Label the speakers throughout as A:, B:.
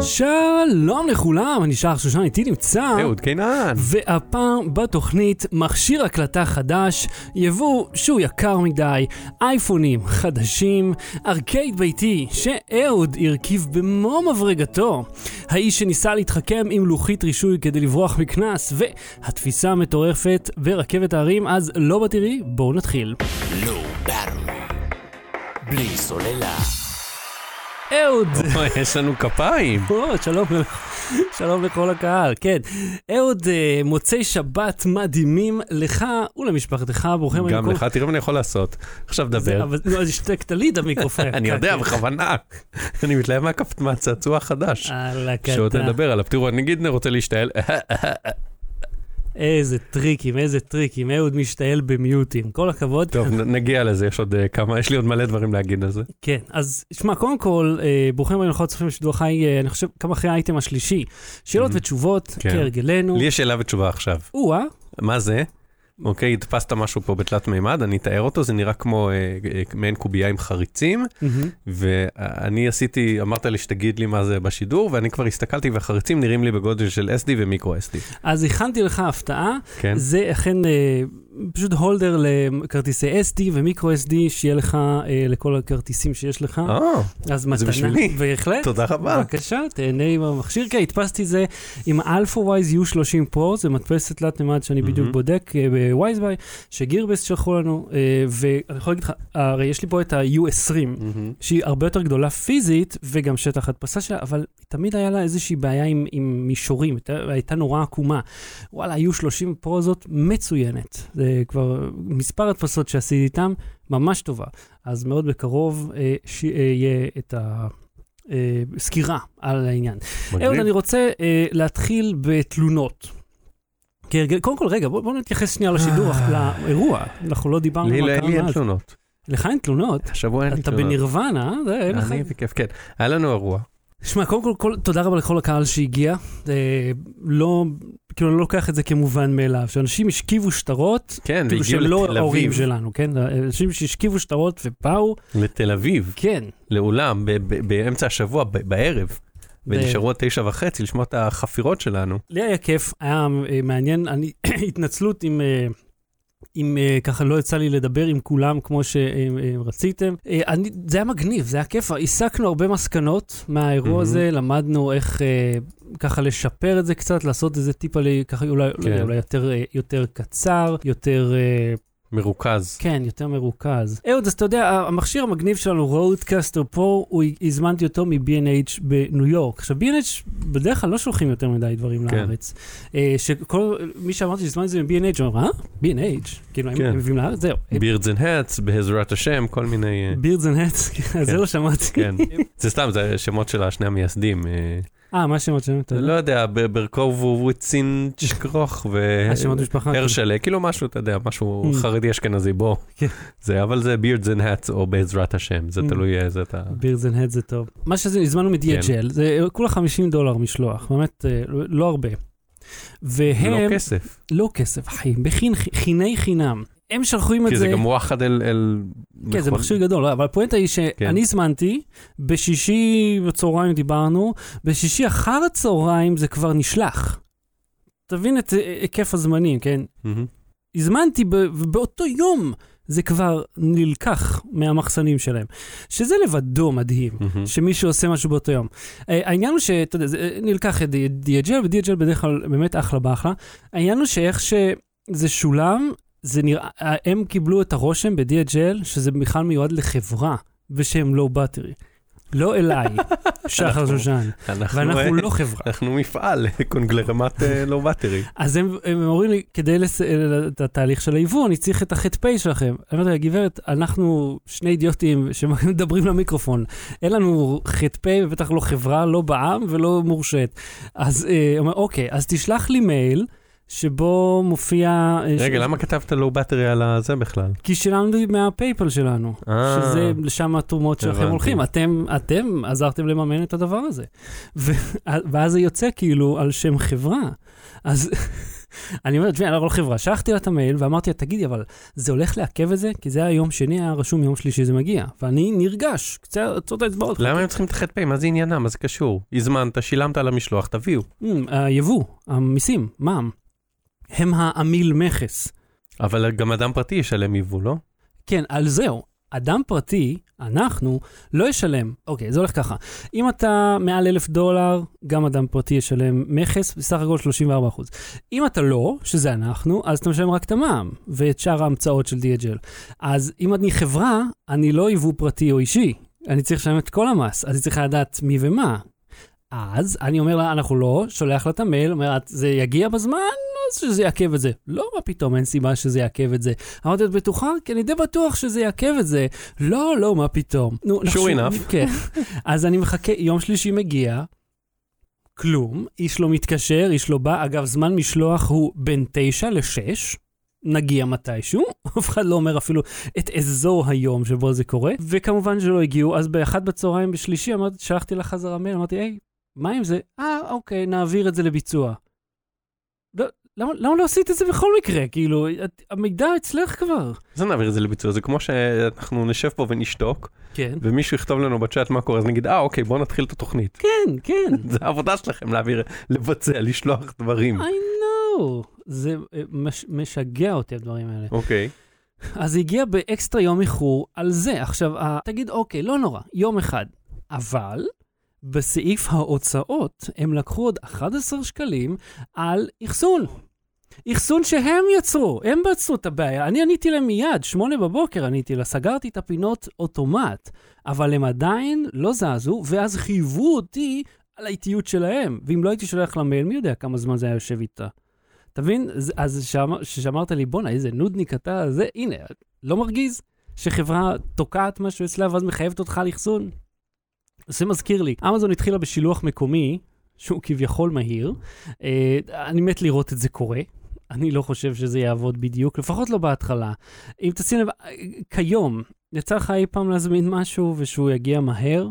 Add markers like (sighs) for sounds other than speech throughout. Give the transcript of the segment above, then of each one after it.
A: שלום לכולם, אני שער שושן, איתי נמצא.
B: אהוד קינן.
A: והפעם בתוכנית מכשיר הקלטה חדש, יבוא שהוא יקר מדי, אייפונים חדשים, ארקייד ביתי שאהוד הרכיב במו מברגתו, האיש שניסה להתחכם עם לוחית רישוי כדי לברוח מקנס, והתפיסה המטורפת ברכבת ההרים, אז לא בתראי, בואו נתחיל.
C: בלי סוללה.
A: אהוד!
B: אוי, יש לנו כפיים.
A: או, שלום, שלום לכל הקהל, כן. אהוד, אה, מוצאי שבת מדהימים לך ולמשפחתך, ברוכים הבאים.
B: גם לך, תראה מה אני יכול לעשות. עכשיו
A: זה,
B: דבר.
A: אבל כן. נו, זה שתק תליד המיקרופון.
B: (laughs) אני יודע, בכוונה. אני מתלהב מהכפ-
A: (laughs)
B: מהצעצוע החדש.
A: אללה
B: שעוד
A: קטן.
B: נדבר עליו. תראו, אני נגיד רוצה להשתעל. (laughs)
A: איזה טריקים, איזה טריקים. אהוד משתעל במיוטים. כל הכבוד.
B: טוב, נ- נגיע לזה, יש עוד אה, כמה, יש לי עוד מלא דברים להגיד על זה.
A: כן, אז שמע, קודם כל, אה, ברוכים הבאים לכל הצופים בשידור חי, אה, אני חושב, כמה אחרי האייטם השלישי. שאלות ותשובות,
B: כן.
A: כהרגלנו.
B: לי יש שאלה ותשובה עכשיו.
A: או-אה,
B: מה זה? אוקיי, הדפסת משהו פה בתלת מימד, אני אתאר אותו, זה נראה כמו אה, אה, מעין קובייה עם חריצים,
A: מהמם.
B: ואני עשיתי, אמרת לי שתגיד לי מה זה בשידור, ואני כבר הסתכלתי והחריצים נראים לי בגודל של SD ומיקרו SD.
A: אז הכנתי לך הפתעה.
B: כן?
A: זה אכן אה, פשוט הולדר לכרטיסי SD ומיקרו SD, שיהיה לך אה, לכל הכרטיסים שיש לך.
B: אה,
A: אז מתנה.
B: בשבילי.
A: בהחלט.
B: תודה רבה.
A: בבקשה, תהנה עם המכשיר. כן, הדפסתי את זה עם AlphaWise U30 Pro, זה מדפסת תלת מימד שאני בדיוק
B: מהמם.
A: בודק אה, בווייזביי, שגירבס שלחו לנו, אה, ואני יכול להגיד לך, הרי יש לי פה את ה-U20, שהיא הרבה יותר גדולה פיזית, וגם שטח הדפסה שלה, אבל תמיד היה לה איזושהי בעיה עם, עם מישורים, הייתה- הייתה נורא עקומה. וואלה, U30 פרו זאת מצוינת. זה כבר מספר הדפסות שעשיתי איתם, ממש טובה. אז מאוד בקרוב אה, ש- אה, יהיה את ה... אה, סקירה על העניין. אהוד, אני רוצה אה, להתחיל בתלונות. כהרגל- קודם כל, רגע, בוא- בוא נתייחס שנייה
B: (sighs)
A: לשידור, לאירוע. אנחנו לא דיברנו
B: לי
A: מה
B: לא-
A: קרה
B: לי אין
A: מאז.
B: תלונות.
A: לך אין תלונות?
B: השבוע אין לי
A: אתה
B: תלונות.
A: בנירוונה, אה? זה, אין לך...
B: אני בכיף, כן. היה לנו אירוע.
A: שמע, קודם כל, כל, תודה רבה לכל הקהל שהגיע. אה, לא, כאילו, אני לא לוקח את זה כמובן מאליו, שאנשים השכיבו שטרות,
B: כן,
A: כאילו
B: והגיעו
A: שהם לא
B: לתל
A: ההורים
B: אביב.
A: שלנו, כן? אנשים שהשכיבו שטרות ובאו,
B: לתל אביב,
A: כן.
B: לאולם, ב- ב- באמצע השבוע, ב- בערב. ונשארו עד תשע וחצי לשמוע את החפירות שלנו.
A: לי היה כיף, היה אה, מעניין, אני, (clears throat) התנצלות אם... אה, אם אה, ככה לא יצא לי לדבר עם כולם כמו אה, שרציתם. אה, אני, זה היה מגניב, זה היה כיף. הסקנו הרבה מסקנות מהאירוע
B: מהמם.
A: הזה, למדנו איך אה, ככה לשפר את זה קצת, לעשות את זה טיפה, לי- ככה אולי, לא
B: כן.
A: יודע, אולי יותר, אה, יותר קצר, יותר אה,
B: מרוכז.
A: כן, יותר מרוכז. אהוד, אז אתה יודע, המכשיר המגניב שלנו, רודקאסטר פרו, הוא הזמנתי אותו מ-B&H בניו יורק. עכשיו, B&H בדרך כלל לא שולחים יותר מדי דברים
B: כן.
A: לארץ. אה, שכל, מי שאמרתי שהזמן את זה מ-B&H, הוא אמר, אה? B&H? כאילו, הם
B: כן.
A: הם מביאים לארץ? זהו.
B: בירדס אנד האטס, בעזרת השם, כל
A: (laughs)
B: מיני... אה,
A: בירדס אנד האטס, (laughs) זה לא שמעתי.
B: כן. זה סתם, זה שמות של השני המייסדים. אה,
A: אה, מה השמות שלהם? אתה יודע?
B: לא יודע, ב- ברקוב וצינצ'קרוך ו...
A: השמות אה, משפחה.
B: הרשלה, כאילו משהו, אתה יודע, משהו
A: אוקיי. Mm.
B: חרדי אשכנזי, בוא.
A: כן.
B: זה, אבל זה בירדס אנד האטס או בעזרת השם, זה
A: Mm.
B: תלוי איזה אתה...
A: בירדס אנד האט זה טוב. מה שזה, הזמנו
B: כן.
A: מ-DHL, זה כולה 50 דולר משלוח, באמת, אה, לא הרבה.
B: זה
A: והם,
B: לא כסף,
A: לא כסף, אחי, בחין- חיני חינם. הם שלחו את
B: כי זה
A: זה,
B: גם וואחד אל... אל-
A: כן, זה
B: נכון. כן.
A: מכשיר גדול, לא, אבל הפואנטה היא שאני הזמנתי, בשישי בצהריים דיברנו, בשישי אחר הצהריים זה כבר נשלח. תבין את אה, היקף הזמנים, כן?
B: מהמם.
A: הזמנתי ב- ובאותו יום זה כבר נלקח מהמחסנים שלהם, שזה לבדו מדהים.
B: מהמם.
A: שמישהו עושה משהו באותו יום. אה, העניין הוא שאתה יודע, זה אה, נלקח את DHL, ו-DHL בדרך כלל באמת אחלה באחלה. העניין הוא שאיך שזה שולם, זה נראה, אה, הם קיבלו את הרושם ב-DHL שזה בכלל מיועד לחברה, ושהם לואו באטרי. לא
B: (laughs)
A: אליי, שחר
B: אנחנו-
A: שושן, ואנחנו
B: אה,
A: לא חברה.
B: אנחנו מפעל, אה, קונגלרמט לא באטרי.
A: אז הם, הם אומרים לי, כדי לסיים את התהליך של היבוא, אני צריך את הח"פ שלכם. אני אומרת לה, גברת, אנחנו שני אידיוטים שמדברים למיקרופון. אין לנו ח"פ, ובטח לא חברה, לא בעם ולא מורשית. אז אה, הוא אומר, אוקיי, אז תשלח לי מייל. שבו מופיע... אה,
B: רגע,
A: ש-
B: למה כתבת לואו בטרי על הזה בכלל?
A: כי שילמנו מהפייפל שלנו,
B: אה.
A: שזה לשם התרומות שלכם
B: הבנתי.
A: הולכים. אתם, אתם עזרתם לממן את הדבר הזה. ו- (laughs) ואז זה יוצא כאילו על שם חברה. אז (laughs) אני אומר, תשמע, אני לא כל חברה. שלחתי לה את המייל ואמרתי לה, תגידי, אבל זה הולך לעכב את זה? כי זה היה יום שני, היה רשום יום שלישי זה מגיע. ואני נרגש, קצה ארצות האצבעות.
B: למה הם צריכים את החטא מה זה עניינם? מה זה קשור? הזמנת, שילמת על המשלוח, תביאו.
A: אמ, היבוא, המיסים, מע"מ, הם העמיל מכס.
B: אבל גם אדם פרטי ישלם יבוא, לא?
A: כן, על זהו. אדם פרטי, אנחנו, לא ישלם. אוקיי, זה הולך ככה. אם אתה מעל אלף דולר, גם אדם פרטי ישלם מכס, בסך הכל 34%. אם אתה לא, שזה אנחנו, אז אתה משלם רק את המע"מ ואת שאר ההמצאות של DHL. אז אם אני חברה, אני לא יבוא פרטי או אישי. אני צריך לשלם את כל המס, אז היא צריכה לדעת מי ומה. אז אני אומר לה, אנחנו לא, שולח לה את המייל, אומר, "את- זה יגיע בזמן, אז שזה יעכב את זה. לא, מה פתאום, אין סיבה שזה יעכב את זה. אמרתי, את בטוחה? כי אני די בטוח שזה יעכב את זה. לא, לא, מה פתאום. נו,
B: Sure enough.
A: (laughs) כן. אז אני מחכה, יום שלישי מגיע, כלום, איש לא מתקשר, איש לא בא. אגב, זמן משלוח הוא בין תשע לשש. נגיע מתישהו, (laughs) אף אחד לא אומר אפילו את אזור היום שבו זה קורה, וכמובן שלא הגיעו, אז באחת בצהריים בשלישי אמרתי, שלחתי לה חזרה מייל, אמרתי, היי, מה עם זה? אה, אוקיי, נעביר את זה לביצוע. לא, למה, למה לא עשית את זה בכל מקרה? כאילו, את, המידע אצלך כבר.
B: אז נעביר את זה לביצוע, זה כמו שאנחנו נשב פה ונשתוק,
A: כן.
B: ומישהו יכתוב לנו בצ'אט מה קורה, אז נגיד, אה, אוקיי, בוא נתחיל את התוכנית.
A: כן, כן.
B: (laughs) זה העבודה שלכם להעביר, לבצע, לשלוח דברים.
A: I know. זה אה, מש, משגע אותי הדברים האלה.
B: אוקיי.
A: אז הגיע באקסטרה יום איחור על זה. עכשיו, ה- תגיד, אוקיי, לא נורא, יום אחד. אבל בסעיף ההוצאות הם לקחו עוד 11 שקלים על אחסון. אחסון שהם יצרו, הם בעצרו את הבעיה. אני עניתי להם מיד, שמונה בבוקר עניתי לה, סגרתי את הפינות אוטומט, אבל הם עדיין לא זזו, ואז חייבו אותי על האיטיות שלהם. ואם לא הייתי שולח למייל, מי יודע כמה זמן זה היה יושב איתה. אתה מבין? אז- אז שאמר- כשאמרת לי, בואנה, איזה נודניק אתה, זה, הנה, לא מרגיז שחברה תוקעת משהו אצלה ואז מחייבת אותך על אחסון? זה מזכיר לי, אמזון התחילה בשילוח מקומי, שהוא כביכול מהיר. אה, אני מת לראות את זה קורה. אני לא חושב שזה יעבוד בדיוק, לפחות לא בהתחלה. אם תשים לב, אה, כיום, יצא לך אי פעם להזמין משהו ושהוא יגיע מהר?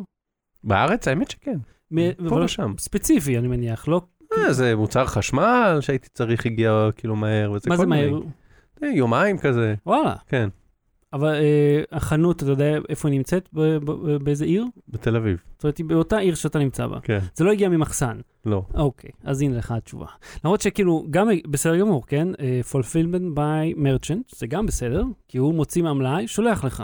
B: בארץ? האמת שכן.
A: מ-
B: כן, פה לא
A: אבל-
B: ושם.
A: ספציפי, אני מניח, לא?
B: אה, זה מוצר חשמל שהייתי צריך הגיע כאילו מהר, וזה
A: מה זה
B: כל מיני.
A: מהר?
B: אה, יומיים כזה,
A: וואלה.
B: כן,
A: אבל אה, החנות, אתה יודע איפה היא נמצאת? ב- ב- באיזה עיר?
B: בתל אביב,
A: זאת אומרת, היא באותה עיר שאתה נמצא בה.
B: כן,
A: זה לא הגיע ממחסן.
B: לא.
A: אוקיי, אז הנה לך התשובה. למרות שכאילו, גם בסדר גמור, כן? אה, fulfillment by merchant, זה גם בסדר, כי הוא מוציא מהמלאי, שולח לך.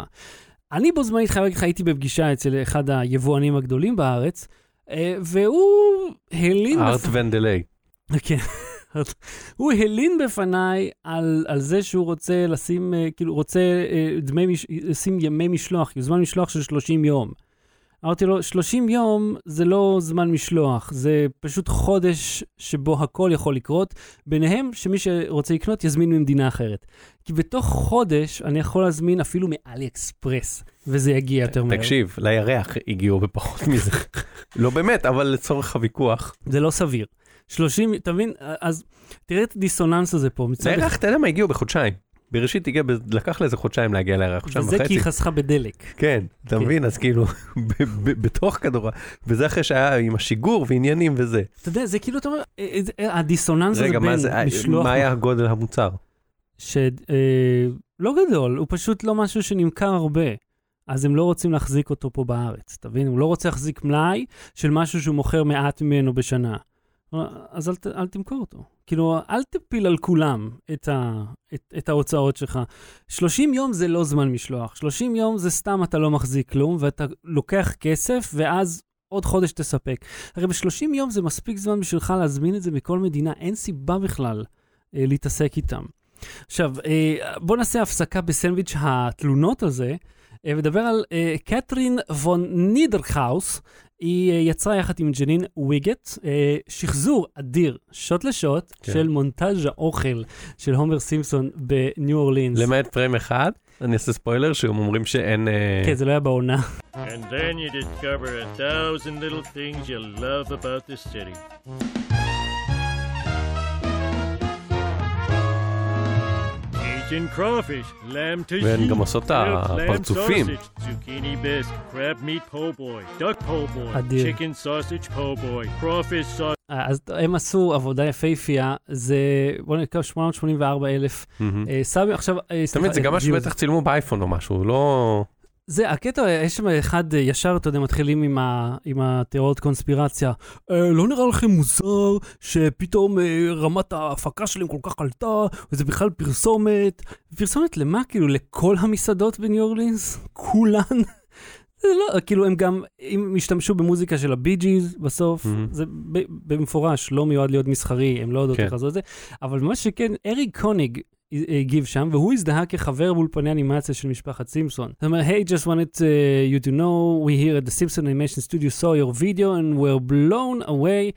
A: אני בו זמנית חייב להגיד לך, הייתי בפגישה אצל אחד היבואנים הגדולים בארץ, אה, והוא הלין...
B: ארט
A: בפ-
B: ונדליי.
A: כן. (laughs) הוא הלין בפניי על, על זה שהוא רוצה לשים, אה, כאילו, רוצה אה, דמי, מש- לשים ימי משלוח, כאילו, זמן משלוח של 30 יום. אמרתי לו, 30 יום זה לא זמן משלוח, זה פשוט חודש שבו הכל יכול לקרות, ביניהם שמי שרוצה לקנות יזמין ממדינה אחרת. כי בתוך חודש אני יכול להזמין אפילו מאלי אקספרס, וזה יגיע יותר מהר.
B: תקשיב, לירח הגיעו בפחות מזה. לא באמת, אבל לצורך הוויכוח.
A: זה לא סביר. 30, אתה מבין? אז תראה את הדיסוננס הזה פה. מצד
B: לירח, אתה יודע מה, הגיעו בחודשיים. בראשית הגיע, ב- לקח לאיזה חודשיים להגיע לירח, חודשיים
A: וזה כי
B: וחצי.
A: היא חסכה בדלק.
B: כן, אתה
A: כן.
B: מבין, אז כאילו, (laughs) ב- ב- בתוך כדור, ה- וזה אחרי שהיה עם השיגור ועניינים וזה.
A: אתה יודע, זה כאילו, אתה אומר, אה, אה, זה- אה, הדיסוננס הזה
B: רגע, מה זה, אה,
A: בין משלוח...
B: מה היה גודל המוצר?
A: ש... אה, לא גדול, הוא פשוט לא משהו שנמכר הרבה. אז הם לא רוצים להחזיק אותו פה בארץ, אתה מבין? הוא לא רוצה להחזיק מלאי של משהו שהוא מוכר מעט ממנו בשנה. אז אל, ת- אל תמכור אותו. כאילו, אל תפיל על כולם את, ה, את, את ההוצאות שלך. 30 יום זה לא זמן משלוח. 30 יום זה סתם אתה לא מחזיק כלום, ואתה לוקח כסף, ואז עוד חודש תספק. הרי ב-30 יום זה מספיק זמן בשבילך להזמין את זה מכל מדינה, אין סיבה בכלל אה, להתעסק איתם. עכשיו, אה, בוא נעשה הפסקה בסנדוויץ' התלונות הזה, אה, ונדבר על אה, קתרין וון נידרקהאוס. היא אה, יצרה יחד עם ג'נין ויגט אה, שחזור אדיר, שוט לשוט,
B: כן.
A: של מונטאז' האוכל של הומר סימפסון בניו אורלינס.
B: למעט פריים אחד, אני אעשה ספוילר שהם אומרים שאין... אה,
A: כן, זה לא היה בעונה.
C: And then you discover a thousand little things you love about the city. Cajun crawfish, lamb tagine,
B: והן גם עושות את
C: grilled lamb
B: הפרצופים.
C: sausage, zucchini bisque, crab meat po' boy, duck po' boy,
A: אדיר.
C: chicken sausage po' boy, crawfish sausage
A: אה, אז הם עשו עבודה יפהפייה, זה בוא נקרא 884 אלף.
B: מהמם.
A: סמי עכשיו, אה,
B: אתה
A: סליחה,
B: מבין, Mm. זה גם משהו
A: views.
B: בטח צילמו באייפון או משהו, לא...
A: זה הקטע, יש שם אחד אה, ישר, אתה יודע, מתחילים עם, ה, עם התיאוריות קונספירציה. אה, לא נראה לכם מוזר שפתאום אה, רמת ההפקה שלהם כל כך עלתה, וזה בכלל פרסומת. פרסומת למה? כאילו, לכל המסעדות בניו אורלינס? כולן? (laughs) זה לא, כאילו, הם גם, אם השתמשו במוזיקה של הבי ג'יז בסוף,
B: Mhm.
A: זה ב, במפורש לא מיועד להיות מסחרי, הם לא יודעות
B: כן.
A: איך לעשות את זה. אבל מה שכן, אריק קוניג אה, הגיב שם, והוא הזדהה כחבר באולפני אנימציה של משפחת סימפסון. זאת אומרת, היי, just wanted uh, you to know, we here at the Simpson Animation Studio saw your video and were blown away,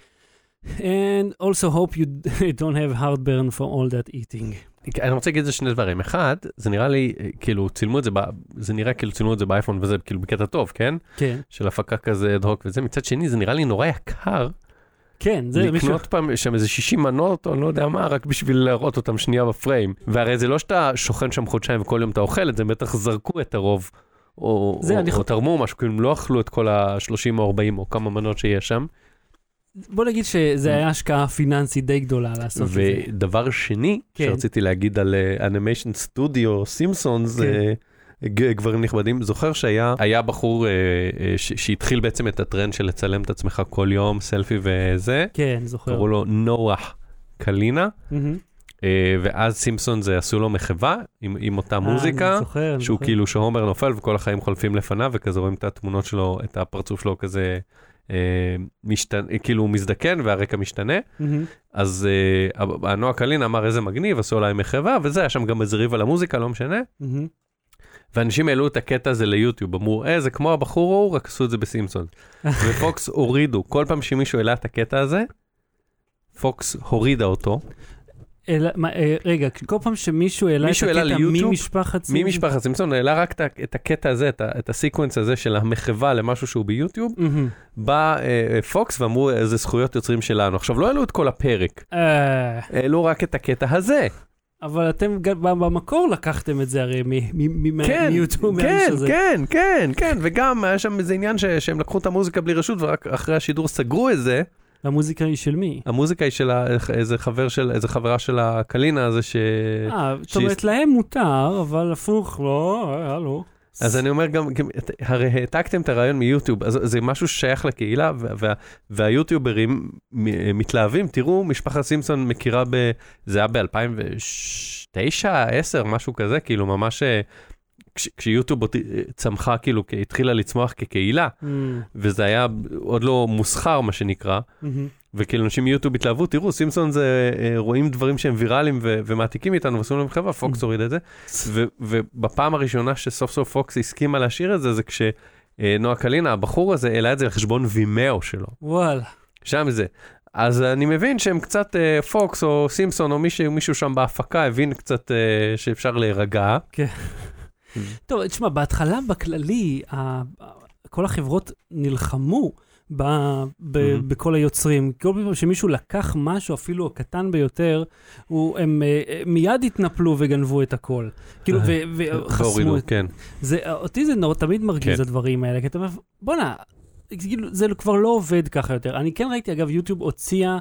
A: and also hope you (laughs) don't have heartburn from all that eating.
B: אני רוצה להגיד את זה שני דברים. אחד, זה נראה לי, אה, כאילו, צילמו את זה, ב- זה נראה כאילו צילמו את זה באייפון וזה כאילו בקטע טוב, כן?
A: כן,
B: של הפקה כזה אד הוק וזה. מצד שני, זה נראה לי נורא יקר
A: כן, זה מישהו...
B: לקנות פעם שם איזה 60 מנות, או אני לא יודע מה, רק בשביל להראות אותם שנייה בפריים. והרי זה לא שאתה שוכן שם חודשיים וכל יום אתה אוכל את זה, הם בטח זרקו את הרוב. או,
A: זה,
B: או,
A: אני
B: או
A: חו-
B: תרמו משהו, כאילו הם לא אכלו את כל ה-30 או 40 או כמה מנות שיש שם.
A: בוא נגיד שזה
B: Mm.
A: היה השקעה פיננסית די גדולה לעשות את זה.
B: ודבר שני
A: כן.
B: שרציתי להגיד על אה, אנימיישן סטודיו סימפסונס,
A: כן.
B: אה, גברים נכבדים, זוכר שהיה היה בחור אה, אה, ש- שהתחיל בעצם את הטרנד של לצלם את עצמך כל יום, סלפי וזה,
A: כן, זוכר.
B: קראו לו נוח קלינה,
A: מהמם.
B: אה, ואז סימפסון זה עשו לו מחווה עם, עם אותה
A: אה,
B: מוזיקה.
A: אני זוכר, נכון. אני
B: שהוא
A: זוכר.
B: כאילו שהומר נופל וכל החיים חולפים לפניו וכזה רואים את התמונות שלו, את הפרצוף שלו כזה, אה, משתנה, כאילו הוא מזדקן והרקע משתנה.
A: מהמם.
B: אז אה, הנועה קלין אמר איזה מגניב, עשו עליי מחווה, וזה, היה שם גם איזה ריב על המוזיקה, לא משנה.
A: מהמם.
B: ואנשים העלו את הקטע הזה ליוטיוב, אמרו, אה, זה כמו הבחור ההוא, רק עשו את זה בסימפסון. ופוקס הורידו, כל פעם שמישהו העלה את הקטע הזה, פוקס הורידה אותו,
A: אלא, מה, אה, רגע, כל פעם שמישהו העלה את
B: מישהו העלה
A: הקטע
B: ליוטיוב?
A: ממשפחת סימפסון-
B: ממשפחת סימפסון העלה רק את ה- את הקטע הזה, את ה- את הסקווינס הזה של המחווה למשהו שהוא ביוטיוב,
A: מהמם.
B: בא אה, אה, פוקס ואמרו, "אה, זה זכויות יוצרים שלנו. עכשיו, לא העלו את כל הפרק,
A: אה,
B: העלו רק את הקטע הזה.
A: אבל אתם גם במקור לקחתם את זה הרי מ- מ- מ-
B: כן,
A: מיוטיוב,
B: כן,
A: מהאיש הזה.
B: כן, כן, כן, וגם היה שם איזה עניין ש- שהם לקחו את המוזיקה בלי רשות ורק אחרי השידור סגרו את זה.
A: המוזיקה היא של מי?
B: המוזיקה היא של ה- איזה חבר של, איזה חברה של הקלינה הזה ש...
A: אה, זאת
B: שיש-
A: אומרת, להם מותר, אבל הפוך, לא, אה, הלו.
B: אז אני אומר גם, גם את- הרי העתקתם את הרעיון מיוטיוב, אז זה משהו ששייך לקהילה, וה, וה, והיוטיוברים מ- מתלהבים, תראו, משפחת סימפסון מכירה ב... זה היה ב-2009, 10, משהו כזה, כאילו ממש אה, כש, כשיוטיוב אותי- צמחה, כאילו, כ- התחילה לצמוח כקהילה.
A: מהמם.
B: וזה היה עוד לא מוסחר מה שנקרא,
A: מהמם.
B: וכאילו אנשים מיוטיוב התלהבו, תראו, סימפסון זה, אה, רואים דברים שהם ויראליים ו- ומעתיקים איתנו ועושים להם חברה, פוקס הוריד את זה, ו- ובפעם הראשונה שסוף סוף פוקס הסכימה להשאיר את זה, זה כשנועה קלינה, הבחור הזה, העלה את זה לחשבון וימאו שלו,
A: וואלה.
B: שם זה. אז אני מבין שהם קצת, אה, פוקס או סימפסון או מישהו, מישהו שם בהפקה הבין קצת אה, שאפשר להירגע.
A: טוב, תשמע, בהתחלה, בכללי, ה- כל החברות נלחמו. ב- ב-
B: מהמם.
A: בכל היוצרים. כל פעם שמישהו לקח משהו, אפילו הקטן ביותר, הוא- הם אה, אה, מיד התנפלו וגנבו את הכל. כאילו, ו-
B: אה, והורידו,
A: וחסמו את
B: כן.
A: זה, אותי זה נור, תמיד מרגיז
B: כן.
A: הדברים האלה, כי אתה אומר, בואנה, כאילו, זה כבר לא עובד ככה יותר. אני כן ראיתי, אגב, יוטיוב הוציאה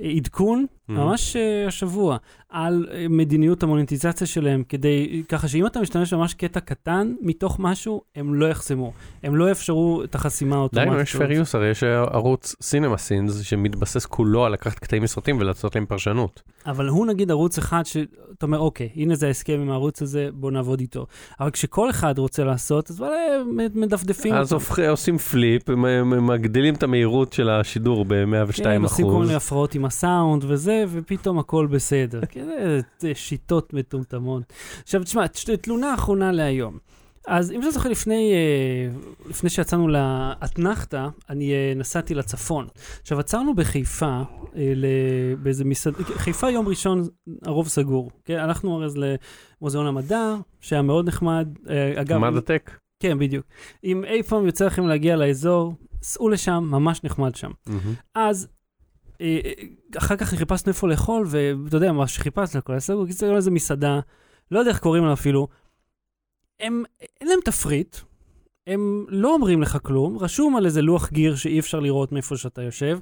A: אה, עדכון,
B: Mm-hmm. Mm.
A: ממש אה, השבוע, על אה, מדיניות המוניטיזציה שלהם, כדי, ככה שאם אתה משתמש ממש קטע קטן מתוך משהו, הם לא יחסמו. הם לא יאפשרו את החסימה האוטומטית.
B: עדיין יש
A: הזאת.
B: פייר יוס, הרי יש ערוץ סינמה סינס שמתבסס כולו על לקחת קטעים מסרטים ולעשות להם פרשנות.
A: אבל הוא נגיד ערוץ אחד שאתה אומר, אוקיי, הנה זה ההסכם עם הערוץ הזה, בוא נעבוד איתו. אבל כשכל אחד רוצה לעשות, אז וואלה, הם מדפדפים.
B: אז
A: אותו.
B: הופכ- עושים פליפ, הם- הם מגדילים את המהירות של השידור
A: כן,
B: ב-102
A: עושים כל
B: אחוז.
A: מיני הפרעות עם הסאונד וזה, ופתאום הכל בסדר. כן, זה- זה שיטות מטומטמות. עכשיו, תשמע, ת- תלונה אחרונה להיום. אז אם אתה זוכר, לפני, אה, לפני שיצאנו לאתנחתא, אני אה, נסעתי לצפון. עכשיו, עצרנו בחיפה, אה, ל- באיזה מסעד... חיפה יום ראשון, הרוב סגור. כן, הלכנו הרי אז למוזיאון המדע, שהיה מאוד נחמד. אה, אגב,
B: מה דתק?
A: כן, בדיוק. אם אי פעם יוצא לכם להגיע לאזור, סעו לשם, ממש נחמד שם. אז אה, אה, אחר כך חיפשנו איפה לאכול, ואתה יודע, מה שחיפשנו, הכל היה סגור, כי זה היה איזה מסעדה לא יודע איך קוראים לה אפילו, הם, אין להם תפריט, הם לא אומרים לך כלום, רשום על איזה לוח גיר שאי אפשר לראות מאיפה שאתה יושב,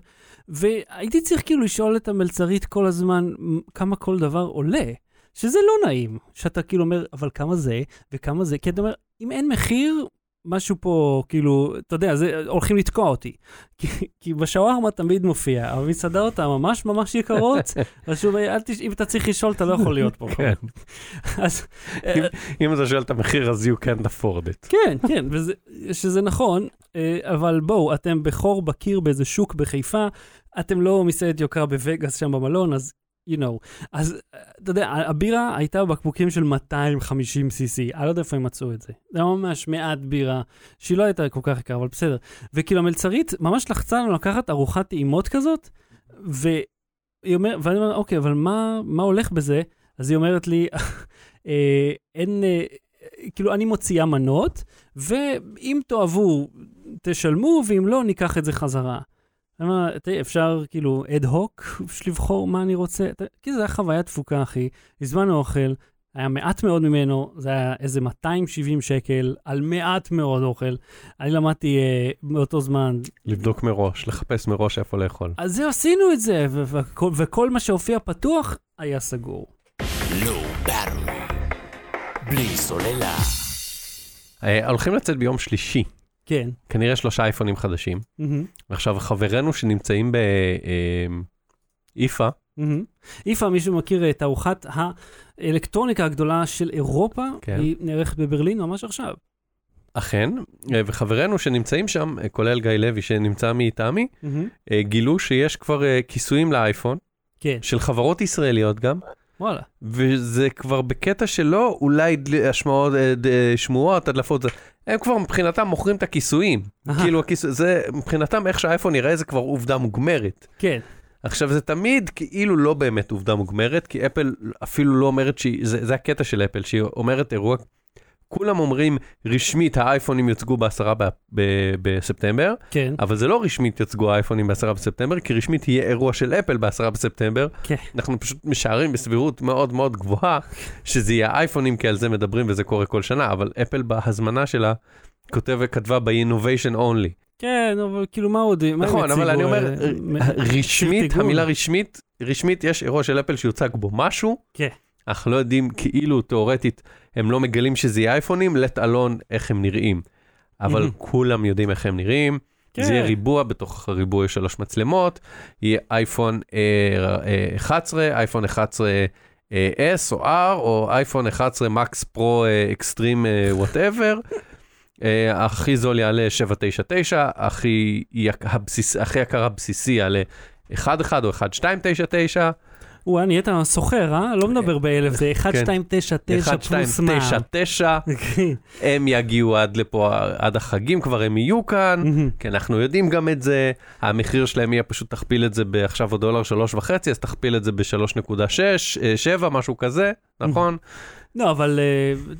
A: והייתי צריך כאילו לשאול את המלצרית כל הזמן מ, כמה כל דבר עולה, שזה לא נעים, שאתה כאילו אומר, אבל כמה זה, וכמה זה, כי אתה אומר, אם אין מחיר, משהו פה, כאילו, אתה יודע, זה, הולכים לתקוע אותי. (laughs) כי, כי בשווארמה תמיד מופיע, אבל מסעדות הממש ממש יקרות, רשום, "אל תש- אם אתה צריך לשאול, אתה לא יכול להיות פה.
B: כן.
A: אז
B: (laughs)
A: אה,
B: אם אתה שואל את המחיר, אז you can't afford it.
A: כן, כן, וזה, שזה נכון, אה, אבל בואו, אתם בחור בקיר באיזה שוק בחיפה, אתם לא מסעדת יוקרה בווגאס שם במלון, אז you know. אז אה, אתה יודע, ה- הבירה הייתה בבקבוקים של 250 cc, אני לא יודע איפה הם מצאו את זה. זה היה ממש מעט בירה, שהיא לא הייתה כל כך יקרה, אבל בסדר. וכאילו המלצרית ממש לחצה לנו לקחת ארוחת טעימות כזאת, והיא אומר, ואני אומר, אוקיי, אבל מה, מה הולך בזה? אז היא אומרת לי, אה, אין, אה, כאילו, אני מוציאה מנות, ואם תאהבו, תשלמו, ואם לא, ניקח את זה חזרה. אני אומר, "תראי, אפשר כאילו אד הוק (laughs) לבחור מה אני רוצה, אתה- כי זו הייתה חוויה תפוקה, אחי. הזמנו אוכל, היה מעט מאוד ממנו, זה היה איזה 270 שקל על מעט מאוד אוכל. אני למדתי אה, באותו זמן
B: לבדוק מראש, לחפש מראש איפה לאכול.
A: אז זהו, עשינו את זה, ו- וכל- וכל מה שהופיע פתוח היה סגור.
B: אה, הולכים לצאת ביום שלישי,
A: כן.
B: כנראה שלושה אייפונים חדשים.
A: מהמם,
B: עכשיו, חברינו שנמצאים אה, באיפה,
A: מהמם. איפה, מישהו מכיר את תערוכת האלקטרוניקה הגדולה של אירופה?
B: כן.
A: היא נערכת בברלין ממש עכשיו.
B: אכן, אה, וחברינו שנמצאים שם, אה, כולל גיא לוי שנמצא מאיתמי,
A: מהמם.
B: אה, גילו שיש כבר אה, כיסויים לאייפון,
A: כן,
B: של חברות ישראליות גם,
A: וואלה.
B: וזה כבר בקטע שלא אולי דל- השמעות, אה, ד- אה, שמועות, הדלפות, זה- הם כבר מבחינתם מוכרים את הכיסויים.
A: אהה,
B: כאילו, הכיסו- זה, מבחינתם איך שהאייפון נראה זה כבר עובדה מוגמרת.
A: כן,
B: עכשיו, זה תמיד כאילו לא באמת עובדה מוגמרת, כי אפל אפילו לא אומרת שהיא, זה, זה הקטע של אפל, שהיא אומרת אירוע, כולם אומרים רשמית האייפונים יוצגו בעשרה ב- ב- בספטמבר,
A: כן,
B: אבל זה לא רשמית יוצגו האייפונים בעשרה בספטמבר, כי רשמית יהיה אירוע של אפל בעשרה בספטמבר.
A: כן.
B: אנחנו פשוט משערים בסבירות מאוד מאוד גבוהה שזה יהיה האייפונים, כי על זה מדברים וזה קורה כל שנה, אבל אפל בהזמנה שלה כותבת, כתבה ב-innovation only.
A: כן, אבל כאילו מה עוד, מה הם
B: נכון,
A: הציגו,
B: אבל אני אומר,
A: אה, מ-
B: רשמית,
A: שיר טיגון.
B: המילה רשמית, רשמית יש אירוע של אפל שיוצג בו משהו.
A: כן.
B: אנחנו לא יודעים, כאילו, תיאורטית, הם לא מגלים שזה יהיה אייפונים, let alone איך הם נראים. אבל
A: Mhm.
B: כולם יודעים איך הם נראים.
A: כן.
B: (laughs) זה יהיה ריבוע, בתוך הריבוע יש שלוש מצלמות, יהיה אייפון אה, אה, 11, אייפון 11 אה, S או R, או אייפון 11 מקס פרו אקסטרים וואטאבר. אה, (laughs) הכי זול יעלה 799, הכי, יק- הבסיס, הכי יקר הבסיסי יעלה 11 או 1299,
A: וואה, נהיית סוחר, אה?
B: כן.
A: לא מדבר באלף, זה 1299 פלוס מע"מ.
B: 1299,
A: כן.
B: הם יגיעו עד לפה, עד החגים כבר הם יהיו כאן,
A: (laughs) מהמם.
B: כי אנחנו יודעים גם את זה, המחיר שלהם יהיה פשוט תכפיל את זה בעכשיו עוד דולר שלוש וחצי, אז תכפיל את זה ב-3.6, 7, משהו כזה,
A: (laughs)
B: נכון?
A: לא, אבל... אה,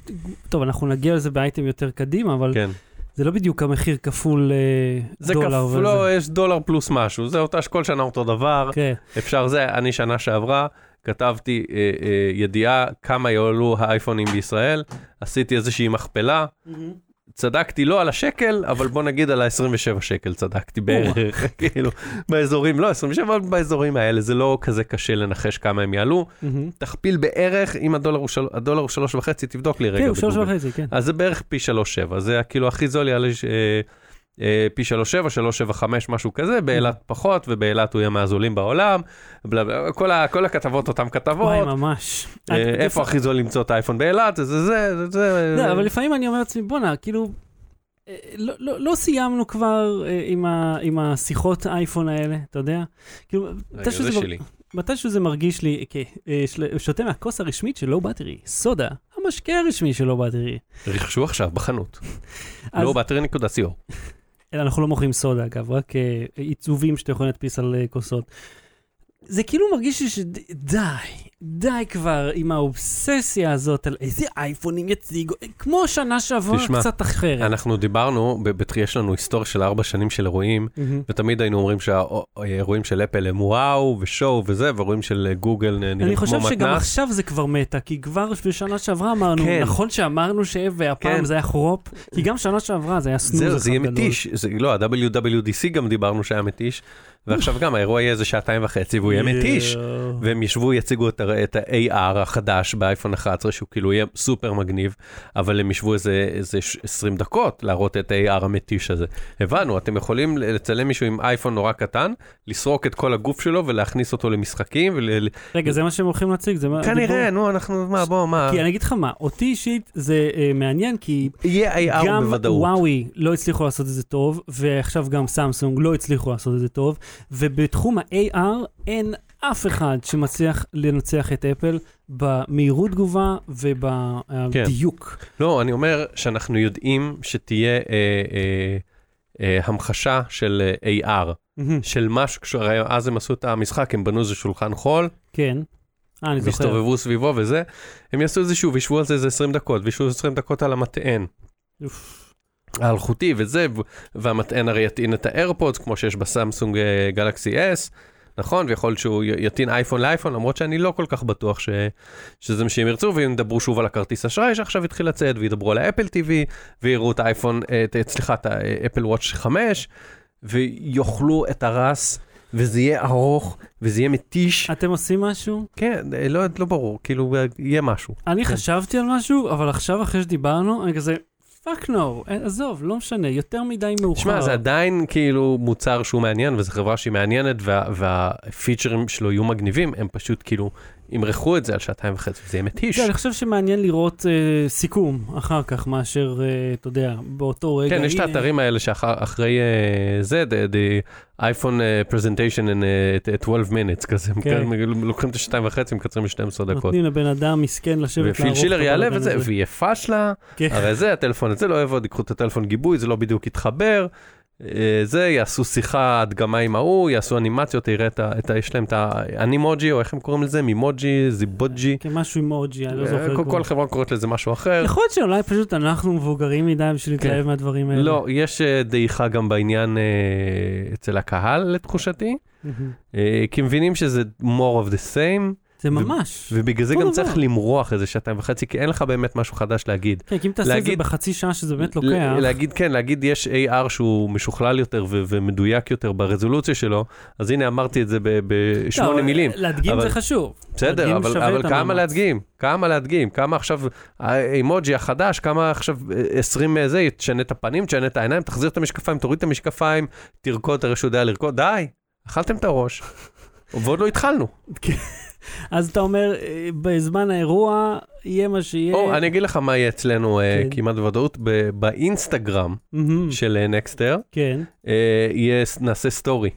A: טוב, אנחנו נגיע לזה באייטם יותר קדימה, אבל
B: כן.
A: זה לא בדיוק המחיר כפול אה,
B: זה
A: דולר.
B: כפול,
A: אבל
B: לא, יש דולר פלוס משהו, זה אותה, כל שנה אותו דבר.
A: כן,
B: אפשר זה, אני שנה שעברה כתבתי אה, אה, ידיעה כמה יעלו האייפונים בישראל, עשיתי איזושהי מכפלה, צדקתי לא על השקל, אבל בוא נגיד על ה-27 שקל צדקתי בערך, (laughs) כאילו, באזורים, לא 27, אבל באזורים האלה, זה לא כזה קשה לנחש כמה הם יעלו,
A: מהמם.
B: תכפיל בערך, אם הדולר הוא, של, הדולר הוא שלוש וחצי, תבדוק לי רגע
A: כן, הוא שלוש
B: בגוגל.
A: וחצי, כן.
B: אז זה בערך פי שלוש שבע, זה כאילו הכי זול יעלה ש- אה, אה, פי שלוש שבע, שלוש שבע חמש, משהו כזה, באילת
A: אוקיי.
B: פחות, ובאילת הוא יהיה מהזולים בעולם, בלה, בלה, כל, ה, כל הכתבות אותן
A: וואי,
B: כתבות,
A: ממש.
B: אה,
A: אני-
B: איפה הכי זול למצוא את האייפון באילת, זה זה זה, זה,
A: לא,
B: זה,
A: אבל לפעמים אני אומר לעצמי, בואנה, כאילו... אה, לא, לא, לא סיימנו כבר אה, עם, ה, עם השיחות האייפון האלה, אתה יודע? כאילו,
B: רגע,
A: מתישהו
B: זה
A: זה, מר-
B: שלי.
A: מתישהו זה מרגיש לי כשותה מהכוס הרשמית של לואו באטרי, סודה, המשקה הרשמי של לואו באטרי.
B: רכשו עכשיו בחנות,
A: אז-
B: לא באתרי נקודה סיור.
A: אלא אנחנו לא מוכרים סודה, אגב, רק אה, עיצובים שאתה יכול להדפיס על אה, כוסות. זה כאילו מרגיש לי שדי, די כבר עם האובססיה הזאת על איזה אייפונים יציגו, כמו שנה שעברה
B: תשמע,
A: קצת אחרת.
B: אנחנו דיברנו, ב- בת- יש לנו היסטוריה של ארבע שנים של אירועים,
A: מהמם.
B: ותמיד היינו אומרים שהאירועים של אפל הם וואו ושואו וזה, ואירועים של אה, גוגל נראים כמו
A: אני
B: מתנ"ס.
A: חושב שגם עכשיו זה כבר מטה, כי כבר בשנה שעברה אמרנו,
B: כן.
A: נכון שאמרנו ש... והפעם
B: כן.
A: זה היה חרופ, כי גם שנה שעברה זה היה סנוז
B: זהו,
A: אחד
B: זה יהיה
A: גדול.
B: מתיש. זה- לא, ה-WWDC גם דיברנו שהיה מתיש, ועכשיו גם האירוע יהיה איזה שעתיים וחצי והוא יהיה מתיש.
A: יואו.
B: והם ישבו, יציגו את ה- את ה-AR החדש באייפון 11, שהוא כאילו יהיה סופר מגניב, אבל הם ישבו איזה, איזה ש- 20 דקות להראות את ה-AR המתיש הזה. הבנו, אתם יכולים לצלם מישהו עם אייפון נורא קטן, לסרוק את כל הגוף שלו ולהכניס אותו למשחקים, ול...
A: רגע, זה מה שהם הולכים להציג, זה מה...
B: כנראה,
A: הדיבור.
B: נו, אנחנו, מה, בוא, מה,
A: כי אני אגיד לך מה, אותי אישית זה אה, מעניין, כי
B: יהיה AR
A: גם
B: בוודאות.
A: וואוי לא הצליחו לעשות את זה טוב, ועכשיו גם סמסונג לא הצליחו לעשות את זה טוב, ובתחום ה-AR אין אף אחד שמצליח לנצח את אפל במהירות תגובה ובדיוק.
B: לא, אני אומר שאנחנו יודעים שתהיה אה, אה, אה, המחשה של אה, AR,
A: מהמם.
B: של משהו, כשהרי אז הם עשו את המשחק, הם בנו איזה שולחן חול,
A: כן. אה, אני זוכר.
B: והסתובבו סביבו וזה, הם יעשו איזה שוב, ישבו על זה איזה 20 דקות, וישבו 20 דקות על המטען.
A: אוף.
B: האלחוטי וזה, ו- והמטען הרי יטעין את האיירפודס, כמו שיש בסמסונג אה, גלקסי S, נכון? ויכול להיות שהוא י- יטעין אייפון לאייפון, למרות שאני לא כל כך בטוח ש... שזה מה שהם ירצו, והם ידברו שוב על הכרטיס אשראי שעכשיו התחיל לצאת, וידברו על האפל TV, ויראו את האייפון, אה, את- סליחה, את האפל וואץ' 5, ויאכלו את הרס, וזה יהיה ארוך, וזה יהיה מתיש.
A: אתם עושים משהו?
B: כן, אה, לא, לא ברור, כאילו, אה, יהיה משהו.
A: אני
B: כן.
A: חשבתי על משהו, אבל עכשיו אחרי שדיברנו, אני כזה, פאק נו, עזוב, לא משנה, יותר מדי מאוחר.
B: תשמע, זה עדיין כאילו מוצר שהוא מעניין, וזו חברה שהיא מעניינת, וה, והפיצ'רים שלו יהיו מגניבים, הם פשוט כאילו ימרחו את זה על שעתיים וחצי, זה יהיה מתיש.
A: כן, אני חושב שמעניין לראות אה, סיכום אחר כך, מאשר, אה, אתה יודע, באותו רגע.
B: כן, יש את
A: הנה,
B: האתרים האלה שאחרי זה, the, the iPhone uh, presentation in uh, 12 minutes, כזה, הם
A: כן.
B: כאילו לוקחים את השתיים וחצי, מקצרים ל-12 דקות.
A: נותנים לבן אדם מסכן לשבת
B: ופיל שילר
A: את
B: יעלה
A: הבלגן
B: וזה,
A: הזה.
B: ויהיה פאשלה,
A: כן.
B: הרי זה, הטלפון הזה לא יעבוד, ייקחו את הטלפון גיבוי, זה לא בדיוק יתחבר, אה, זה, יעשו שיחה, הדגמה עם ההוא, יעשו אנימציות, תראה את ה... את ה- יש להם את האנימוג'י, או איך הם קוראים לזה? מימוג'י, זיבוג'י.
A: כן, משהו עם אוג'י, אני לא זוכר.
B: אה, כל-
A: כבר.
B: כל חברה קוראת לזה משהו אחר.
A: יכול להיות שאולי פשוט אנחנו מבוגרים מדי בשביל
B: כן.
A: להתלהב מהדברים האלה.
B: לא, יש אה, דעיכה גם בעניין אה, אצל הקהל, לתחושתי,
A: מהמם.
B: אה, כי מבינים שזה more of the same,
A: Mm-hmm. זה ממש.
B: ובגלל זה
A: אותו
B: גם
A: דבר.
B: צריך למרוח איזה שעתיים וחצי, כי אין לך באמת משהו חדש להגיד.
A: כן, כי אם תעשה את זה
B: להגיד-
A: בחצי שעה שזה באמת לא
B: ל-
A: לוקח,
B: להגיד כן, להגיד יש AR שהוא משוכלל יותר ו- ומדויק יותר ברזולוציה שלו, אז הנה אמרתי את זה ב-
A: לא,
B: בשמונה מילים.
A: להדגים
B: אבל-
A: זה חשוב.
B: בסדר,
A: להדגים
B: אבל,
A: שווה את
B: אבל כמה
A: המאמץ.
B: להדגים? כמה להדגים? כמה עכשיו האימוג'י החדש, כמה עכשיו אה, 20 מזה, תשנה את הפנים, תשנה את העיניים, תחזיר את המשקפיים, תוריד את המשקפיים, תרקוד, הרי שהוא יודע לרקוד, די, אכלתם את הראש. ועוד לא התחלנו.
A: אה, אז אתה אומר, אה, בזמן האירוע, יהיה מה שיהיה.
B: או, אני אגיד לך מה יהיה אצלנו אה,
A: כן.
B: כמעט בוודאות, ב- באינסטגרם
A: מהמם.
B: של אה, נקסטר,
A: Mm-hmm. כן.
B: אה, יהיה, נעשה סטורי.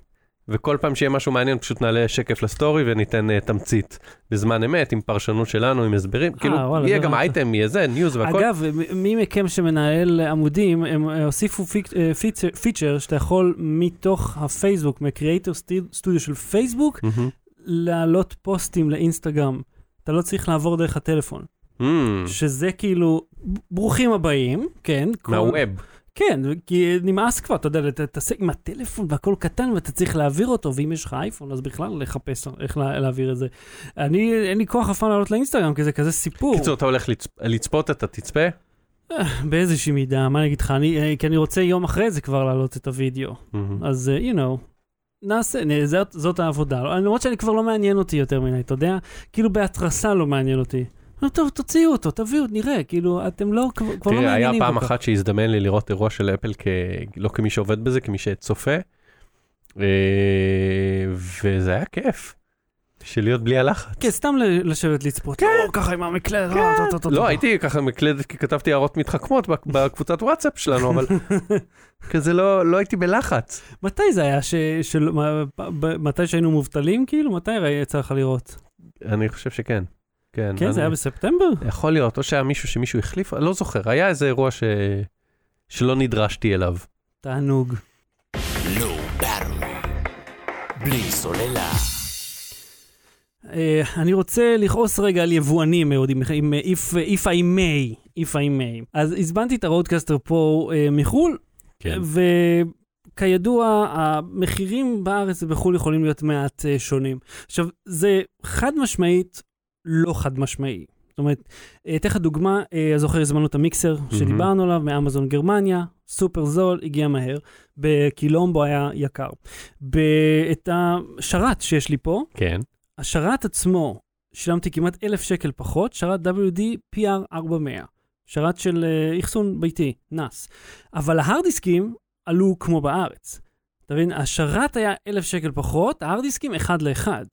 B: וכל פעם שיהיה משהו מעניין, פשוט נעלה שקף לסטורי וניתן אה, תמצית בזמן אמת, עם פרשנות שלנו, עם הסברים. כאילו,
A: אה, וואלה,
B: יהיה
A: זה
B: גם
A: רעיון.
B: אייטם, יהיה זה, ניוז והכל.
A: אגב, מ- מי מכם שמנהל עמודים, הם אה, הוסיפו פיק- אה, פיצר- פיצ'ר שאתה יכול מתוך הפייסבוק, מקריאייטר סטודיו של פייסבוק,
B: מהמם.
A: להעלות פוסטים לאינסטגרם. אתה לא צריך לעבור דרך הטלפון,
B: Mm,
A: שזה כאילו, ב- ברוכים הבאים, כן. כל-
B: מהווב.
A: כן, כי נמאס כבר, אתה יודע, אתה תעשה עם הטלפון והכל קטן ואתה צריך להעביר אותו, ואם יש לך אייפון, אז בכלל לחפש איך לה- להעביר את זה. אני, אין לי כוח אף פעם לעלות לאינסטגרם, כי זה כזה סיפור.
B: קיצור, אתה הולך לצפ- לצפות, אתה תצפה?
A: באיזושהי מידה, מה אני אגיד לך, אני, אה, כי אני רוצה יום אחרי זה כבר להעלות את הוידאו.
B: מהמם.
A: אז, אה, you know, נעשה, נ- זאת, זאת העבודה. למרות שאני כבר לא מעניין אותי יותר מדי, אתה יודע? כאילו בהתרסה לא מעניין אותי. לא, טוב, תוציאו אותו, תביאו, נראה, כאילו, אתם לא, כבר, כבר לא
B: תראה, היה
A: מעניינים
B: פעם
A: כל כך.
B: אחת שהזדמן לי לראות אירוע של אפל, כ... לא כמי שעובד בזה, כמי שצופה, אה, וזה היה כיף. של להיות בלי הלחץ.
A: כן, סתם ל- לשבת לצפות. כן. לא, ככה עם המקלט. לא, טוב, טוב, טוב,
B: לא,
A: טוב.
B: הייתי ככה מקלדת כי כתבתי הערות מתחכמות
A: (laughs)
B: בק- בקבוצת וואטסאפ שלנו, אבל כזה לא לא הייתי בלחץ.
A: מתי זה היה? ש, של, מה, ב, מתי שהיינו מובטלים, כאילו? מתי ראי- יצא לך לראות?
B: אני חושב שכן. כן,
A: כן, זה היה
B: אני-
A: בספטמבר?
B: יכול להיות, או שהיה מישהו שמישהו החליף, אני לא זוכר, היה איזה אירוע ש... שלא נדרשתי אליו.
A: תענוג.
D: Blue Battle. בלי סוללה.
A: אה, אני רוצה לכעוס רגע על יבואנים יהודים, עם אה, if, if I may, if I may. אז הזמנתי את הרודקאסטר פה אה, מחו"ל,
B: כן.
A: וכידוע, המחירים בארץ ובחו"ל יכולים להיות מעט אה, שונים. עכשיו, זה חד משמעית לא חד משמעי. זאת אומרת, אה, אתן לך דוגמה, אה, אז זוכר הזמנו את המיקסר שדיברנו עליו מאמזון גרמניה, סופר זול, הגיע מהר, בקילומבו היה יקר. ב- את השרת שיש לי פה,
B: כן.
A: השרת עצמו, שילמתי כמעט אלף שקל פחות, שרת WD PR 400, שרת של אה, אחסון ביתי, נאס. אבל ההרדיסקים עלו כמו בארץ. אתה מבין, השרת היה אלף שקל פחות, ההרדיסקים אחד לאחד.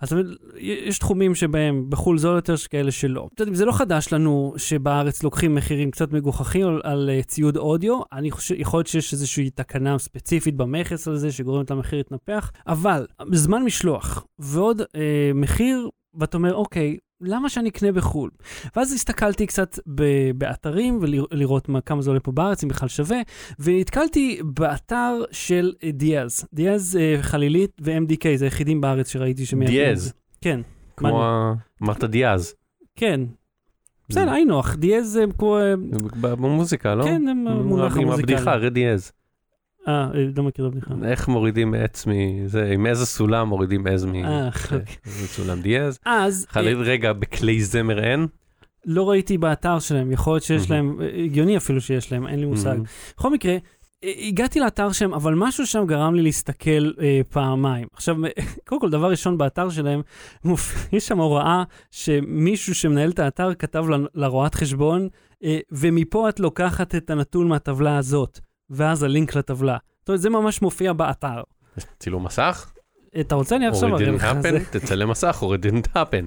A: אז אתה מבין, יש תחומים שבהם בחו"ל זול יותר, יש כאלה שלא. אתם יודעים, זה לא חדש לנו שבארץ לוקחים מחירים קצת מגוחכים על, על אה, ציוד אודיו. אני חושב, יכול להיות שיש איזושהי תקנה ספציפית במכס על זה שגורמת למחיר להתנפח, אבל זמן משלוח ועוד אה, מחיר, ואתה אומר, אוקיי, למה שאני אקנה בחו"ל? ואז הסתכלתי קצת ב- באתרים ולראות מה, כמה זה עולה פה בארץ, אם בכלל שווה, ונתקלתי באתר של אה, דיאז. דיאז אה, חלילית ו-MDK, זה היחידים בארץ שראיתי שמייבאים. את
B: דיאז.
A: זה. כן,
B: כמו ה- אמרת דיאז.
A: כן. בסדר, היינו, אך דיאז זה כמו... אה,
B: במוזיקה, לא?
A: כן, זה מונח
B: עם הבדיחה,
A: המוזיקלי.
B: רד דיאז.
A: אה, אה, לא מכיר את הבדיחה.
B: איך מורידים עץ מזה, עם איזה סולם מורידים עז מ...
A: אה, אוקיי.
B: איזה סולם דיאז.
A: אז אה,
B: חליל רגע, בכלי זמר אין?
A: לא ראיתי באתר שלהם, יכול להיות שיש
B: Mhm.
A: להם, אה, הגיוני אפילו שיש להם, אין לי מושג.
B: Mm-hmm.
A: בכל מקרה, אה, הגעתי לאתר שלהם, אבל משהו שם גרם לי להסתכל אה, פעמיים. עכשיו, (laughs) קודם כל, דבר ראשון, באתר שלהם, מופ- (laughs) יש שם הוראה שמישהו שמנהל את האתר כתב ל- לרואת חשבון, אה, ומפה את לוקחת את הנתון מהטבלה הזאת, ואז הלינק לטבלה. זאת אומרת, זה ממש מופיע באתר.
B: צילום מסך?
A: אתה רוצה? אני עכשיו
B: אוריד
A: אראה
B: דין
A: לך. זה-
B: הפן? תצלם מסך, אוריד דין הפן.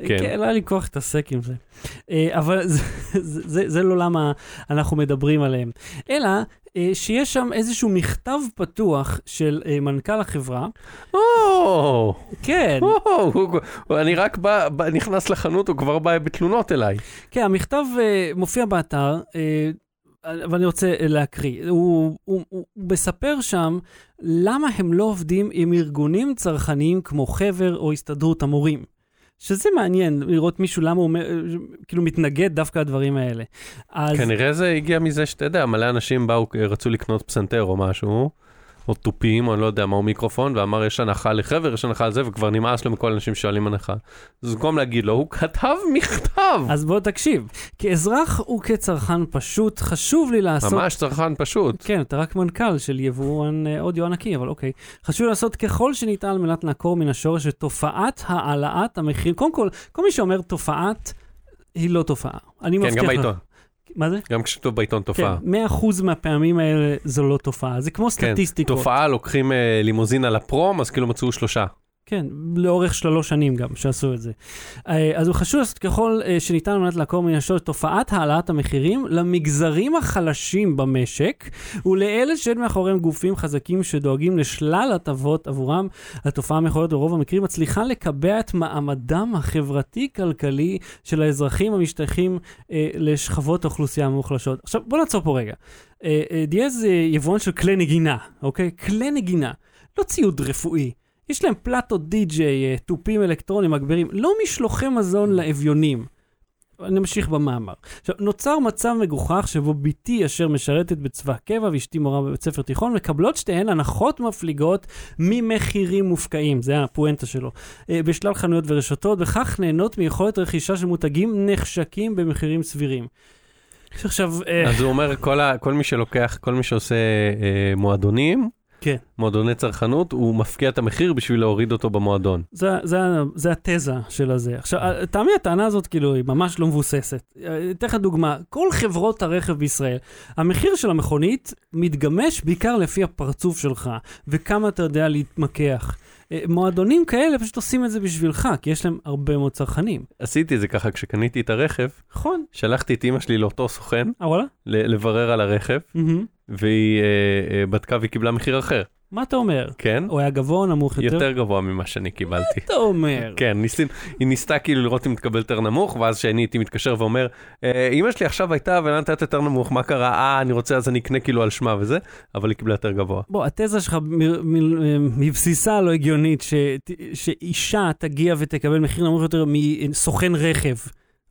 B: כן.
A: כן. כן, לא היה לי כוח להתעסק עם זה. אה, אבל (laughs) זה, זה, זה, זה לא למה אנחנו מדברים עליהם. אלא אה, שיש שם איזשהו מכתב פתוח של אה, מנכ"ל החברה.
B: (laughs) או,
A: כן,
B: או, הוא- הוא- אני רק בא, בא- נכנס לחנות, הוא כבר בא בתלונות אליי.
A: כן, המכתב אה, מופיע באתר, אה, אבל אני רוצה אה, להקריא. הוא, הוא, הוא מספר שם למה הם לא עובדים עם ארגונים צרכניים כמו חבר או הסתדרות המורים. שזה מעניין לראות מישהו למה הוא אומר, אה, כאילו מתנגד דווקא לדברים האלה. אז...
B: כנראה זה הגיע מזה שאתה יודע, מלא אנשים באו, אה, רצו לקנות פסנתר או משהו, או תופים, או אני לא יודע מה, או מיקרופון, ואמר יש הנחה לחבר, יש הנחה על זה, וכבר נמאס לו מכל האנשים ששואלים הנחה. אז במקום להגיד לו, הוא כתב מכתב!
A: אז בוא תקשיב. כאזרח וכצרכן פשוט, חשוב לי לעשות...
B: ממש צרכן פשוט.
A: כן, אתה רק מנכ"ל של יבואן אה, אודיו ענקי, אבל אוקיי. חשוב לעשות ככל שניתן על מנת לעקור מן השורש את תופעת העלאת המחיר. קודם כל, כל מי שאומר תופעת, היא לא תופעה. אני
B: כן,
A: מבטיח לך.
B: גם בעיתון,
A: מה זה?
B: גם כשכתוב בעיתון תופעה.
A: כן, 100% מהפעמים האלה זו לא תופעה. זה כמו
B: כן,
A: סטטיסטיקות.
B: תופעה לוקחים אה, לימוזין על הפרום, אז כאילו מצאו שלושה.
A: כן, לאורך שלוש שנים גם שעשו את זה. אה, אז הוא חשוב לעשות ככל אה, שניתן על מנת לעקור מן השורש תופעת העלאת המחירים למגזרים החלשים במשק ולאלה שאין מאחוריהם גופים חזקים שדואגים לשלל הטבות עבורם. התופעה המכוערת ברוב המקרים מצליחה לקבע את מעמדם החברתי-כלכלי של האזרחים המשתייכים אה, לשכבות האוכלוסייה המוחלשות. עכשיו, בוא נעצור פה רגע. אה, אה, דיאז זה יבואן של כלי נגינה, אוקיי? כלי נגינה, לא ציוד רפואי. יש להם פלטות די-ג'יי, אה, תופים אלקטרונים, מגברים, לא משלוחי מזון לאביונים. נמשיך במאמר. עכשיו, נוצר מצב מגוחך שבו בתי אשר משרתת בצבא הקבע ואשתי מורה בבית ספר תיכון מקבלות שתיהן הנחות מפליגות ממחירים מופקעים, זה הפואנטה שלו, אה, בשלל חנויות ורשתות, וכך נהנות מיכולת רכישה של מותגים נחשקים במחירים סבירים. יש עכשיו, אה,
B: אז הוא אומר, כל, ה, כל מי שלוקח, כל מי שעושה אה, מועדונים,
A: כן.
B: מועדוני צרכנות, הוא מפקיע את המחיר בשביל להוריד אותו במועדון.
A: זה, זה, זה התזה של הזה. עכשיו, תאמין, הטענה הזאת כאילו היא ממש לא מבוססת. אה, אתן לך דוגמה, כל חברות הרכב בישראל, המחיר של המכונית מתגמש בעיקר לפי הפרצוף שלך, וכמה אתה יודע להתמקח. אה, מועדונים כאלה פשוט עושים את זה בשבילך, כי יש להם הרבה מאוד צרכנים.
B: עשיתי את זה ככה כשקניתי את הרכב,
A: נכון.
B: שלחתי את אימא שלי לאותו סוכן
A: אה, וואלה?
B: ל- לברר על הרכב,
A: מהמם.
B: והיא אה, אה, בדקה והיא קיבלה מחיר אחר.
A: מה אתה אומר?
B: כן?
A: הוא היה גבוה או נמוך יותר?
B: יותר גבוה ממה שאני קיבלתי.
A: אתה אומר.
B: כן, ניסים, היא ניסתה כאילו לראות אם תקבל יותר נמוך, ואז שאני הייתי מתקשר ואומר, "אה, אמא שלי עכשיו הייתה ולא נתת יותר נמוך, מה קרה? אה, אני רוצה, אז אני אקנה כאילו על שמה וזה, אבל היא קיבלה יותר גבוה.
A: בוא, התזה שלך מ- מ- מבסיסה לא הגיונית, ש- שאישה תגיע ותקבל מחיר נמוך יותר מסוכן רכב.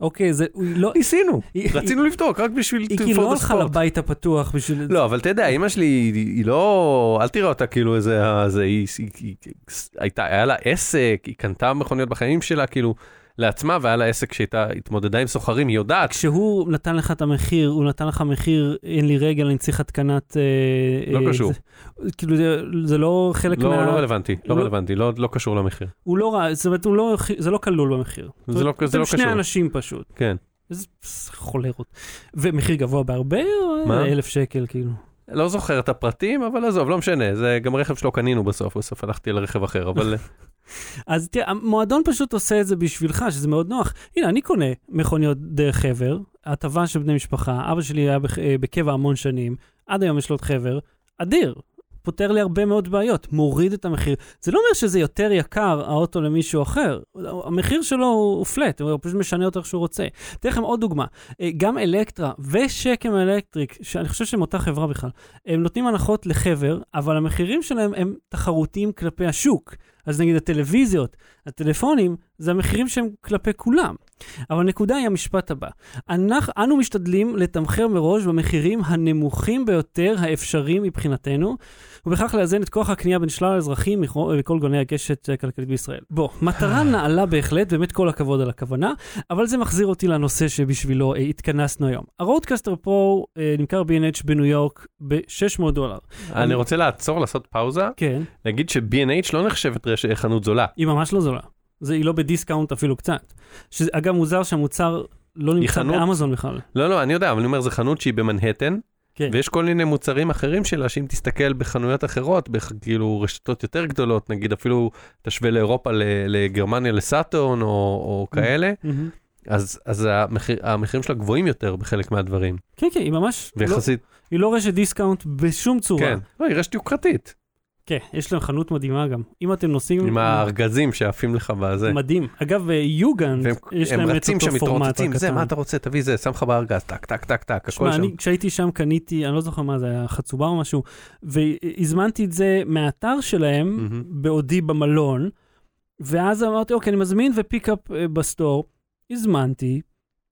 A: אוקיי, זה, הוא לא,
B: ניסינו,
A: היא-
B: רצינו לבדוק, רק בשביל
A: היא
B: to-
A: כאילו
B: for
A: לא
B: the
A: הלכה
B: sport.
A: לבית הפתוח בשביל...
B: לא, אבל אתה יודע, אימא שלי, היא היא לא, אל תראה אותה כאילו איזה, אה, זה, היא, היא, היא הייתה, היה לה עסק, היא קנתה מכוניות בחיים שלה, כאילו, לעצמה, והיה לה עסק שהייתה, התמודדה עם סוחרים, היא יודעת.
A: כשהוא נתן לך את המחיר, הוא נתן לך מחיר, אין לי רגל, אני צריך התקנת... אה,
B: לא
A: אה,
B: קשור.
A: זה, כאילו, זה, זה לא חלק
B: לא,
A: מה...
B: לא רלוונטי, לא
A: לא-
B: רלוונטי, לא לא קשור למחיר.
A: הוא לא רע, זאת אומרת, הוא לא, זה לא כלול במחיר.
B: זה לא- זה
A: אתם
B: לא
A: שני
B: קשור.
A: אנשים פשוט.
B: כן.
A: איזה חולרות. ומחיר גבוה בהרבה, או
B: מה?
A: אלף שקל, כאילו?
B: לא זוכר את הפרטים, אבל עזוב, לא משנה, זה גם רכב שלא קנינו בסוף, בסוף הלכתי לרכב
A: (laughs)
B: אחר, אבל
A: אז תראה, המועדון פשוט עושה את זה בשבילך, שזה מאוד נוח. הנה, אני קונה מכוניות דרך חבר, הטבה של בני משפחה, אבא שלי היה בח- אה, בקבע המון שנים, עד היום יש לו עוד חבר, אדיר. פותר לי הרבה מאוד בעיות, מוריד את המחיר. זה לא אומר שזה יותר יקר, האוטו למישהו אחר. המחיר שלו הוא הוא פלט, הוא פשוט משנה אותו איך שהוא רוצה. אתן לכם עוד דוגמה, אה, גם אלקטרה ושקם אלקטריק, שאני חושב שהם אותה חברה בכלל, הם נותנים הנחות לחבר, אבל המחירים שלהם הם תחרותיים כלפי השוק. אז נגיד הטלוויזיות, הטלפונים, זה המחירים שהם כלפי כולם. אבל הנקודה היא המשפט הבא. אנחנו, אנו משתדלים לתמחר מראש במחירים הנמוכים ביותר האפשריים מבחינתנו, ובכך לאזן את כוח הקנייה בין שלל האזרחים מכרו- מכל גוני הקשת הכלכלית בישראל. בוא, מטרה נעלה בהחלט, באמת כל הכבוד על הכוונה, אבל זה מחזיר אותי לנושא שבשבילו אה, התכנסנו היום. הרודקסטר פרו אה, נמכר ב-N.H בניו יורק ב-600 דולר.
B: אני רוצה לעצור, לעשות פאוזה,
A: כן.
B: להגיד ש-B&H לא נחשבת רש- חנות זולה.
A: היא ממש לא זולה. זה, היא לא בדיסקאונט אפילו קצת. שזה, אגב, מוזר שהמוצר לא נמצא
B: חנות.
A: באמזון בכלל.
B: לא, לא, אני יודע, אבל אני אומר, זו חנות שהיא במנהטן,
A: כן.
B: ויש כל מיני מוצרים אחרים שלה, שאם תסתכל בחנויות אחרות, בכ- כאילו רשתות יותר גדולות, נגיד אפילו תשווה לאירופה, ל- לגרמניה, לסאטון או, או
A: Mm.
B: כאלה, אז, אז המחיר, המחירים שלה גבוהים יותר בחלק מהדברים,
A: כן, כן, היא ממש... לא,
B: ויחסית,
A: היא לא רשת דיסקאונט בשום צורה.
B: כן, לא, היא רשת יוקרתית,
A: כן, יש להם חנות מדהימה גם. אם אתם נוסעים...
B: עם הארגזים שעפים לך בזה.
A: כאילו, מדהים. אגב, ביוגנד
B: והם
A: יש
B: הם
A: להם את
B: רצים שם
A: אותו פורמט
B: מתרוצצים,
A: הקטן.
B: זה, מה אתה רוצה, תביא זה, שם לך בארגז, טק, טק, טק, טק, הכל
A: שמע,
B: שם.
A: אני כשהייתי שם קניתי, אני לא זוכר מה זה היה, חצובה או משהו, והזמנתי את זה מהאתר שלהם,
B: מהמם.
A: בעודי במלון, ואז אמרתי, אוקיי, אני מזמין ופיקאפ אה, בסטור, הזמנתי,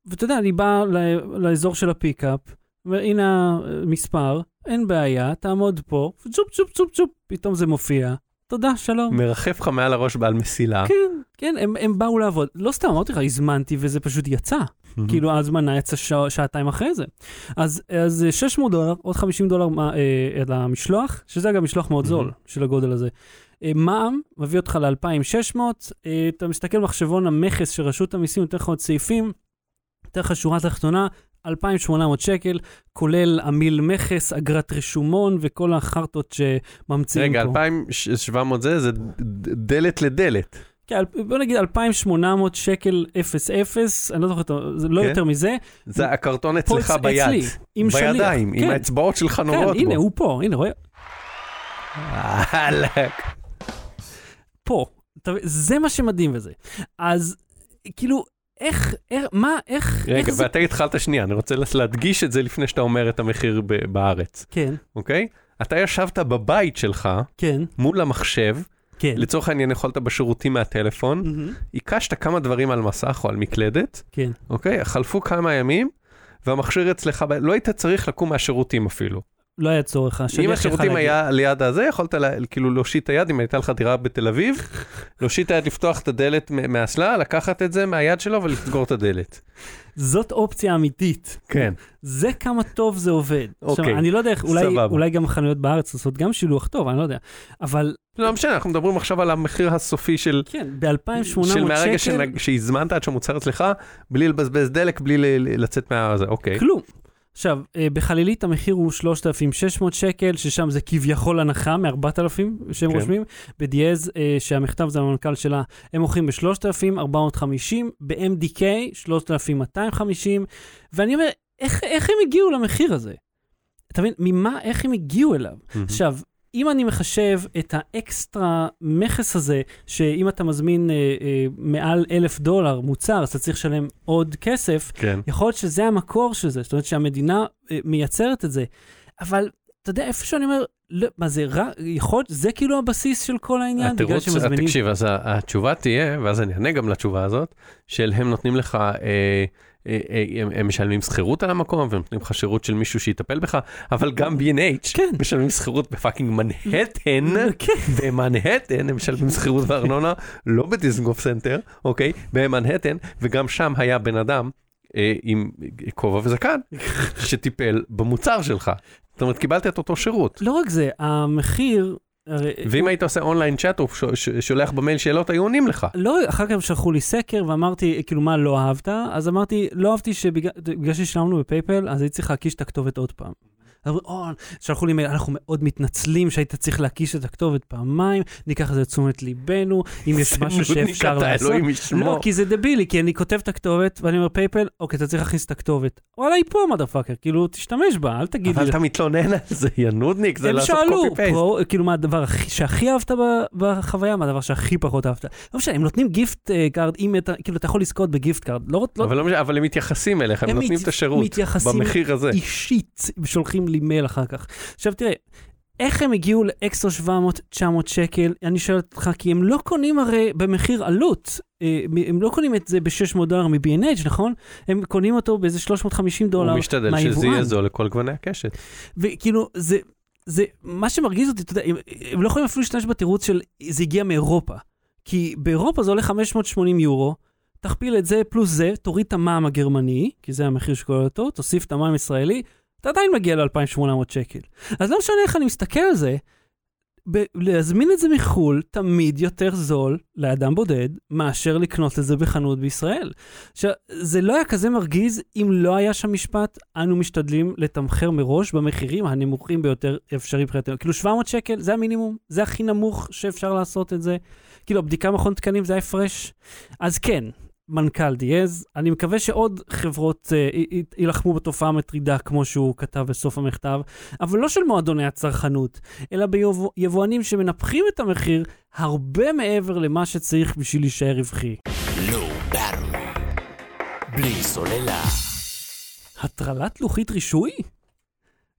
A: ואתה יודע, אני בא ל- לאזור של הפיקאפ, והנה המספר, אין בעיה, תעמוד פה, צ'ופ צ'ופ צ'ופ צ'ופ, פתאום זה מופיע, תודה, שלום.
B: מרחף לך מעל הראש בעל מסילה.
A: כן, כן, הם, הם באו לעבוד. לא סתם, אמרתי לך, הזמנתי וזה פשוט יצא.
B: מהמם.
A: כאילו ההזמנה יצאה שע, שעתיים אחרי זה. אז, אז אה, 600 דולר, עוד 50 דולר מה, אה, על המשלוח, שזה אגב משלוח מאוד זול
B: מהמם.
A: של הגודל הזה. אה, מע"מ מביא אותך ל-2,600, אה, אתה מסתכל במחשבון המכס של רשות המיסים, נותן לך עוד סעיפים, נותן לך שורה תחתונה, 2,800 שקל, כולל עמיל מכס, אגרת רשומון וכל החרטות שממציאים
B: רגע,
A: פה.
B: 2,700 זה, זה ד- דלת לדלת.
A: כן, אל- בוא נגיד 2,800 שקל 00, אני לא זוכר, את ה- זה לא
B: כן.
A: יותר מזה.
B: זה הקרטון
A: פה
B: אצלך ביד.
A: אצלי, עם שליח.
B: בידיים, עם
A: כן.
B: האצבעות שלך
A: כן,
B: נוראות
A: הנה,
B: בו.
A: הוא פה, הנה, רואה,
B: הלק.
A: פה. אתה- זה מה שמדהים בזה. אז, כאילו, איך, איך, מה, איך,
B: רגע,
A: איך זה...
B: ואתה התחלת שנייה, אני רוצה להדגיש את זה לפני שאתה אומר את המחיר ב- בארץ,
A: כן,
B: אוקיי? אתה ישבת בבית שלך,
A: כן,
B: מול המחשב,
A: כן. Mm-hmm.
B: לצורך העניין יכולת בשירותים מהטלפון,
A: מהמם,
B: הקשת כמה דברים על מסך או על מקלדת,
A: כן.
B: אוקיי? חלפו כמה ימים, והמכשיר אצלך, ב- לא היית צריך לקום מהשירותים אפילו.
A: לא היה צורך,
B: אם
A: השליח שלך
B: השירותים
A: להגיד.
B: היה ליד הזה, יכולת לה, כאילו להושיט את היד, אם הייתה לך דירה
A: (laughs)
B: בתל אביב, להושיט את היד, לפתוח את הדלת מ- מהאסלה, לקחת את זה מהיד שלו ולסגור את הדלת.
A: זאת אופציה אמיתית.
B: כן.
A: זה כמה טוב זה עובד. עכשיו,
B: אוקיי,
A: אני לא יודע איך, אולי-
B: סבבה.
A: אולי גם החנויות בארץ עושות גם שילוח טוב, אני לא יודע. אבל,
B: לא משנה, אנחנו מדברים עכשיו על המחיר הסופי של...
A: כן, ב-2,800
B: של
A: שקל,
B: מהרגע שנג- שהזמנת עד שהמוצר אצלך, בלי לבזבז דלק, בלי ל- ל- לצאת מהזה, אוקיי.
A: כלום. עכשיו, אה, בחלילית המחיר הוא 3,600 שקל, ששם זה כביכול הנחה מ-4,000 שהם
B: כן.
A: רושמים. בדיאז, אה, שהמכתב זה המנכ"ל שלה, הם מוכרים ב-3,450, ב-MDK, 3,250, ואני אומר, איך, איך הם הגיעו למחיר הזה? אתה מבין, ממה, איך הם הגיעו אליו?
B: מהמם.
A: עכשיו, אם אני מחשב את האקסטרה מכס הזה, שאם אתה מזמין אה, אה, מעל אלף דולר מוצר, אז אתה צריך לשלם עוד כסף,
B: כן.
A: יכול להיות שזה המקור של זה, זאת אומרת שהמדינה אה, מייצרת את זה. אבל אתה יודע, איפה שאני אומר, לא, מה זה רע, יכול להיות, זה כאילו הבסיס של כל העניין, בגלל
B: התירוץ,
A: שמזמינים...
B: תקשיב, אז ה- התשובה תהיה, ואז אני אענה גם לתשובה הזאת, של הם נותנים לך, אה, אה, אה, הם, הם משלמים שכירות על המקום, והם נותנים לך שירות של מישהו שיטפל בך, אבל גם B&H
A: כן.
B: משלמים שכירות בפאקינג מנהטן,
A: (laughs) כן.
B: במנהטן הם משלמים שכירות וארנונה, לא בדיסנגוף סנטר, אוקיי? במנהטן, וגם שם היה בן אדם אה, עם כובע וזקן, שטיפל במוצר שלך. זאת אומרת, קיבלת את אותו שירות.
A: לא רק זה, המחיר... הרי-
B: ואם היית עושה אונליין צ'אט, הוא ש- ש- שולח במייל שאלות, היו עונים לך.
A: לא, אחר כך הם שלחו לי סקר ואמרתי, כאילו, מה לא אהבת? אז אמרתי, לא אהבתי שבגלל בגלל ששילמנו בפייפל, אז הייתי צריך להקיש את הכתובת עוד פעם. אמרו, "או", שלחו לי מייל, אנחנו מאוד מתנצלים שהיית צריך להקיש את הכתובת פעמיים, ניקח את זה לתשומת ליבנו, אם יש משהו שאפשר
B: נודניק אתה,
A: לעשות.
B: אלוהים
A: לא,
B: ישמור.
A: כי זה דבילי, כי אני כותב את הכתובת, ואני אומר פייפל, אוקיי, אתה צריך להכניס את הכתובת. וואלה, היא פה, מדה פאקר, כאילו, תשתמש בה, אל תגיד לי.
B: אבל אתה מתלונן על זה, יא נודניק, זה
A: הם
B: לעשות
A: שאלו,
B: קופי פייסט.
A: פרו, כאילו מה הדבר הכי- שהכי אהבת ב- בחוויה, מה הדבר שהכי פחות אהבת. לא משנה, הם נותנים גיפט אה, קארד, אם אתה, כאילו אתה יכול לזכות בגיפט קארד, לא, לא,
B: אבל לא משנה, אבל הם מתייחסים אליך, הם
A: הם
B: נותנים
A: מת-
B: את השירות
A: מתייחסים
B: במחיר הזה.
A: אישית, שולחים לי מייל אחר כך. עכשיו תראה, איך הם הגיעו לאקסטרה 700, 900 שקל? אני שואל אותך, כי הם לא קונים הרי במחיר עלות, אה, הם לא קונים את זה ב-600 דולר מ-B&H, נכון? הם קונים אותו באיזה 350 דולר
B: הוא משתדל שזה
A: מהיבואן.
B: יהיה זול לכל גווני הקשת.
A: וכאילו, זה, זה, מה שמרגיז אותי, אתה יודע, הם, הם לא יכולים אפילו להשתמש בתירוץ של זה הגיע מאירופה. כי באירופה זה עולה 580 יורו, תכפיל את זה פלוס זה, תוריד את המע"מ הגרמני, כי זה המחיר שכולל אותו, תוסיף את המע"מ הישראלי, אתה עדיין מגיע ל-2,800 שקל. אז לא משנה איך אני מסתכל על זה, ב- להזמין את זה מחו"ל תמיד יותר זול לאדם בודד מאשר לקנות את זה בחנות בישראל. עכשיו, זה לא היה כזה מרגיז אם לא היה שם משפט, אנו משתדלים לתמחר מראש במחירים הנמוכים ביותר אפשרי מבחינתנו. כאילו 700 שקל זה המינימום, זה הכי נמוך שאפשר לעשות את זה. כאילו הבדיקה מכון תקנים זה ההפרש. אז כן, מנכ"ל דיאז, אני מקווה שעוד חברות אה, י- י- יילחמו בתופעה המטרידה כמו שהוא כתב בסוף המכתב, אבל לא של מועדוני הצרכנות, אלא ביבואנים שמנפחים את המחיר הרבה מעבר למה שצריך בשביל להישאר רווחי.
D: לא battery. בלי סוללה.
A: הטרלת לוחית רישוי?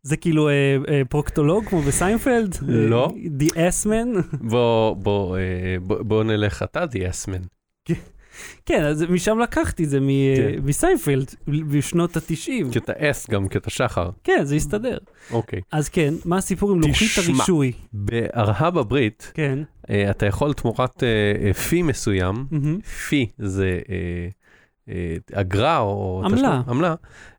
A: זה כאילו אה, אה, פרוקטולוג כמו בסיינפלד?
B: לא.
A: די אסמן?
B: בוא- בוא אה, בוא- בוא נלך, אתה דיאסמן.
A: כן, אז משם לקחתי את זה, מ,
B: כן.
A: מסיינפלד, בשנות התשעים.
B: כי אתה אס גם, כי אתה שחר.
A: כן, זה הסתדר.
B: אוקיי.
A: אז כן, מה הסיפור עם לוחית
B: תשמע.
A: הרישוי?
B: בארהב הברית,
A: כן.
B: אה, אתה יכול תמורת אה, אה, פי מסוים,
A: מהמם.
B: פי זה אה, אה, אגרה או...
A: עמלה.
B: תשלום, עמלה.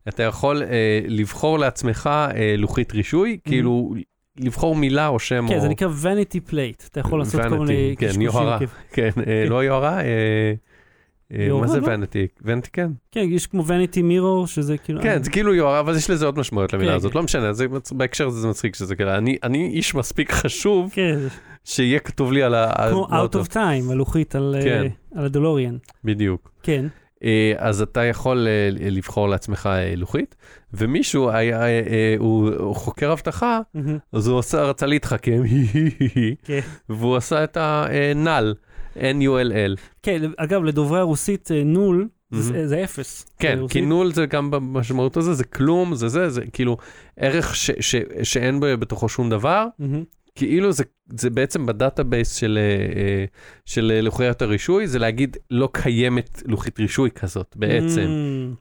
B: אתה יכול אה, לבחור לעצמך אה, לוחית רישוי, כאילו לבחור מילה או שם
A: Mm-hmm. כן,
B: או...
A: זה נקרא וניטי פלייט. אתה יכול לעשות כל
B: Vanity,
A: מיני
B: כן,
A: קשקושים.
B: יוהרה.
A: כן.
B: כן, אה, לא יוהרה, אה, אה,
A: יוהרה,
B: מה זה
A: לא?
B: ונטי? ונטי כן.
A: כן, יש כמו וניטי מירור, שזה כאילו...
B: כן, זה כאילו יוהרה, אבל יש לזה עוד משמעויות למילה
A: כן,
B: הזאת,
A: כן.
B: לא משנה, זה מצ- בהקשר הזה זה מצחיק שזה כאלה. אני- אני איש מספיק חשוב
A: כן, זה
B: שיהיה כתוב לי על ה... על
A: כמו Out
B: האוטו.
A: of Time, הלוחית על אה,
B: לא כן.
A: על הדולוריאן.
B: בדיוק.
A: כן.
B: אה, אז אתה יכול אה, לבחור לעצמך אה, לוחית, ומישהו היה, אה, אה, הוא הוא חוקר אבטחה,
A: מהמם.
B: אז הוא עשה, רצה להתחכם, (laughs)
A: כן.
B: והוא עשה את אה, הנ"ל, N-U-L-L.
A: כן, אגב, לדוברי הרוסית אה, נול,
B: מהמם.
A: זה- זה אפס.
B: כן,
A: ברוסית.
B: כי נול זה גם במשמעות הזה, זה כלום, זה זה, זה כאילו ערך ש, ש, שאין בו- בתוכו שום דבר,
A: מהמם.
B: כאילו זה, זה בעצם בדאטאבייס של, אה, אה, של אה, לוחיות הרישוי, זה להגיד לא קיימת לוחית רישוי כזאת בעצם.
A: Mm.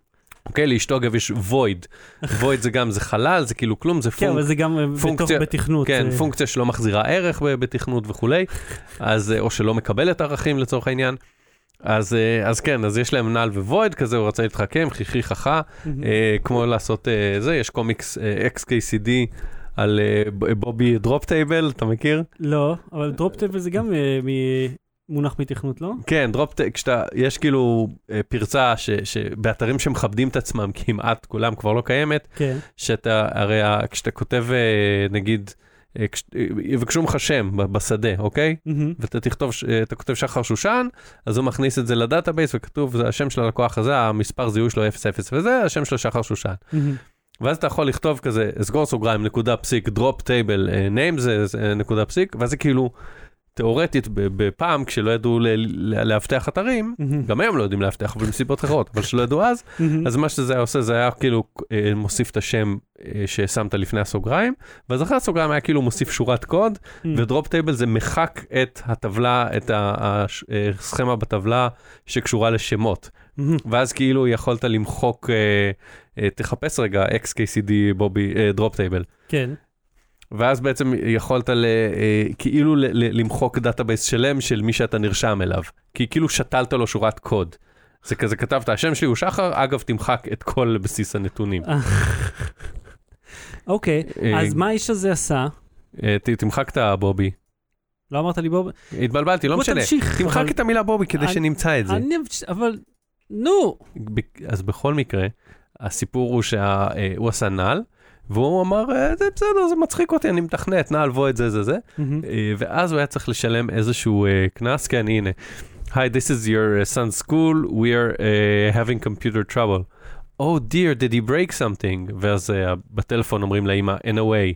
B: אוקיי, לאשתו אגב יש void. void זה גם, זה חלל, זה כאילו כלום, זה
A: כן, אבל
B: פונקציה,
A: זה גם אה, בתוך
B: פונקציה-
A: בתכנות.
B: כן,
A: אה,
B: פונקציה שלא מחזירה ערך ב- בתכנות וכולי, אז, אה, או שלא מקבלת ערכים לצורך העניין. אז, אה, אז כן, אז יש להם נעל וויד כזה, הוא רצה להתחכם, חיכי חכה,
A: מהמם.
B: אה, כמו לעשות אה, זה, יש קומיקס אה, XKCD על אה, ב- בובי דרופ טייבל, אתה מכיר?
A: לא, אבל דרופטבל זה גם אה, מ- מונח מתכנות, לא?
B: כן, דרופ טייבל, כשאתה, יש כאילו אה, פרצה ש, שבאתרים שמכבדים את עצמם, כמעט כולם כבר לא קיימת,
A: כן.
B: שאתה, הרי ה- כשאתה כותב, אה, נגיד, אה, כש- אה, יבקשו ממך שם ב- בשדה, אוקיי?
A: מהמם.
B: ואתה תכתוב, ש- אה, אתה כותב שחר שושן, אז הוא מכניס את זה לדאטאבייס וכתוב, זה השם של הלקוח הזה, המספר זיהוי שלו 00 וזה, השם שלו שחר שושן.
A: מהמם.
B: ואז אתה יכול לכתוב כזה, סגור סוגריים, נקודה פסיק, drop table אה, name זה זה נקודה פסיק, ואז זה כאילו, תיאורטית, ב- בפעם כשלא ידעו ל- ל- לאבטח אתרים, גם היום לא יודעים לאבטח, אבל מסיבות אחרות, אבל כשלא ידעו אז, אז מה שזה היה עושה, זה היה כאילו אה, מוסיף את השם אה, ששמת לפני הסוגריים, ואז אחרי הסוגריים היה כאילו מוסיף שורת קוד,
A: Mm.
B: ודרופ טייבל זה מחק את הטבלה, את ה- הש- אה, הסכמה בטבלה שקשורה לשמות. ואז כאילו יכולת למחוק, אה, אה, תחפש רגע XKCD בובי, דרופ טייבל.
A: כן.
B: ואז בעצם יכולת ל, אה, כאילו ל, ל, למחוק דאטאבייס שלם של מי שאתה נרשם אליו. כי כאילו שתלת לו שורת קוד. זה כזה כתבת, השם שלי הוא שחר, אגב, תמחק את כל בסיס הנתונים.
A: אוקיי,
B: אה,
A: אז מה האיש הזה עשה?
B: אה, ת, תמחק את הבובי.
A: לא אמרת לי בוב?
B: התבלבלתי, לא
A: בוא
B: משנה.
A: תמשיך,
B: תמחק
A: אבל-
B: את המילה בובי כדי
A: אני-
B: שנמצא את זה.
A: אני... אבל... נו!
B: ב- אז בכל מקרה, הסיפור הוא שהוא עשה נעל, והוא אמר, "אה, זה בסדר, זה מצחיק אותי, אני מתכנת, נעל בוא את זה, זה, זה.
A: Mm-hmm.
B: אה, ואז הוא היה צריך לשלם איזשהו אה, קנס, כן, הנה. Hi, this is your uh, son's school, we are uh, having computer trouble. Oh dear, did he break something? ואז אה, בטלפון אומרים לאמא, in a way.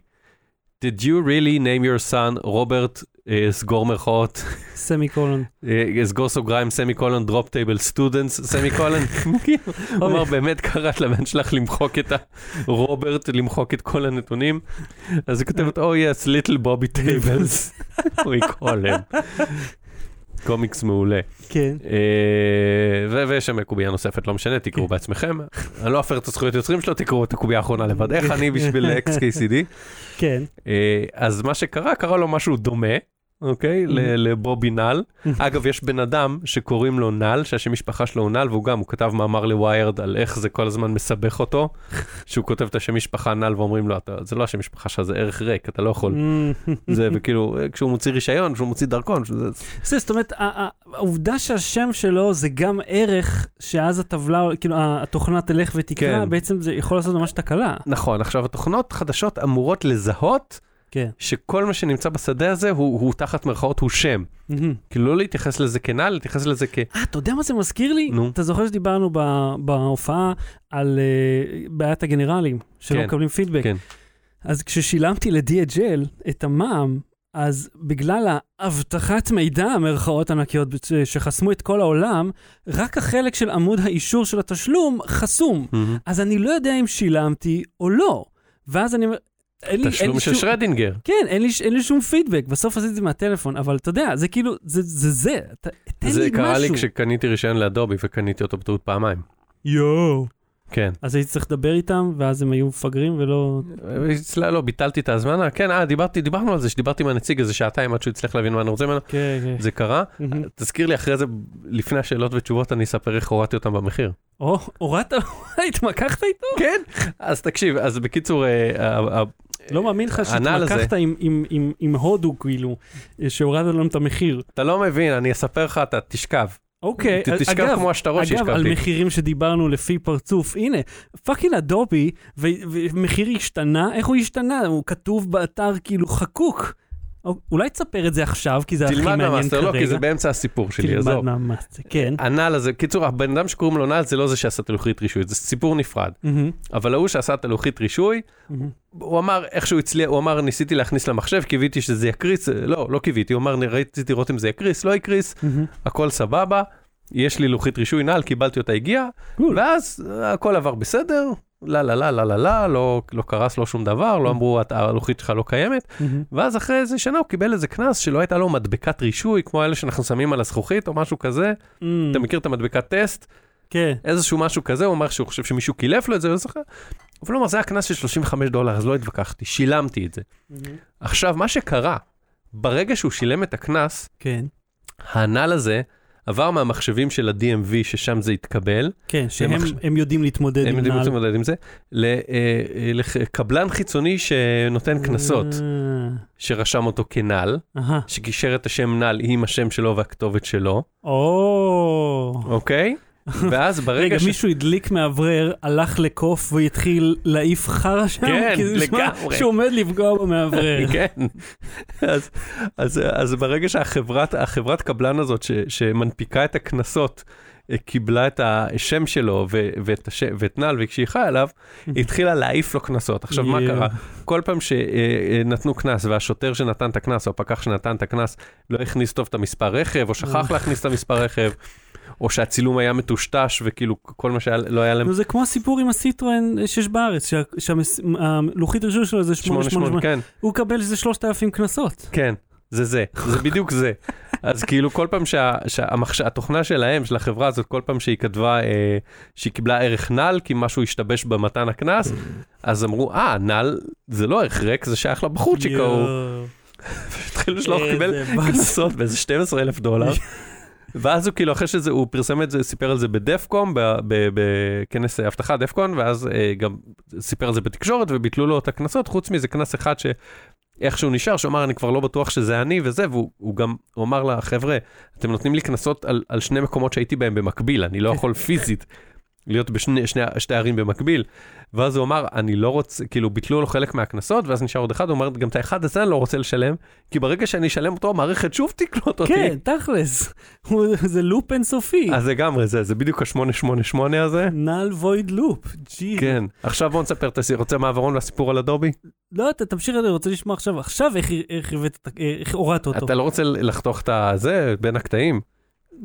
B: Did you really name your son רוברט, אה, סגור מירכאות,
A: סמי קולון.
B: אה, סגור סוגריים, סמי קולון, דרופ טייבל סטודנטס, סמי קולון. (laughs) הוא אמר, באמת קראת לבן שלך למחוק את הרוברט, למחוק את כל הנתונים? אז היא כותבת, Oh yes, little bobby tables. (laughs) אוי, קולם. קומיקס מעולה.
A: כן.
B: אה, ו- ויש שם קובייה נוספת, לא משנה, תקראו בעצמכם. אני לא אפר את הזכויות יוצרים שלו, תקראו את הקובייה האחרונה לבד. איך אני בשביל XKCD?
A: כן.
B: אה, אז מה שקרה, קרה לו משהו דומה,
A: Mm-hmm.
B: אוקיי? ל- לבובי נל. אגב, יש בן אדם שקוראים לו נל, שהשם משפחה שלו הוא נל, והוא גם, הוא כתב מאמר לוויירד על איך זה כל הזמן
A: (laughs)
B: מסבך אותו, שהוא כותב את השם משפחה נל ואומרים לו, "אתה- זה לא השם משפחה שלך, זה ערך ריק, אתה לא יכול.
A: Mm-hmm.
B: זה, וכאילו, אה, כשהוא מוציא רישיון, כשהוא מוציא דרכון, שזה-
A: זה, זאת אומרת, ה- ה- העובדה שהשם שלו זה גם ערך שאז הטבלה, כאילו ה- התוכנה תלך ותקרא,
B: כן.
A: בעצם זה יכול לעשות ממש תקלה.
B: נכון, עכשיו התוכנות חדשות אמורות לזהות
A: כן.
B: שכל מה שנמצא בשדה הזה הוא, הוא תחת מירכאות הוא שם. כאילו לא להתייחס לזה כנעל, להתייחס לזה כ...
A: אה, אתה יודע מה זה מזכיר לי?
B: נו.
A: אתה זוכר שדיברנו ב- בהופעה על אה, בעיית הגנרלים, שלא
B: כן.
A: מקבלים פידבק.
B: כן.
A: אז כששילמתי ל-DHL את המע"מ, אז בגלל האבטחת מידע, מירכאות ענקיות, ש- שחסמו את כל העולם, רק החלק של עמוד האישור של התשלום חסום.
B: מהמם.
A: אז אני לא יודע אם שילמתי או לא. ואז אני אומר, אין לי, אין
B: תשלום
A: לי
B: של
A: שום...
B: שרדינגר.
A: כן, אין לי, ש- אין לי שום פידבק, בסוף עשיתי את זה מהטלפון, אבל אתה יודע, זה כאילו, זה זה, זה. אתה- תן לי משהו.
B: זה קרה לי כשקניתי רישיון לאדובי וקניתי אותו בטעות פעמיים.
A: יואו.
B: כן.
A: אז הייתי צריך לדבר איתם, ואז הם היו מפגרים
B: (laughs)
A: ולא...
B: אצלה לא, ביטלתי את ההזמנה. כן, אה, דיברתי, דיברנו על זה, שדיברתי עם הנציג איזה שעתיים עד שהוא הצליח להבין מה אני רוצה ממנו.
A: כן, כן. (laughs)
B: זה קרה.
A: מהמם.
B: תזכיר לי אחרי זה, לפני השאלות ותשובות, אני אספר איך הורדתי אותם במחיר.
A: או, הורדת? (laughs) התמקחת איתו?
B: כן. אז תקשיב, אז בקיצור, אה, ה- ה-
A: לא מאמין לך
B: הנעל הזה.
A: שהתמקחת עם- עם- עם- עם הודו, כאילו, שהורדת לנו את המחיר.
B: אתה לא מבין, אני אספר לך, אתה תשכב.
A: אוקיי,
B: ת- תשכב
A: אגב,
B: כמו השטרות
A: אגב, על
B: שהשכבתי.
A: מחירים שדיברנו לפי פרצוף, הנה, פאקינג אדובי, ו- ומחיר השתנה, איך הוא השתנה? הוא כתוב באתר כאילו חקוק. או- אולי תספר את זה עכשיו, כי זה הכי
B: תלמד
A: מעניין כרגע.
B: מהמאסטר, לא, כי זה באמצע הסיפור שלי, עזוב. אה.
A: תלמד מהמאסטר, כן.
B: הנעל הזה, קיצור, הבן אדם שקוראים לו נעל זה לא זה שעשה את הלוחית רישוי, זה סיפור נפרד.
A: מהמם,
B: אבל ההוא שעשה את הלוחית רישוי,
A: מהמם.
B: הוא אמר איכשהו הצליח, הוא אמר ניסיתי להכניס למחשב, קיוויתי שזה יקריס, לא, לא קיוויתי, הוא אמר "נ- רציתי לראות אם זה יקריס, לא יקריס,
A: מהמם.
B: הכל סבבה, יש לי לוחית רישוי נעל, קיבלתי אותה, הגיעה,
A: גול.
B: ואז אה, הכל עבר בסדר, לא, לא, לא, לא, לא, לא, לא, לא קרס לו שום דבר, לא אמרו "את- הלוחית שלך לא קיימת,
A: מהמם.
B: ואז אחרי איזה שנה הוא קיבל איזה קנס שלא הייתה לו מדבקת רישוי, כמו אלה שאנחנו שמים על הזכוכית או משהו כזה, אתה מכיר את המדבקת טסט?
A: כן.
B: איזשהו משהו כזה, הוא אמר שהוא חושב שמישהו קילף לו את זה, הוא זוכר. אבל הוא אמר, זה היה קנס של 35 דולר, אז לא התווכחתי, שילמתי את זה. עכשיו, מה שקרה, ברגע שהוא שילם את הקנס,
A: כן.
B: הנ"ל הזה עבר מהמחשבים של ה-DMV, ששם זה התקבל,
A: כן, שהם
B: עכשיו-
A: הם יודעים להתמודד עם
B: הם
A: נעל.
B: יודעים איך להתמודד עם זה, ל- אה, אה, לקבלן חיצוני שנותן קנסות,
A: אה,
B: שרשם אותו כנ"ל,
A: אהה.
B: שקישר את השם נ"ל עם השם שלו והכתובת שלו,
A: או... (laughs)
B: אוקיי? ואז
A: רגע,
B: ברגע ש...
A: מישהו הדליק מאוורר, הלך לקוף והתחיל להעיף חרא שם?
B: כן,
A: כי זה נשמע
B: לגמרי.
A: שהוא עומד לפגוע במאוורר.
B: (laughs) כן. אז, אז, אז ברגע שהחברת החברת קבלן הזאת ש, שמנפיקה את הקנסות, אה, קיבלה את השם שלו ו- ואת, הש- ואת נעל וכשהיא חיה עליו, היא התחילה להעיף לו קנסות. עכשיו, מה
A: יואו.
B: קרה? כל פעם שנתנו קנס והשוטר שנתן את הקנס או הפקח שנתן את הקנס לא הכניס טוב את המספר רכב, או שכח להכניס את המספר רכב, או שהצילום היה מטושטש וכאילו כל מה שהיה, לא היה להם...
A: נו, זה כמו הסיפור עם הסיטרואן אה, שיש בארץ, שה- שהלוחית רישוי שלו זה
B: 88,
A: 888.
B: כן,
A: הוא קבל איזה 3,000 קנסות.
B: כן, זה זה, זה בדיוק זה. אז כאילו כל פעם שהתוכנה שה, המחש- התוכנה שלהם, של החברה הזאת, כל פעם שהיא כתבה אה, שהיא קיבלה ערך נעל, כי משהו השתבש במתן הקנס, אז אמרו, אה, נעל זה לא ערך ריק, זה שייך לבחורצ'יק ההוא.
A: יואו. אה,
B: התחילו לשלוח,
A: איזה
B: קיבל
A: באסה.
B: קנסות באיזה 12 אלף דולר. ואז הוא כאילו אחרי שזה הוא פרסם את זה סיפר על זה בדפקום ב- ב- בכנס אה, אבטחה דפקון ואז אה, גם סיפר על זה בתקשורת וביטלו לו את הקנסות חוץ מזה קנס אחד שאיכשהו נשאר שהוא אמר אני כבר לא בטוח שזה אני וזה והוא הוא גם הוא אמר לה חבר'ה אתם נותנים לי קנסות על, על שני מקומות שהייתי בהם במקביל אני לא יכול פיזית להיות בשני שני, שתי ערים במקביל. ואז הוא אמר אני לא רוצה כאילו ביטלו לו חלק מהקנסות ואז נשאר עוד אחד הוא אמר גם את האחד הזה אני לא רוצה לשלם כי ברגע שאני אשלם אותו המערכת שוב תקלוט אותי.
A: כן, תכלס. הוא- זה לופ אינסופי.
B: אז לגמרי זה, זה בדיוק ה-888 הזה.
A: נעל וויד לופ. ג'י.
B: כן, עכשיו בוא נספר את הסיפור, רוצה מעברון והסיפור על אדובי?
A: לא, אתה תמשיך, אני רוצה לשמוע עכשיו, עכשיו איך- איך הבאת את ה- איך הורדת אותו.
B: אתה לא רוצה לחתוך את הזה בין הקטעים?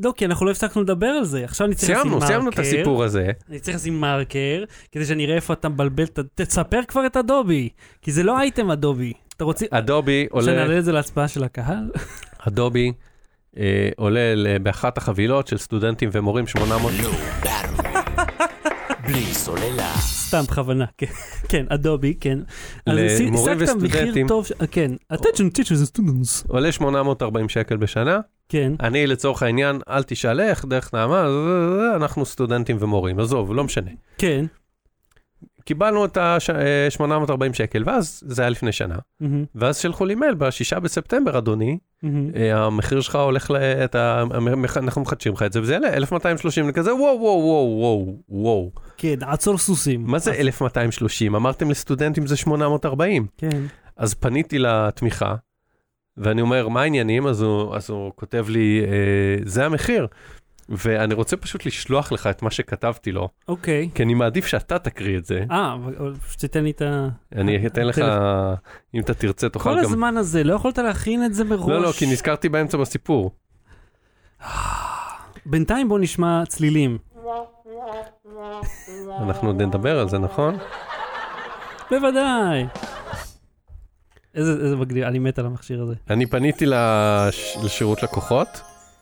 A: לא, כי אנחנו לא הפסקנו לדבר על זה. עכשיו אני צריך לשים
B: סיימנו,
A: מרקר.
B: סיימנו את הסיפור הזה.
A: אני צריך לשים מרקר, כדי שאני אראה איפה אתה מבלבל. את ה- תספר כבר את אדובי, כי זה לא אייטם אדובי. אתה רוצה
B: אדובי עולה,
A: שנעלה את זה להצבעה של הקהל?
B: אדובי אה, עולה ל- באחת החבילות של סטודנטים ומורים 800.
D: לא, בלי סוללה.
A: סתם, בכוונה. (laughs) כן, כן, אדובי, כן. אז
B: למורים
A: השגת
B: וסטודנטים.
A: מחיר טוב, ש- כן. attention teachers and students.
B: עולה 840 שקל בשנה.
A: כן.
B: אני לצורך העניין, אל תשאל איך, דרך נעמה, אה, זה- זה- זה, אנחנו סטודנטים ומורים, עזוב, לא משנה.
A: כן.
B: קיבלנו את אה, ה-840 שקל, ואז זה היה לפני שנה.
A: מהמם,
B: ואז שלחו לי מייל בשישה בספטמבר, אדוני,
A: מהמם.
B: אה, המחיר שלך הולך ל... את ה... המח- אנחנו מחדשים לך את זה, וזה יעלה 1230 וכזה, וואו, וואו, וואו, וואו, וואו.
A: כן, עצור סוסים.
B: מה זה 1230? אמרתם לסטודנטים זה 840.
A: כן.
B: אז פניתי לתמיכה, ואני אומר, מה העניינים? אז הוא, אז הוא כותב לי, אה, זה המחיר. ואני רוצה פשוט לשלוח לך את מה שכתבתי לו,
A: אוקיי.
B: כי אני מעדיף שאתה תקריא את זה.
A: אה, אבל פשוט תיתן לי את ה...
B: אני אתן לך, אם אתה תרצה, תוכל
A: כל
B: גם...
A: הזמן הזה, לא יכולת להכין את זה מראש.
B: לא, לא, כי נזכרתי באמצע בסיפור.
A: בינתיים בוא נשמע צלילים.
B: אנחנו עוד נדבר על זה, נכון?
A: בוודאי. איזה, איזה מגניב, אני מת על המכשיר הזה.
B: אני פניתי לש... לשירות לקוחות,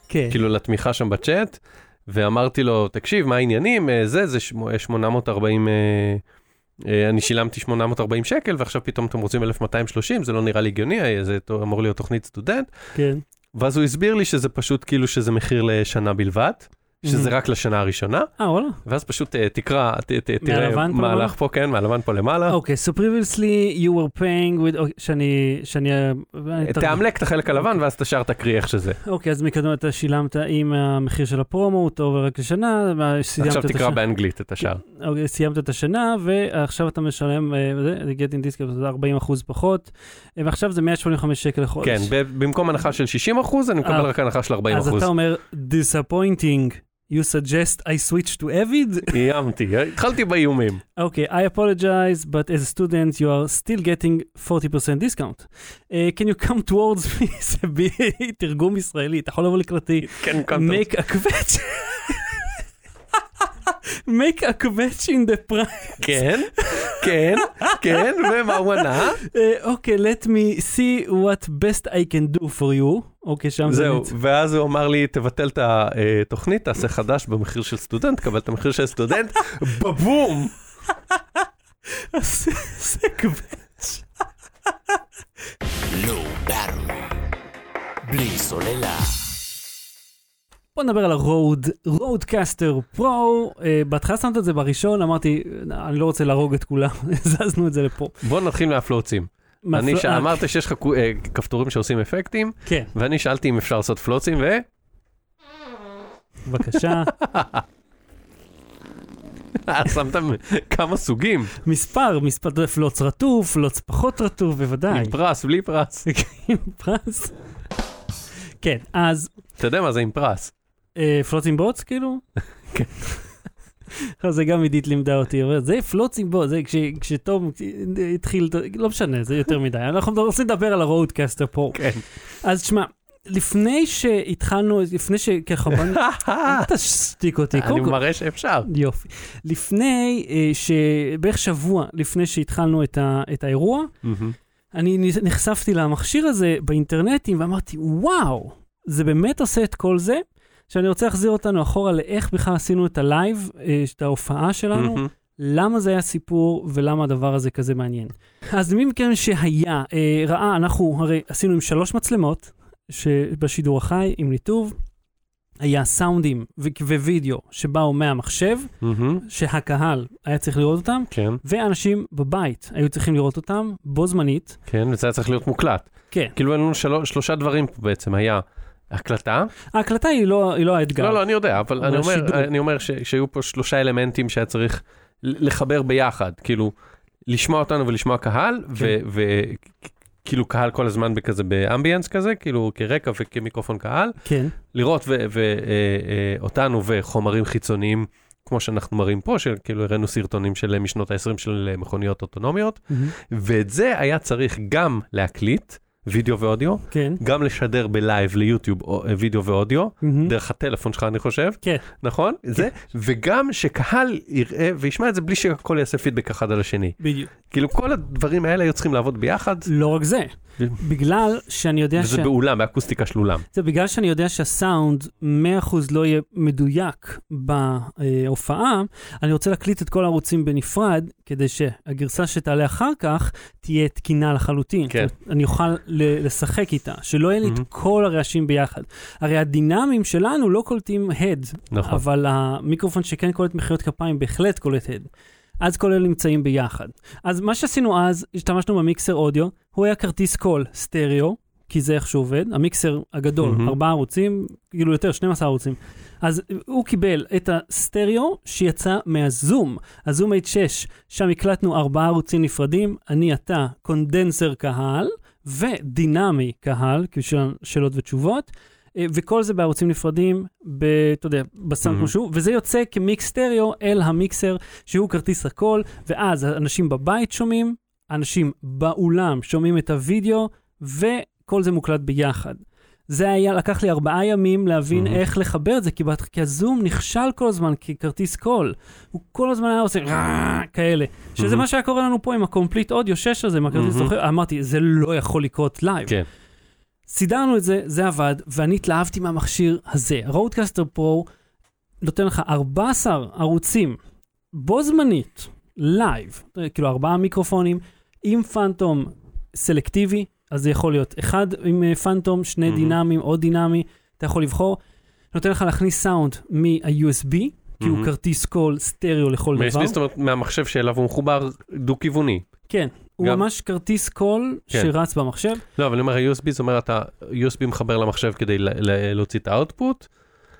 A: כן.
B: כאילו לתמיכה שם בצ'אט, ואמרתי לו, תקשיב, מה העניינים? אה, זה, זה שמ- 840, אה, אה, אני שילמתי 840 שקל, ועכשיו פתאום אתם רוצים 1230, זה לא נראה לי הגיוני, אה, זה ת- אמור להיות תוכנית סטודנט.
A: כן.
B: ואז הוא הסביר לי שזה פשוט כאילו שזה מחיר לשנה בלבד, שזה
A: Mhm.
B: רק לשנה הראשונה,
A: אה, וואלה.
B: ואז פשוט אה, תקרא, ת- ת- תראה
A: מהלבן פה
B: מה
A: למעלה?
B: הלך פה, כן, מהלבן פה למעלה.
A: אוקיי, so previously you were paying with... אוקיי, שאני... שאני... אני אתרגם.
B: תאמלק אה, את החלק הלבן ואז את השאר תקריא איך שזה.
A: אוקיי, אז מקודם אתה שילמת עם המחיר של הפרומו, הוא טוב רק לשנה, מה, סיימת
B: עכשיו
A: את
B: תקרא
A: השנה-
B: באנגלית את השאר.
A: אוקיי, סיימת את השנה, ועכשיו אתה משלם, אה, זה, getting discount זה 40% פחות, אה, ועכשיו זה 185 שקל לחודש.
B: כן, ב- במקום הנחה של 60 אחוז, אני מקבל
A: אה.
B: רק הנחה של 40
A: אז
B: אחוז.
A: אתה אומר, disappointing, you suggest I switch to Avid?
B: איימתי, אה? התחלתי באיומים.
A: Okay, I apologize, but as a student, you are still getting 40% discount. Uh, can you come towards me? (laughs) זה ב- תרגום ישראלי, אתה יכול לבוא לקראתי.
B: כן,
A: make a kvetch. (laughs) make a kvetch in the price.
B: כן, כן, כן, ומה הוא ענה?
A: Uh, okay, let me see what best I can do for you. אוקיי, okay, שם זה...
B: זהו,
A: נמצא.
B: ואז הוא אמר לי, תבטל את התוכנית, תעשה חדש במחיר של סטודנט, קבל את המחיר של סטודנט, בבום!
A: זה זה קוואץ'.
D: לא ברור. בלי סוללה.
A: בוא נדבר על הרוד, רודקאסטר פרו, uh, בהתחלה שמת את זה בראשון, אמרתי, אני לא רוצה להרוג את כולם, (laughs) הזזנו את זה לפה.
B: בוא נתחיל מהפלוצים. אני
A: מהפל-
B: ש-
A: אה,
B: אמרת שיש לך כו- אה, כפתורים שעושים אפקטים,
A: כן,
B: ואני שאלתי אם אפשר לעשות פלוצים, ו...
A: בבקשה.
B: אה, שמת כמה סוגים,
A: מספר, מספר, אתה יודע, פלוץ רטוף, פלוץ פחות רטוף, בוודאי.
B: עם פרס, בלי
A: (laughs)
B: פרס.
A: עם פרס. כן, אז
B: אתה יודע מה זה עם פרס?
A: פלוטים בוץ, אה, כאילו?
B: (laughs) כן.
A: לא, (laughs) זה גם עידית לימדה אותי, אומרת, זה פלוצים בו, זה כש- כשתום התחיל, לא משנה, זה יותר מדי. (laughs) אנחנו רוצים לדבר על הרודקאסטר פה.
B: כן.
A: אז שמע, לפני שהתחלנו, לפני שככה,
B: (laughs)
A: בוא נ- אל תשתיק אותי.
B: אני
A: קודם כל,
B: מראה שאפשר.
A: יופי. לפני, אה, ש... בערך שבוע לפני שהתחלנו את, ה... את האירוע, אני נ- נחשפתי למכשיר הזה באינטרנטים ואמרתי, וואו, זה באמת עושה את כל זה? עכשיו אני רוצה להחזיר אותנו אחורה לאיך בכלל עשינו את הלייב, אה, את ההופעה שלנו,
B: מהמם.
A: למה זה היה סיפור ולמה הדבר הזה כזה מעניין. אז מי מכם שהיה, אה, ראה, אנחנו הרי עשינו עם שלוש מצלמות שבשידור החי, עם ניתוב, היה סאונדים ו- ווידאו שבאו מהמחשב,
B: מהמם.
A: שהקהל היה צריך לראות אותם,
B: כן,
A: ואנשים בבית היו צריכים לראות אותם בו זמנית.
B: כן, וזה היה צריך להיות מוקלט.
A: כן.
B: כאילו היו לנו שלו- שלושה דברים פה בעצם, היה הקלטה,
A: ההקלטה היא לא, היא לא האתגר.
B: לא, לא, אני יודע, אבל
A: אבל
B: אני אומר,
A: השידור.
B: אני אומר ש- שהיו פה שלושה אלמנטים שהיה צריך ל- לחבר ביחד, כאילו, לשמוע אותנו ולשמוע קהל, וכאילו קהל כל הזמן בכזה באמביאנס כזה, כאילו כרקע וכמיקרופון קהל,
A: כן,
B: לראות ואותנו אה, וחומרים חיצוניים. כמו שאנחנו מראים פה, שכאילו הראינו סרטונים של משנות ה-20 של אה, מכוניות אוטונומיות, ואת זה היה צריך גם להקליט, וידאו ואודיו,
A: כן.
B: גם לשדר בלייב ליוטיוב או- אה, וידאו ואודיו, דרך הטלפון שלך אני חושב,
A: Mm-hmm. כן.
B: נכון? זה, וגם שקהל יראה וישמע את זה בלי שהכל יעשה פידבק אחד על השני.
A: בדיוק.
B: כאילו כל הדברים האלה היו צריכים לעבוד ביחד,
A: לא רק זה, בגלל שאני יודע ש...
B: כן. וזה באולם, באקוסטיקה של אולם.
A: זה בגלל שאני יודע שהסאונד 100% לא יהיה מדויק בהופעה, אני רוצה להקליט את כל הערוצים בנפרד, כדי שהגרסה שתעלה אחר כך תהיה תקינה לחלוטין.
B: כן.
A: זאת אומרת, אני אוכל ל- לשחק איתה, שלא יהיה לי את
B: Mhm.
A: כל הרעשים ביחד. הרי הדינאמים שלנו לא קולטים הד,
B: נכון.
A: אבל המיקרופון שכן קולט מחיאות כפיים בהחלט קולט הד. אז כל אלה נמצאים ביחד. אז מה שעשינו אז, השתמשנו במיקסר אודיו, הוא היה כרטיס קול סטריאו, כי זה איך שהוא עובד, המיקסר הגדול,
B: מהמם.
A: ארבעה ערוצים, כאילו יותר, 12 ערוצים. אז הוא קיבל את הסטריאו שיצא מהזום, הזום H6, שם הקלטנו ארבעה ערוצים נפרדים, אני, אתה, קונדנסר קהל ודינמי קהל, כאילו של- שאלות ותשובות, אה, וכל זה בערוצים נפרדים, ב, אתה יודע, בסאונד
B: Mhm.
A: כמו שהוא, וזה יוצא כמיקס סטריאו אל המיקסר, שהוא כרטיס הקול, ואז האנשים בבית שומעים, אנשים באולם שומעים את הוידאו, וכל זה מוקלט ביחד. זה היה, לקח לי ארבעה ימים להבין
B: Mhm.
A: איך לחבר את זה, כי, בת- כי הזום נכשל כל הזמן ככרטיס קול. הוא כל הזמן היה עושה "רע", כאלה. שזה
B: Mhm.
A: מה שהיה קורה לנו פה עם הקומפליט אודיו 6 הזה, עם הכרטיס
B: Mhm.
A: זוכר, אמרתי, זה לא יכול לקרות לייב.
B: כן.
A: סידרנו את זה, זה עבד, ואני התלהבתי מהמכשיר הזה. רודקאסטר פרו נותן לך 14 ערוצים בו זמנית, לייב, כאילו ארבעה מיקרופונים, עם פאנטום סלקטיבי, אז זה יכול להיות אחד עם אה, פאנטום, שני
B: Mhm.
A: דינאמיים, או דינאמי, אתה יכול לבחור. נותן לך להכניס סאונד מה-USB, כי הוא
B: Mhm.
A: כרטיס קול סטריאו לכל
B: מה-
A: דבר.
B: זאת אומרת, מהמחשב שאליו הוא מחובר דו-כיווני.
A: כן, הוא
B: גם-
A: ממש כרטיס קול
B: כן.
A: שרץ במחשב.
B: לא, אבל אני אומר, ה-USB, זאת אומרת, ה-USB מחבר למחשב כדי ל- ל- להוציא את האוטפוט,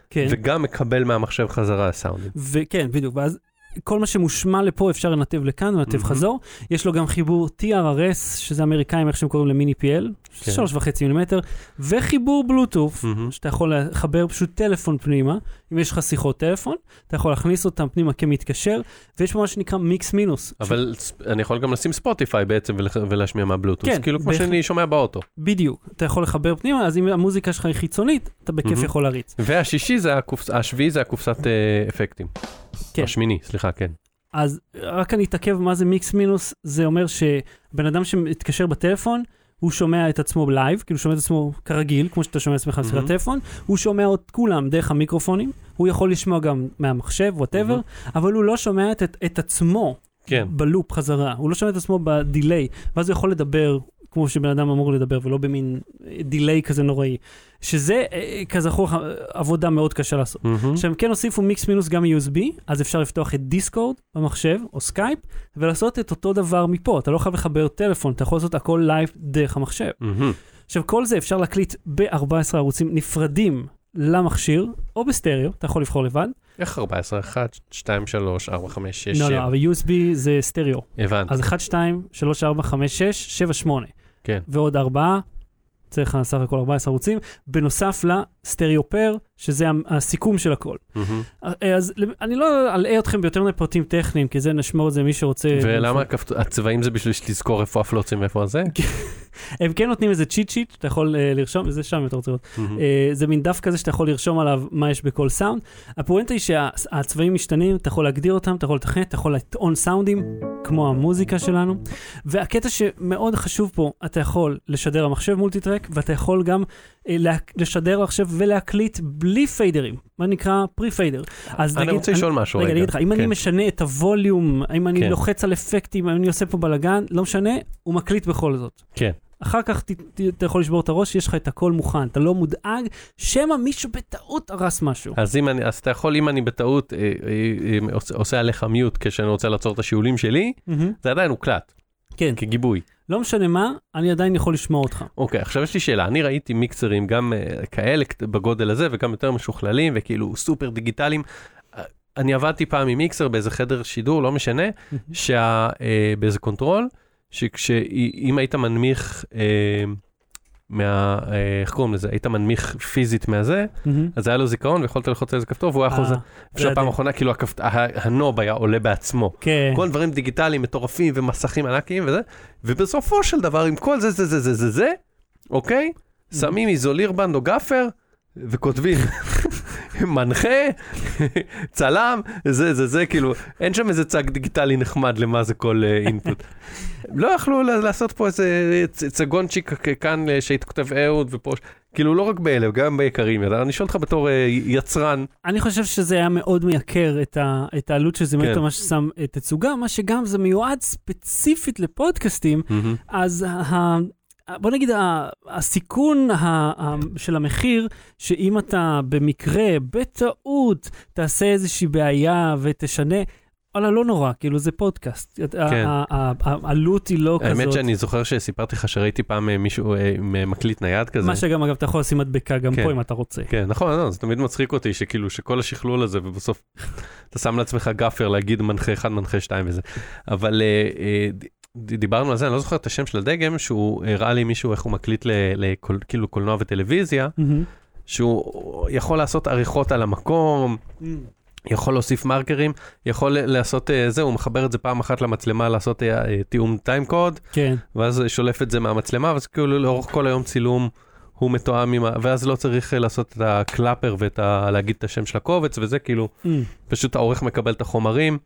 A: כן.
B: וגם מקבל מהמחשב חזרה סאונדים.
A: וכן, בדיוק, ואז כל מה שמושמע לפה אפשר לנתב לכאן ולנתב
B: Mhm.
A: חזור. יש לו גם חיבור TRRS, שזה אמריקאים, איך שהם קוראים למיני PL,
B: כן.
A: שלוש וחצי מילימטר, וחיבור בלוטוף,
B: מהמם.
A: שאתה יכול לחבר פשוט טלפון פנימה, אם יש לך שיחות טלפון, אתה יכול להכניס אותם פנימה כמתקשר, ויש פה מה שנקרא מיקס מינוס.
B: אבל ספ- אני יכול גם לשים ספוטיפיי בעצם ולח- ולהשמיע מהבלוטוס,
A: כן,
B: כאילו כמו
A: בהחלט.
B: שאני שומע באוטו.
A: בדיוק, אתה יכול לחבר פנימה, אז אם המוזיקה שלך היא חיצונית, אתה בכיף
B: Mhm.
A: יכול להריץ.
B: והשישי זה הקופס... השביעי זה הקופסת אה, אפקטים.
A: כן.
B: השמיני, סליחה, כן.
A: אז רק אני אתעכב מה זה מיקס מינוס, זה אומר שבן אדם שמתקשר בטלפון, הוא שומע את עצמו לייב, כאילו שומע את עצמו כרגיל, כמו שאתה שומע את עצמך בשיחת
B: מהמם.
A: טלפון, הוא שומע את כולם דרך המיקרופונים, הוא יכול לשמוע גם מהמחשב, וואטאבר, אבל הוא לא שומע את, את עצמו
B: כן.
A: בלופ חזרה, הוא לא שומע את עצמו בדיליי, ואז הוא יכול לדבר כמו שבן אדם אמור לדבר, ולא במין אה, דיליי כזה נוראי, שזה אה, כזכור אה, עבודה מאוד קשה לעשות.
B: מהמם.
A: שהם כן הוסיפו מיקס מינוס גם USB, אז אפשר לפתוח את דיסקורד במחשב או סקייפ, ולעשות את אותו דבר מפה, אתה לא חייב לחבר טלפון, אתה יכול לעשות הכל לייב דרך המחשב.
B: מהמם.
A: עכשיו, כל זה אפשר להקליט ב-14 ערוצים נפרדים למכשיר, או בסטריאו, אתה יכול לבחור לבד.
B: איך 14? 1, 2, 3, 4, 5, 6,
A: לא, לא,
B: 7.
A: אבל USB זה סטריאו.
B: הבנתי.
A: אז 1, 2, 3, 4, 5, 6, 7, 8.
B: כן.
A: ועוד 4, צריך לך סך הכל 14 ערוצים, בנוסף לסטריאופר, שזה המ- הסיכום של הכל.
B: מהמם.
A: אה, אז למ- אני לא אלאה אתכם ביותר מדי פרטים טכניים, כי זה נשמור את זה מי שרוצה.
B: ולמה הכפת- הצבעים זה בשביל שתזכור איפה הפלוצים ואיפה הזה?
A: הם כן נותנים איזה צ'יט שיט, אתה יכול אה, לרשום, זה שם אם אתה רוצה לראות.
B: מהמם.
A: אה, זה מין דף כזה שאתה יכול לרשום עליו מה יש בכל סאונד. הפואנטה היא שהצבעים משתנים, אתה יכול להגדיר אותם, אתה יכול לתכנת, אתה יכול לטעון סאונדים, כמו המוזיקה שלנו. והקטע שמאוד חשוב פה, אתה יכול לשדר המחשב מולטיטרק, ואתה יכול גם אה, לה- לשדר למחשב ולהקליט בלי פיידרים, מה נקרא פרי פיידר. אז
B: אני
A: נגיד-
B: רוצה לשאול משהו
A: רגע,
B: רגע.
A: אני אגיד לך, אם
B: כן.
A: אני משנה את הווליום, אם אני
B: כן.
A: לוחץ על אפקטים, אם אני עושה פה בלאגן, לא משנה, הוא מקליט בכל זאת.
B: כן.
A: אחר כך ת- ת- אתה יכול לשבור את הראש, יש לך את הכל מוכן, אתה לא מודאג, שמא מישהו בטעות הרס משהו.
B: אז אם אני, אז אתה יכול, אם אני בטעות אה, אה, אה, עושה- עושה עליך מיוט כשאני רוצה לעצור את השיעולים שלי,
A: מהמם.
B: זה עדיין הוקלט,
A: כן,
B: כגיבוי.
A: לא משנה מה, אני עדיין יכול לשמוע אותך.
B: אוקיי, עכשיו יש לי שאלה, אני ראיתי מיקסרים גם אה, כאלה קט- בגודל הזה וגם יותר משוכללים וכאילו סופר דיגיטליים. אה, אני עבדתי פעם עם מיקסר באיזה חדר שידור, לא משנה, שה, אה, באיזה קונטרול, שאם היית מנמיך, אה, מה, אה, איך קוראים לזה, היית מנמיך פיזית מהזה,
A: מהמם.
B: אז היה לו זיכרון ויכולת ללחוץ על איזה כפתור והוא היה
A: אה,
B: חוזר.
A: זה
B: עכשיו פעם
A: עדיף.
B: אחרונה כאילו הכפת- ה- הנוב היה עולה בעצמו.
A: כן,
B: כל דברים דיגיטליים מטורפים ומסכים ענקיים וזה, ובסופו של דבר עם כל זה זה זה זה זה זה, אוקיי? שמים איזולירבנד או גאפר וכותבים (laughs) מנחה, (laughs) צלם, זה זה זה כאילו, אין שם איזה צג דיגיטלי נחמד למה זה כל אינפוט. לא יכלו ל- לעשות פה איזה צ- צגונצ'יק כ- כאן אה, שהיית כותב אהוד ופה, ש- כאילו לא רק באלה, גם ביקרים, אתה- אני שואל אותך בתור אה, יצרן,
A: אני חושב שזה היה מאוד מייקר את ה- את העלות של זה,
B: כן.
A: באמת ממש שם אה, תצוגה, מה שגם זה מיועד ספציפית לפודקאסטים, אז ה... בוא נגיד, ה- הסיכון ה- ה- של המחיר, שאם אתה במקרה, בטעות, תעשה איזושהי בעיה ותשנה, וואלה, לא נורא, כאילו זה פודקאסט. ה- ה- ה- ה- העלות היא לא כזאת.
B: כן. האמת שאני זוכר שסיפרתי לך שראיתי פעם אה, מישהו אה, עם אה, מקליט נייד כזה.
A: מה שגם, אגב, אתה יכול לשים מדבקה גם
B: כן.
A: פה אם אתה רוצה.
B: כן, נכון, לא, זה תמיד מצחיק אותי שכאילו שכל השכלול הזה ובסוף אתה שם לעצמך גאפר להגיד מנחה אחד, מנחה שתיים וזה. אבל אה, אה, ד- ד- דיברנו על זה, אני לא זוכר את השם של הדגם, שהוא הראה לי מישהו איך הוא מקליט לכאילו כאילו, קולנוע וטלוויזיה,
A: מהמם.
B: שהוא יכול לעשות עריכות על המקום, יכול להוסיף מרקרים, יכול לעשות אה, זה, הוא מחבר את זה פעם אחת למצלמה לעשות אה, אה, תיאום טיים קוד.
A: כן.
B: ואז שולף את זה מהמצלמה, ואז כאילו לאורך כל היום צילום הוא מתואם עם ה... ואז לא צריך אה, לעשות את הקלאפר ואת ה... להגיד את השם של הקובץ וזה, כאילו,
A: מהמם.
B: פשוט העורך מקבל את החומרים,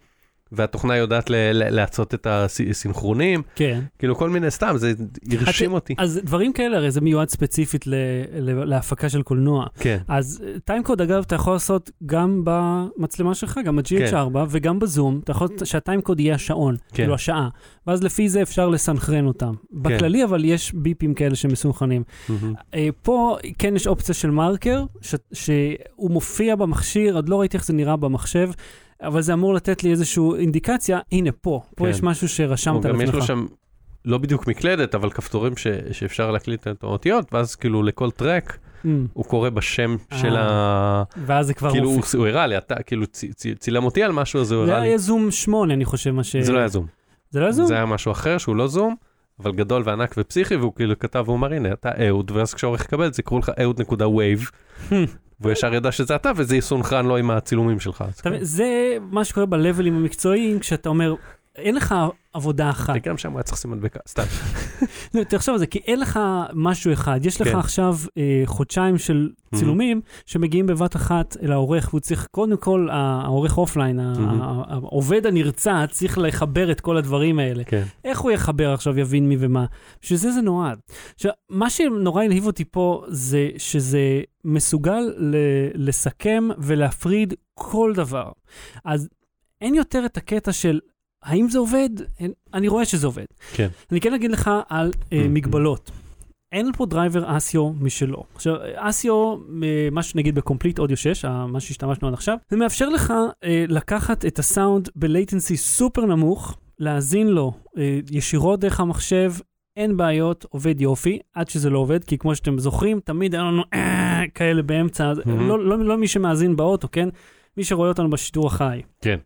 B: והתוכנה יודעת ל... ל- להצות את הסינכרונים,
A: כן.
B: כאילו כל מיני סתם, זה הרשים אותי.
A: אז דברים כאלה, הרי זה מיועד ספציפית ל- ל- להפקה של קולנוע.
B: כן,
A: אז טיימקוד, אגב, אתה יכול לעשות גם במצלמה שלך, גם ב-GH4
B: כן.
A: וגם בזום, אתה
B: Mm.
A: יכול לעשות שהטיימקוד יהיה השעון, כאילו השעה, ואז לפי זה אפשר לסנכרן אותם.
B: כן.
A: בכללי, אבל יש ביפים כאלה שמסונכרנים.
B: מהמם.
A: אה, פה כן יש אופציה של מרקר, ש- שהוא מופיע במכשיר, עוד לא ראיתי איך זה נראה במחשב. אבל זה אמור לתת לי איזושהי אינדיקציה, הנה פה, פה
B: כן.
A: יש משהו
B: הוא
A: שרשמת
B: גם יש
A: לעצמך.
B: לו שם... לא בדיוק מקלדת, אבל כפתורים ש... שאפשר להקליט את האותיות, ואז כאילו לכל טרק
A: Mm,
B: הוא קורא בשם של
A: אה,
B: ה...
A: ואז זה כבר
B: כאילו הוא,
A: מופיע.
B: הוא הראה לי, אתה כאילו צ... צ... צילם אותי על משהו, אז הוא
A: זה
B: הראה לי.
A: לא היה זום 8, אני חושב, מה ש...
B: זה לא היה זום.
A: זה לא היה זום?
B: זה היה משהו אחר שהוא לא זום, אבל גדול וענק ופסיכי, והוא כאילו כתב, הוא אמר, הנה, אתה אהוד, ואז כשהעורך יקבל את זה, יקראו לך אהוד נקודה וייב, והוא ישר ידע שזה אתה, וזה יסונכרן לו עם הצילומים שלך. אז
A: אתה מבין,
B: כן.
A: זה מה שקורה בלבלים המקצועיים, כשאתה אומר, אין לך עבודה אחת.
B: כן, גם שם הוא היה צריך לשים מדבקה, סתם.
A: לא, תחשוב על זה, כי אין לך משהו אחד. יש לך
B: כן.
A: עכשיו אה, חודשיים של צילומים שמגיעים בבת אחת אל העורך, והוא צריך, קודם כל, ה- העורך אופליין, ה-
B: Mhm.
A: ה- העובד הנרצע, צריך לחבר את כל הדברים האלה.
B: כן.
A: איך הוא יחבר עכשיו, יבין מי ומה? בשביל זה זה נועד. עכשיו, מה שנורא הלהיב אותי פה, זה שזה מסוגל ל- לסכם ולהפריד כל דבר. אז אין יותר את הקטע של... האם זה עובד? אין- אני רואה שזה עובד.
B: כן.
A: אני כן אגיד לך על אה, מגבלות. אין פה דרייבר אסיו משלו. עכשיו, אסיו, אה, מה שנגיד בקומפליט אודיו 6, ה- מה שהשתמשנו עד עכשיו, זה מאפשר לך אה, לקחת את הסאונד בלייטנסי סופר נמוך, להאזין לו אה, ישירות דרך המחשב, אין בעיות, עובד יופי, עד שזה לא עובד, כי כמו שאתם זוכרים, תמיד היה לנו (coughs) אה, כאלה באמצע, אז
B: Mhm.
A: לא, לא, לא מי שמאזין באוטו, כן? מי שרואה אותנו בשידור החי.
B: כן.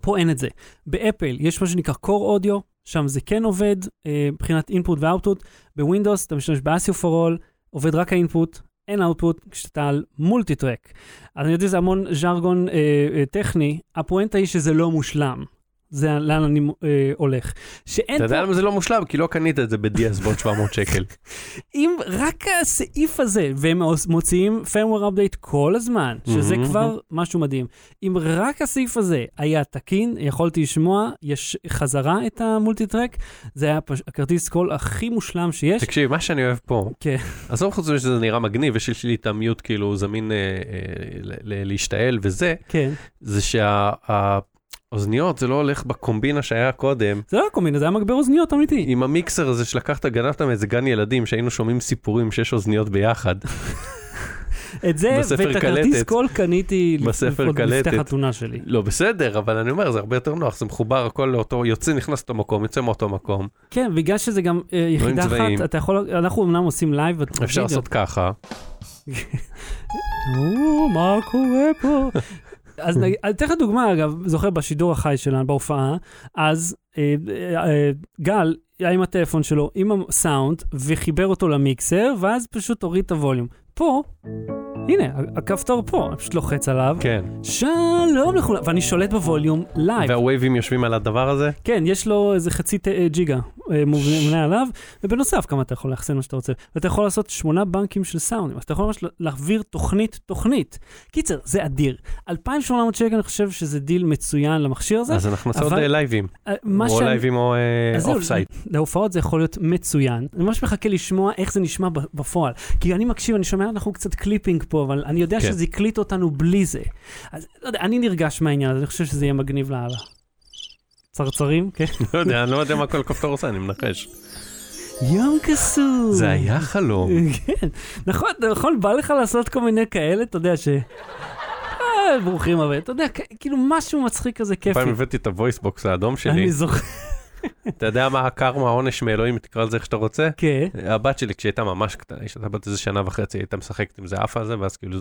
A: פה אין את זה. באפל יש מה שנקרא core audio, שם זה כן עובד, אה, מבחינת input ו-output, בווינדוס אתה משתמש ב-ASIO for all, עובד רק האינפוט, אין אאוטפוט, כשאתה על מולטיטרק. אז אני יודע שזה המון ז'רגון אה, אה, טכני, הפואנטה היא שזה לא מושלם. זה לאן אני אה, הולך. שאין
B: אתה
A: פה...
B: יודע למה זה לא מושלם? כי לא קנית את זה בדיאסבוט 700 שקל.
A: אם רק הסעיף הזה, והם מוציאים firmware update כל הזמן, שזה
B: Mhm.
A: כבר משהו מדהים. אם רק הסעיף הזה היה תקין, יכולתי לשמוע, יש חזרה את המולטיטרק, זה היה פש... הכרטיס קול הכי מושלם שיש.
B: תקשיב, מה שאני אוהב פה,
A: כן.
B: עזוב חוץ מזה שזה נראה מגניב, יש לי את המיוט כאילו זמין אה, אה, ל- ל- להשתעל וזה,
A: כן.
B: זה שהאוזניות זה לא הולך בקומבינה שהיה קודם.
A: זה לא היה קומבינה, זה היה מגבר אוזניות אמיתי.
B: עם המיקסר הזה שלקחת, גנבת מאיזה גן ילדים, שהיינו שומעים סיפורים שיש אוזניות ביחד.
A: את זה
B: בספר
A: ואת הכרטיס
B: קלטת.
A: קול קניתי לפ-
B: בספר
A: לפחות לפני
B: קלטת.
A: החתונה שלי.
B: (laughs) לא, בסדר, אבל אני אומר, זה הרבה יותר נוח, זה מחובר הכל לאותו, יוצא, נכנס לאותו מקום, יוצא מאותו מקום.
A: כן, בגלל שזה גם אה, יחידה
B: צבאיים.
A: אחת, אתה יכול, אנחנו אמנם עושים לייב, ואתה-
B: אפשר
A: וידאו.
B: לעשות ככה.
A: או, מה קורה
B: (laughs)
A: פה? אז נגיד- אני אתן לך דוגמה, אגב, זוכר בשידור החי שלנו, בהופעה, אז אה, אה, אה, גל היה עם הטלפון שלו, עם הסאונד, וחיבר אותו למיקסר, ואז פשוט הוריד את הווליום. פה, הנה, הכפתור פה, אני פשוט לוחץ עליו,
B: כן.
A: שלום לכולם, ואני שולט בווליום
B: אה,
A: לייב.
B: והווייבים יושבים על הדבר הזה?
A: כן, יש לו איזה חצי ת- אה, ג'יגה אה, מובנה מובנה עליו, ובנוסף כמה אתה יכול לאחסן מה שאתה רוצה. ואתה יכול לעשות שמונה בנקים של סאונדים, אז אתה יכול ממש להעביר תוכנית תוכנית. קיצר, זה אדיר. 2,800 שקל, אני חושב שזה דיל מצוין למכשיר הזה.
B: אז אנחנו נעשה עוד
A: אבל-
B: אה, לייבים.
A: אה, מה
B: או לייבים או אה,
A: אז זהו,
B: אוף סייט.
A: להופעות זה יכול להיות מצוין. אני ממש מחכה לשמוע איך זה נשמע ב- בפועל. כי אני מקשיב, אני שומע, אנחנו קצת קליפינג פה, אבל אני יודע
B: כן.
A: שזה יקליט אותנו בלי זה. אז לא יודע, אני נרגש מהעניין הזה, אני חושב שזה יהיה מגניב לאללה. צרצרים? כן.
B: (laughs) לא יודע, אני לא יודע מה כל כפתור עושה, אני (laughs) מנחש.
A: יום כסוף.
B: זה היה חלום.
A: (laughs) כן, נכון, נכון, בא לך לעשות כל מיני כאלה, אתה יודע ש... אה, ברוכים הבאים, אתה יודע, כ- כאילו משהו מצחיק כזה כיפי.
B: פעם הבאתי את הוויסבוקס האדום שלי.
A: אני זוכר,
B: אתה יודע מה הקרמה, העונש מאלוהים, תקרא לזה איך שאתה רוצה?
A: כן,
B: הבת שלי, כשהייתה ממש קטנה, כשהייתה בת איזה שנה וחצי, הייתה משחקת עם זה עף על זה, ואז כאילו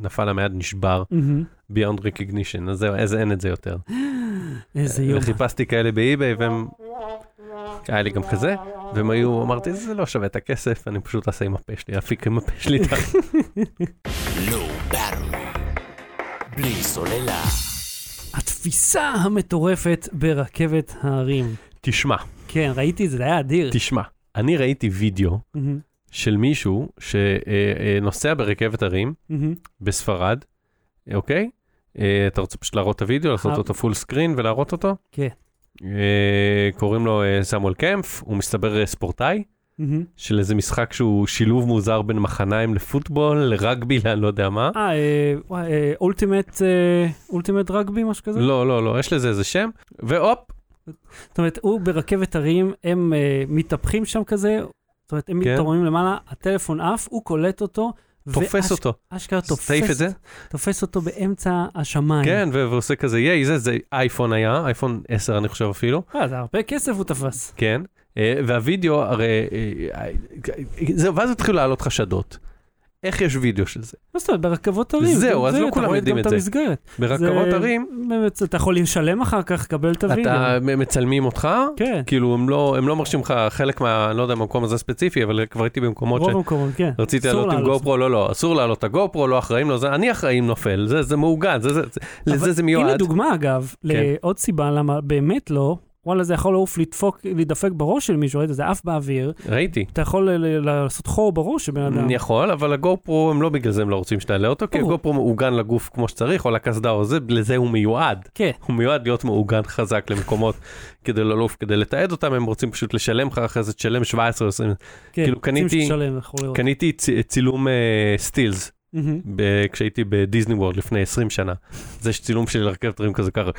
B: נפל לה מהיד, נשבר,
A: מהמם.
B: ביונד ריקגנישן, אז זהו, אז אין את זה יותר.
A: איזה יום.
B: וחיפשתי כאלה באי-ביי, והם... היה לי גם כזה, והם היו, אמרתי, זה לא שווה את הכסף, אני פשוט אעשה עם הפה שלי, אפיק עם הפה שלי. את ה-"
D: Blue Barrel. בלי סוללה.
A: התפיסה המטורפת ברכבת ההרים.
B: תשמע,
A: כן, ראיתי את זה, זה היה אדיר.
B: תשמע, אני ראיתי וידאו
A: מהמם,
B: של מישהו שנוסע ברכבת הרים
A: מהמם.
B: בספרד, אוקיי? אה, אתה רוצה פשוט להראות את הוידאו, לעשות
A: חב-
B: אותו פול סקרין ולהראות אותו?
A: כן.
B: אה, קוראים לו אה, סמואל קמפ, הוא מסתבר אה, ספורטאי
A: מהמם.
B: של איזה משחק שהוא שילוב מוזר בין מחניים לפוטבול, לרגבי, (laughs) לאני לא יודע מה.
A: אה, אה, וואי, אה, אולטימט, אולטימט רגבי, משהו כזה?
B: לא, לא, לא, יש לזה איזה שם, והופ,
A: זאת אומרת, הוא ברכבת הרים, הם אה, מתהפכים שם כזה, זאת אומרת, הם
B: כן.
A: מתרוממים למעלה, הטלפון עף, הוא קולט אותו.
B: תופס אותו.
A: אשכרה
B: תעיף את
A: תופס,
B: זה.
A: תופס אותו באמצע השמיים.
B: כן, ו- ועושה כזה ייי, זה, זה אייפון היה, אייפון 10 אני חושב אפילו,
A: אה, זה הרבה כסף הוא תפס.
B: כן. אה, והווידאו, הרי... אה, אה, זהו, ואז התחילו לעלות חשדות. איך יש וידאו של זה?
A: מה זאת אומרת, ברכבות הרים.
B: זהו,
A: גם
B: אז
A: זה,
B: לא
A: אתה
B: כולם
A: רואה
B: יודעים
A: גם
B: את זה.
A: המסגרת.
B: ברכבות
A: זה-
B: הרים,
A: באמת, אתה יכול לשלם אחר כך, קבל את הווידאו.
B: אתה, הם מצלמים אותך,
A: כן,
B: כאילו הם לא, הם לא מרשים לך חלק מה... אני לא יודע, מהמקום הזה ספציפי, אבל כבר הייתי במקומות
A: רוב המקומות, כן.
B: שרציתי
A: אסור
B: לעלות עם
A: לעלות.
B: גופרו, לא, לא, אסור לעלות את הגופרו, לא אחראים לו, זה- אני אחראי אם נופל, זה- זה מעוגן, זה- זה- זה- לזה זה
A: הנה
B: מיועד.
A: דוגמה, אגב,
B: כן.
A: לעוד סיבה למה באמת לא, וואלה, זה יכול לעוף, לדפוק, להידפק בראש של מישהו, ראית? זה עף באוויר,
B: ראיתי.
A: אתה יכול ל- ל- לעשות חור בראש של בן אדם.
B: אני יכול, אבל הגופרו הם לא בגלל זה הם לא רוצים שתעלה אותו, כי
A: לא, ברור.
B: הגופרו מעוגן לגוף כמו שצריך, או לקסדה או זה, לזה הוא מיועד.
A: כן.
B: הוא מיועד להיות מעוגן חזק למקומות כדי ללוף, כדי לתעד אותם, הם רוצים פשוט לשלם לך אחרי זה, תשלם 17 או 20.
A: כן,
B: כאילו,
A: רוצים
B: קניתי-
A: שתשלם, יכול לראות.
B: קניתי צ, צילום אה, סטילס
A: מהמם.
B: ב, כשהייתי בדיסני וורד לפני 20 שנה. זה יש צילום שלי לרכבת רים כזה ככה,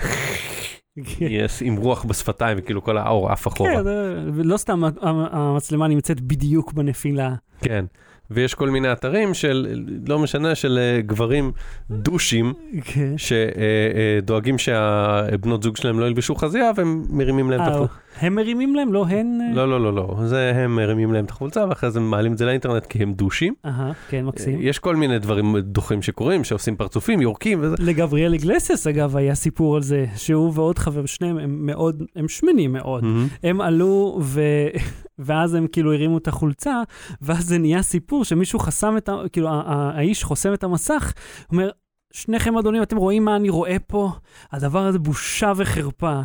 A: כן.
B: yes, עם רוח בשפתיים, וכאילו כל האור עף אחורה.
A: כן, זה- ולא סתם המ- המ- המצלמה נמצאת בדיוק בנפילה.
B: כן. ויש כל מיני אתרים של, לא משנה, של אה, גברים דושים. אה,
A: כן.
B: שדואגים שהבנות זוג שלהם לא ילבשו חזייה והם מרימים להם את
A: אה,
B: החוק.
A: הם מרימים להם? לא הן? אה?
B: לא, לא, לא, לא. זה הם מרימים להם את החולצה, ואחרי זה הם מעלים את זה לאינטרנט כי הם דושים.
A: אהה, כן, מקסים.
B: יש כל מיני דברים דוחים שקורים, שעושים פרצופים, יורקים וזה.
A: לגבריאל איגלסיאס, אגב, היה סיפור על זה, שהוא ועוד חבר, שניהם הם מאוד, הם שמנים מאוד. הם עלו, ו... (laughs) ואז הם כאילו הרימו את החולצה, ואז זה נהיה סיפור שמישהו חסם את ה... כאילו, ה- ה- האיש חוסם את המסך, אומר, שניכם אדונים, אתם רואים מה אני רואה פה? הדבר הזה בושה וחרפה.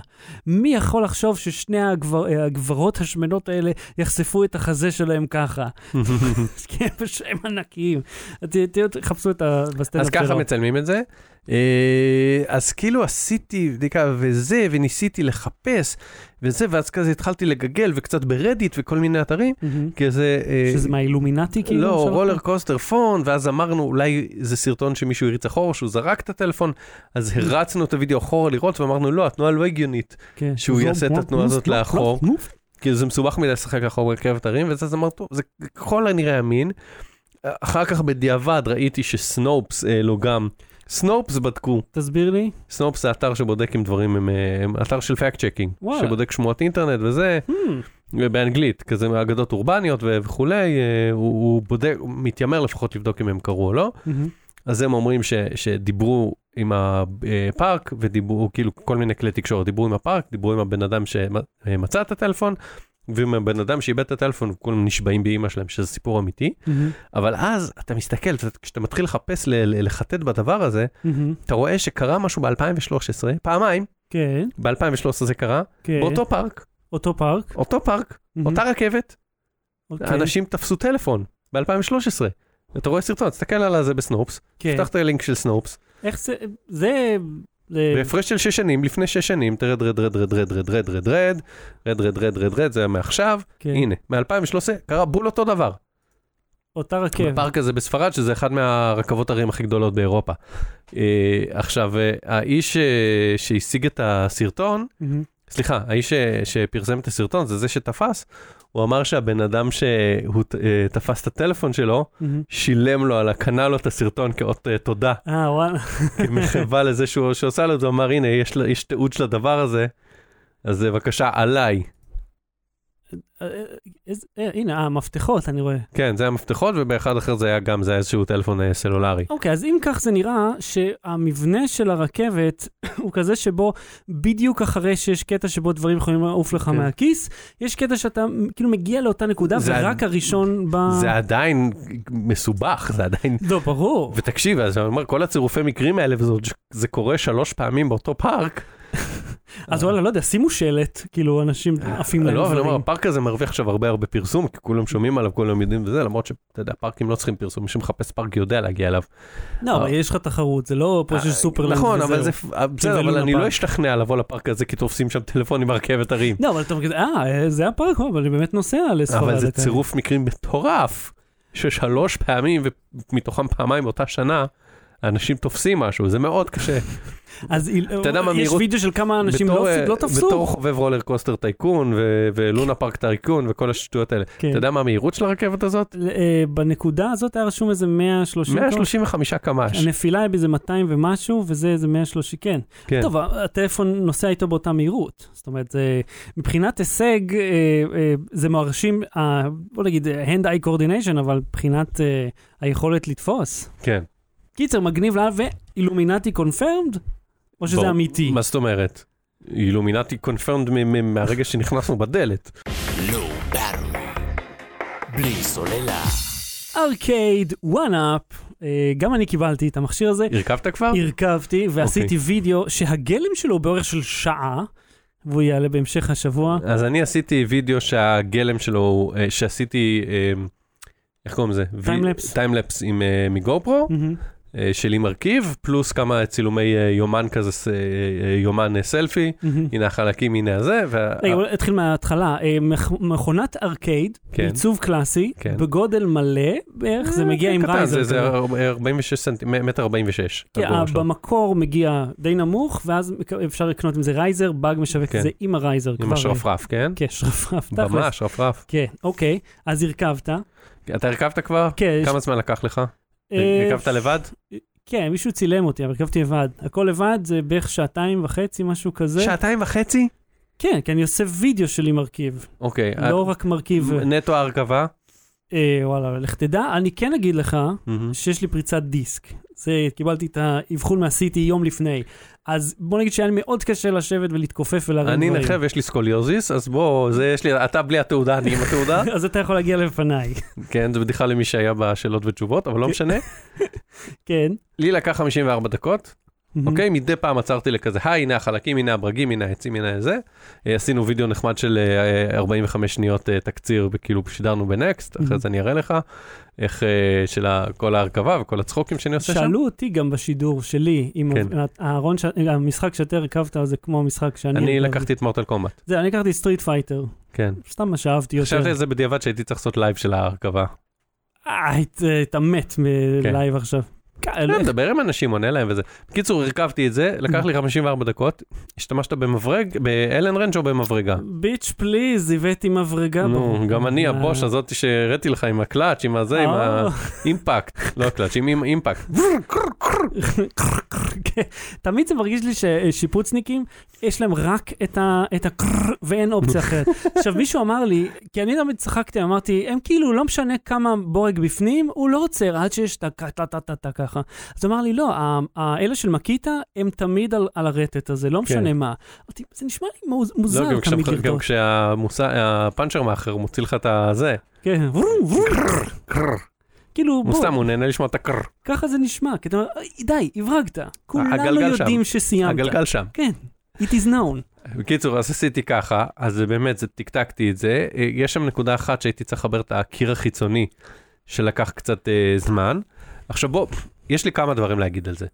A: מי יכול לחשוב ששני הגבר... הגברות השמנות האלה יחשפו את החזה שלהם
B: (laughs)
A: ככה? כי הם פשוט הם ענקיים. ת- ת- תחפשו את ה... בסטנדאפ
B: אז ככה
A: שלו.
B: מצלמים את זה. אה, אז כאילו עשיתי בדיקה וזה, וניסיתי לחפש וזה, ואז כזה התחלתי לגגל וכקצת ברדיט וכל מיני אתרים,
A: מהמם.
B: כי זה... אה,
A: Mm-hmm. שזה מהאילומינטי כאילו?
B: לא,
A: שלכם?
B: רולר קוסטר פון, ואז אמרנו, אולי זה סרטון שמישהו הריץ אחורה, שהוא זרק את הטלפון, אז הרצנו את הוידאו אחורה לראות, ואמרנו, לא, התנועה לא הגיונית,
A: כן.
B: שהוא יעשה את
A: מוב,
B: התנועה
A: מוב,
B: הזאת
A: מוב,
B: לאחור.
A: מוב, מוב.
B: כי זה מסובך מדי לשחק אחורה ברכבת הרים, ואז אמרנו, טוב, זה ככל הנראה אמין. אחר כך בדיעבד ראיתי שסנופס אה, לא גם, סנופס בדקו,
A: תסביר לי.
B: סנופס זה אתר שבודק אם דברים הם, אה, הם אתר של פאק צ'קינג,
A: וואלה.
B: שבודק שמועות אינטרנט וזה,
A: Hmm.
B: באנגלית, כזה אגדות אורבניות ו- וכולי, אה, הוא, הוא בודק, הוא מתיימר לפחות לבדוק אם הם קרו או לא.
A: מהמם.
B: אז הם אומרים ש, שדיברו עם הפארק ודיברו כאילו כל מיני כלי תקשורת, דיברו עם הפארק, דיברו עם הבן אדם שמצא את הטלפון. ועם הבן אדם שאיבד את הטלפון וכולם נשבעים באימא שלהם שזה סיפור אמיתי
A: מהמם.
B: אבל אז אתה מסתכל אתה- כשאתה מתחיל לחפש ל- ל- לחטט בדבר הזה
A: מהמם.
B: אתה רואה שקרה משהו ב2013 פעמיים
A: כן,
B: ב2013 זה קרה
A: כן.
B: באותו פארק
A: אותו פארק.
B: אותו פארק
A: מהמם.
B: אותה רכבת
A: אוקיי.
B: אנשים תפסו טלפון ב-2013. אתה רואה סרטון, תסתכל על זה בסנופס,
A: כן.
B: פתח את הלינק של סנופס,
A: איך זה... זה... זה-
B: בהפרש של 6 שנים, לפני 6 שנים, תרד רד רד רד רד רד רד רד רד רד רד רד רד רד, זה היה מעכשיו,
A: כן.
B: הנה, מ-2013 קרה בול אותו דבר.
A: אותה רכבת.
B: בפארק הזה בספרד, שזה אחד מהרכבות הרים הכי גדולות באירופה. אה, עכשיו, אה, האיש אה, שהשיג את הסרטון,
A: מהמם.
B: סליחה, האיש ש- שפרסם את הסרטון, זה זה שתפס, הוא אמר שהבן אדם שהוא ת- אה, תפס את הטלפון שלו,
A: מהמם.
B: שילם לו על הקנה לו את הסרטון כאות אה, תודה, (laughs)
A: אה, וואלה. (laughs)
B: כמחווה לזה שהוא שעושה לו את זה, הוא אמר הנה יש, לה- יש תיעוד של הדבר הזה, אז אה, בבקשה עליי.
A: אה, אה, איזה- אה, הנה, אה, המפתחות, אני רואה.
B: כן, זה המפתחות ובאחד אחר זה היה גם, זה היה איזשהו טלפון אה, סלולרי.
A: אוקיי, אז אם כך זה נראה שהמבנה של הרכבת (coughs) הוא כזה שבו בדיוק אחרי שיש קטע שבו דברים יכולים לעוף לך
B: כן.
A: מהכיס, יש קטע שאתה מ- כאילו מגיע לאותה נקודה
B: זה
A: ורק הראשון ב...
B: זה עדיין מסובך, זה עדיין...
A: לא, ברור.
B: ותקשיב, אז אני אומר, כל הצירופי מקרים האלה, וזה עוד ש- זה קורה שלוש פעמים באותו פארק,
A: אז וואלה, לא יודע, שימו שלט, כאילו אנשים עפים להם
B: לא, אבל אני אומר,
A: דברים.
B: הפארק הזה מרוויח עכשיו הרבה הרבה פרסום, כי כולם שומעים עליו, כולם יודעים וזה, למרות שאתה יודע, פארקים לא צריכים פרסום, מי שמחפש פארק יודע להגיע אליו.
A: לא, אבל יש לך תחרות, זה לא פה שיש סופרלנד וזהו.
B: אה. נכון, אבל זה, בסדר, אבל
A: לונה
B: אני לא
A: פארק.
B: אשתכנע לבוא לפארק הזה כי תופסים שם טלפון עם
A: (laughs)
B: הרכבת הרים.
A: לא, אבל אתה מגיד, אה, זה הפארק, אבל אני באמת נוסע לספרד.
B: אבל זה
A: אתה-
B: צירוף מקרים מטורף, ששלוש פעמים ומתוכם פעמיים באותה שנה, אנשים תופסים משהו, זה מאוד קשה.
A: אז איל-
B: אתה יודע מה,
A: יש
B: מהירות-
A: וידאו של כמה (laughs) אנשים
B: בתור,
A: לא
B: אה,
A: לא
B: בתור
A: תפסו.
B: חובב רולר קוסטר טייקון ו- ולונה פארק טייקון וכל השטויות האלה.
A: כן.
B: אתה יודע מה המהירות של הרכבת הזאת?
A: ל- אה, בנקודה הזאת היה רשום איזה 130.
B: 135 קמ"ש.
A: הנפילה היא באיזה 200 ומשהו, וזה איזה 130, כן.
B: כן.
A: טוב, הטלפון נוסע איתו באותה מהירות. זאת אומרת, זה, מבחינת הישג, אה, אה, זה מרשים, אה, בוא נגיד, hand-eye coordination, אבל מבחינת אה, היכולת לתפוס.
B: כן.
A: קיצר, מגניב לאללה, ואילומינטי קונפירמד? או שזה
B: ברור.
A: אמיתי?
B: מה זאת אומרת? אילומינטי קונפירמד מהרגע שנכנסנו בדלת.
D: Low Battery. בלי סוללה.
A: ארקייד, וואן-אפ, גם אני קיבלתי את המכשיר הזה,
B: (laughs) הרכבת כבר?
A: הרכבתי ועשיתי
B: אוקיי.
A: וידאו שהגלם שלו הוא באורך של שעה, והוא יעלה בהמשך השבוע.
B: אז אני עשיתי וידאו שהגלם שלו, הוא, אה, שעשיתי, אה, איך קוראים לזה?
A: טיימלפס.
B: טיימלפס עם אה, מגו פרו,
A: מהמם.
B: אה, שלי מרכיב, פלוס כמה צילומי אה, יומן כזה, ס- אה, אה, יומן אה, סלפי,
A: מהמם.
B: הנה החלקים, הנה הזה, וה- אה,
A: רגע, בוא נתחיל מההתחלה. אה, מכ- מכונת ארקייד,
B: כן.
A: בעיצוב קלאסי,
B: כן. אה,
A: בגודל מלא בערך, זה מגיע עם
B: קטן, זה-
A: רייזר.
B: זה אה,
A: כזה.
B: 46 סנטימטר, מטר 46.
A: כן,
B: הגובה שלו.
A: במקור מגיע די נמוך, ואז מק- אפשר לקנות עם זה רייזר, באג משווק
B: כן.
A: את זה עם הרייזר.
B: עם
A: כבר- אה,
B: השרפרף, כן?
A: כן, שרפרף, תכלס.
B: ממש, שרפרף.
A: כן, אוקיי, אז הרכבת.
B: אתה הרכבת כבר?
A: כן, יש-
B: כמה זמן לקח לך?
A: אה,
B: הרכבת לבד?
A: כן, מישהו צילם אותי, אבל הרכבתי לבד. הכל לבד, זה בערך שעתיים וחצי, משהו כזה.
B: שעתיים וחצי?
A: כן, כי אני עושה וידאו שלי מרכיב,
B: אוקיי.
A: לא
B: אה,
A: רק מרכיב,
B: נטו ההרכבה?
A: אה, וואלה, לך תדע, אני כן אגיד לך
B: מהמם.
A: שיש לי פריצת דיסק. זה, קיבלתי את האבחון מה-CT יום לפני. אז בוא נגיד שהיה לי מאוד קשה לשבת ולהתכופף ולהרים
B: אני
A: דברים.
B: נכה ויש לי סקוליוזיס, אז בוא, זה יש לי, אתה בלי התעודה, אני עם התעודה.
A: (laughs) אז אתה יכול להגיע לפניי,
B: כן, זו בדיחה למי שהיה בשאלות ותשובות, אבל לא משנה.
A: כן.
B: לי לקח 54 דקות, אוקיי? מדי פעם עצרתי לכזה, היי, הנה החלקים, הנה הברגים, הנה העצים, הנה זה. אה, עשינו וידאו נחמד של אה, 45 שניות אה, תקציר, כאילו שידרנו בנקסט, אחרי
A: מהמם.
B: זה אני אראה לך, איך אה, של ה- כל ההרכבה וכל הצחוקים שאני עושה שם.
A: שאלו אותי גם בשידור שלי, אם
B: כן.
A: ה- הארון, ש- המשחק שאתה הרכבת זה כמו המשחק שאני...
B: אני
A: הרכבתי.
B: לקחתי את מורטל קומבט,
A: זה, אני לקחתי סטריט פייטר,
B: כן.
A: סתם מה שאהבתי יותר.
B: חשבתי על זה בדיעבד שהייתי צריך לעשות לייב של ההרכבה.
A: אה, היית- היית מת מלייב עכשיו. כן,
B: לא, מדבר עם אנשים, עונה להם וזה. בקיצור, הרכבתי את זה, לקח
A: Mm.
B: לי 54 דקות, השתמשת במברג, באלן רנג' או במברגה?
A: ביץ' פליז, הבאתי מברגה.
B: נו,
A: בו.
B: גם אני
A: אה,
B: הבוש הזאת שהראיתי לך עם הקלאץ', עם הזה, עם
A: אה.
B: האימפקט, לא הקלאץ', עם עם- אימפקט.
A: כן. תמיד זה מרגיש לי ששיפוצניקים, יש להם רק את ה... את הקרר, ואין אופציה אחרת. עכשיו, מישהו אמר לי, כי אני תמיד צחקתי, אמרתי, הם כאילו, לא משנה כמה בורג בפנים, הוא לא עוצר עד שיש את הטה-טה-טה-טה ככה. אז הוא אמר לי, לא, ה- ה- אלה של מקיטה, הם תמיד על על הרטט הזה, לא משנה מה. אמרתי, זה נשמע לי מוז-
B: כן. לא,
A: מוזר
B: גם
A: תמיד
B: כשהמח- גם
A: לרטוט.
B: כשהפאנצ'ר מאחר מוציא לך את הזה,
A: כן, ורו, ורו. כאילו,
B: הוא
A: בוא,
B: סתם, הוא נהנה לשמוע את הקר,
A: ככה זה נשמע, כי אתה אומר, "אי, די, הברגת. כולנו
B: הגלגל שם.
A: יודעים שסיימת.
B: הגלגל שם.
A: כן, it is known.
B: בקיצור, אז עשיתי ככה, אז זה באמת, זה טקטקתי את זה. אה, יש שם נקודה אחת שהייתי צריך לחבר את הקיר החיצוני, שלקח קצת אה, זמן. עכשיו בוא, יש לי כמה דברים להגיד על זה.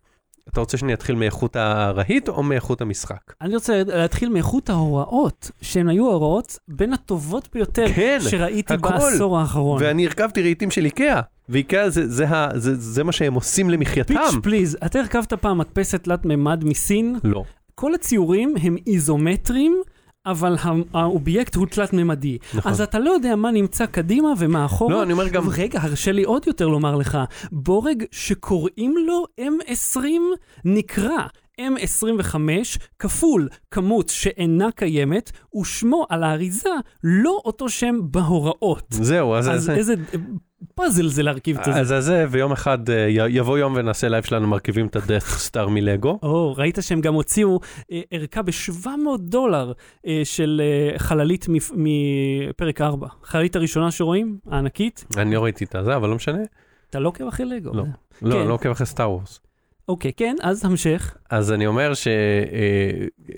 B: אתה רוצה שאני אתחיל מאיכות הרהיט או מאיכות המשחק?
A: אני רוצה להתחיל מאיכות ההוראות, שהן היו ההוראות בין הטובות ביותר
B: כן,
A: שראיתי
B: הכל.
A: בעשור האחרון.
B: ואני הרכבתי רהיטים של איקאה, ואיקאה זה, זה, ה- זה, זה מה שהם עושים למחייתם.
A: פיץ' פליז, אתה הרכבת פעם מדפסת תלת מימד מסין,
B: לא.
A: כל הציורים הם איזומטרים, אבל ה- האובייקט הוא תלת מימדי.
B: נכון.
A: אז אתה לא יודע מה נמצא קדימה ומה אחורה.
B: לא, אני אומר גם,
A: רגע, הרשה לי עוד יותר לומר לך, בורג שקוראים לו M20 נקרא. M25 כפול כמות שאינה קיימת, ושמו על האריזה לא אותו שם בהוראות.
B: זהו, אז...
A: אז
B: אז
A: איזה פאזל זה להרכיב את זה.
B: אז זה, ויום אחד אה, י- יבוא יום ונעשה לייב שלנו מרכיבים את הדף סטאר מלגו.
A: או, ראית שהם גם הוציאו אה, ערכה ב-700 דולר אה, של אה, חללית מפ- מפרק 4. חללית הראשונה שרואים, הענקית,
B: אני לא ראיתי את הזה, אבל לא משנה.
A: אתה לא עוקב אחרי לגו.
B: לא.
A: כן.
B: לא, אני לא עוקב אחרי סטאר וורס.
A: אוקיי, כן, אז המשך.
B: אז אני אומר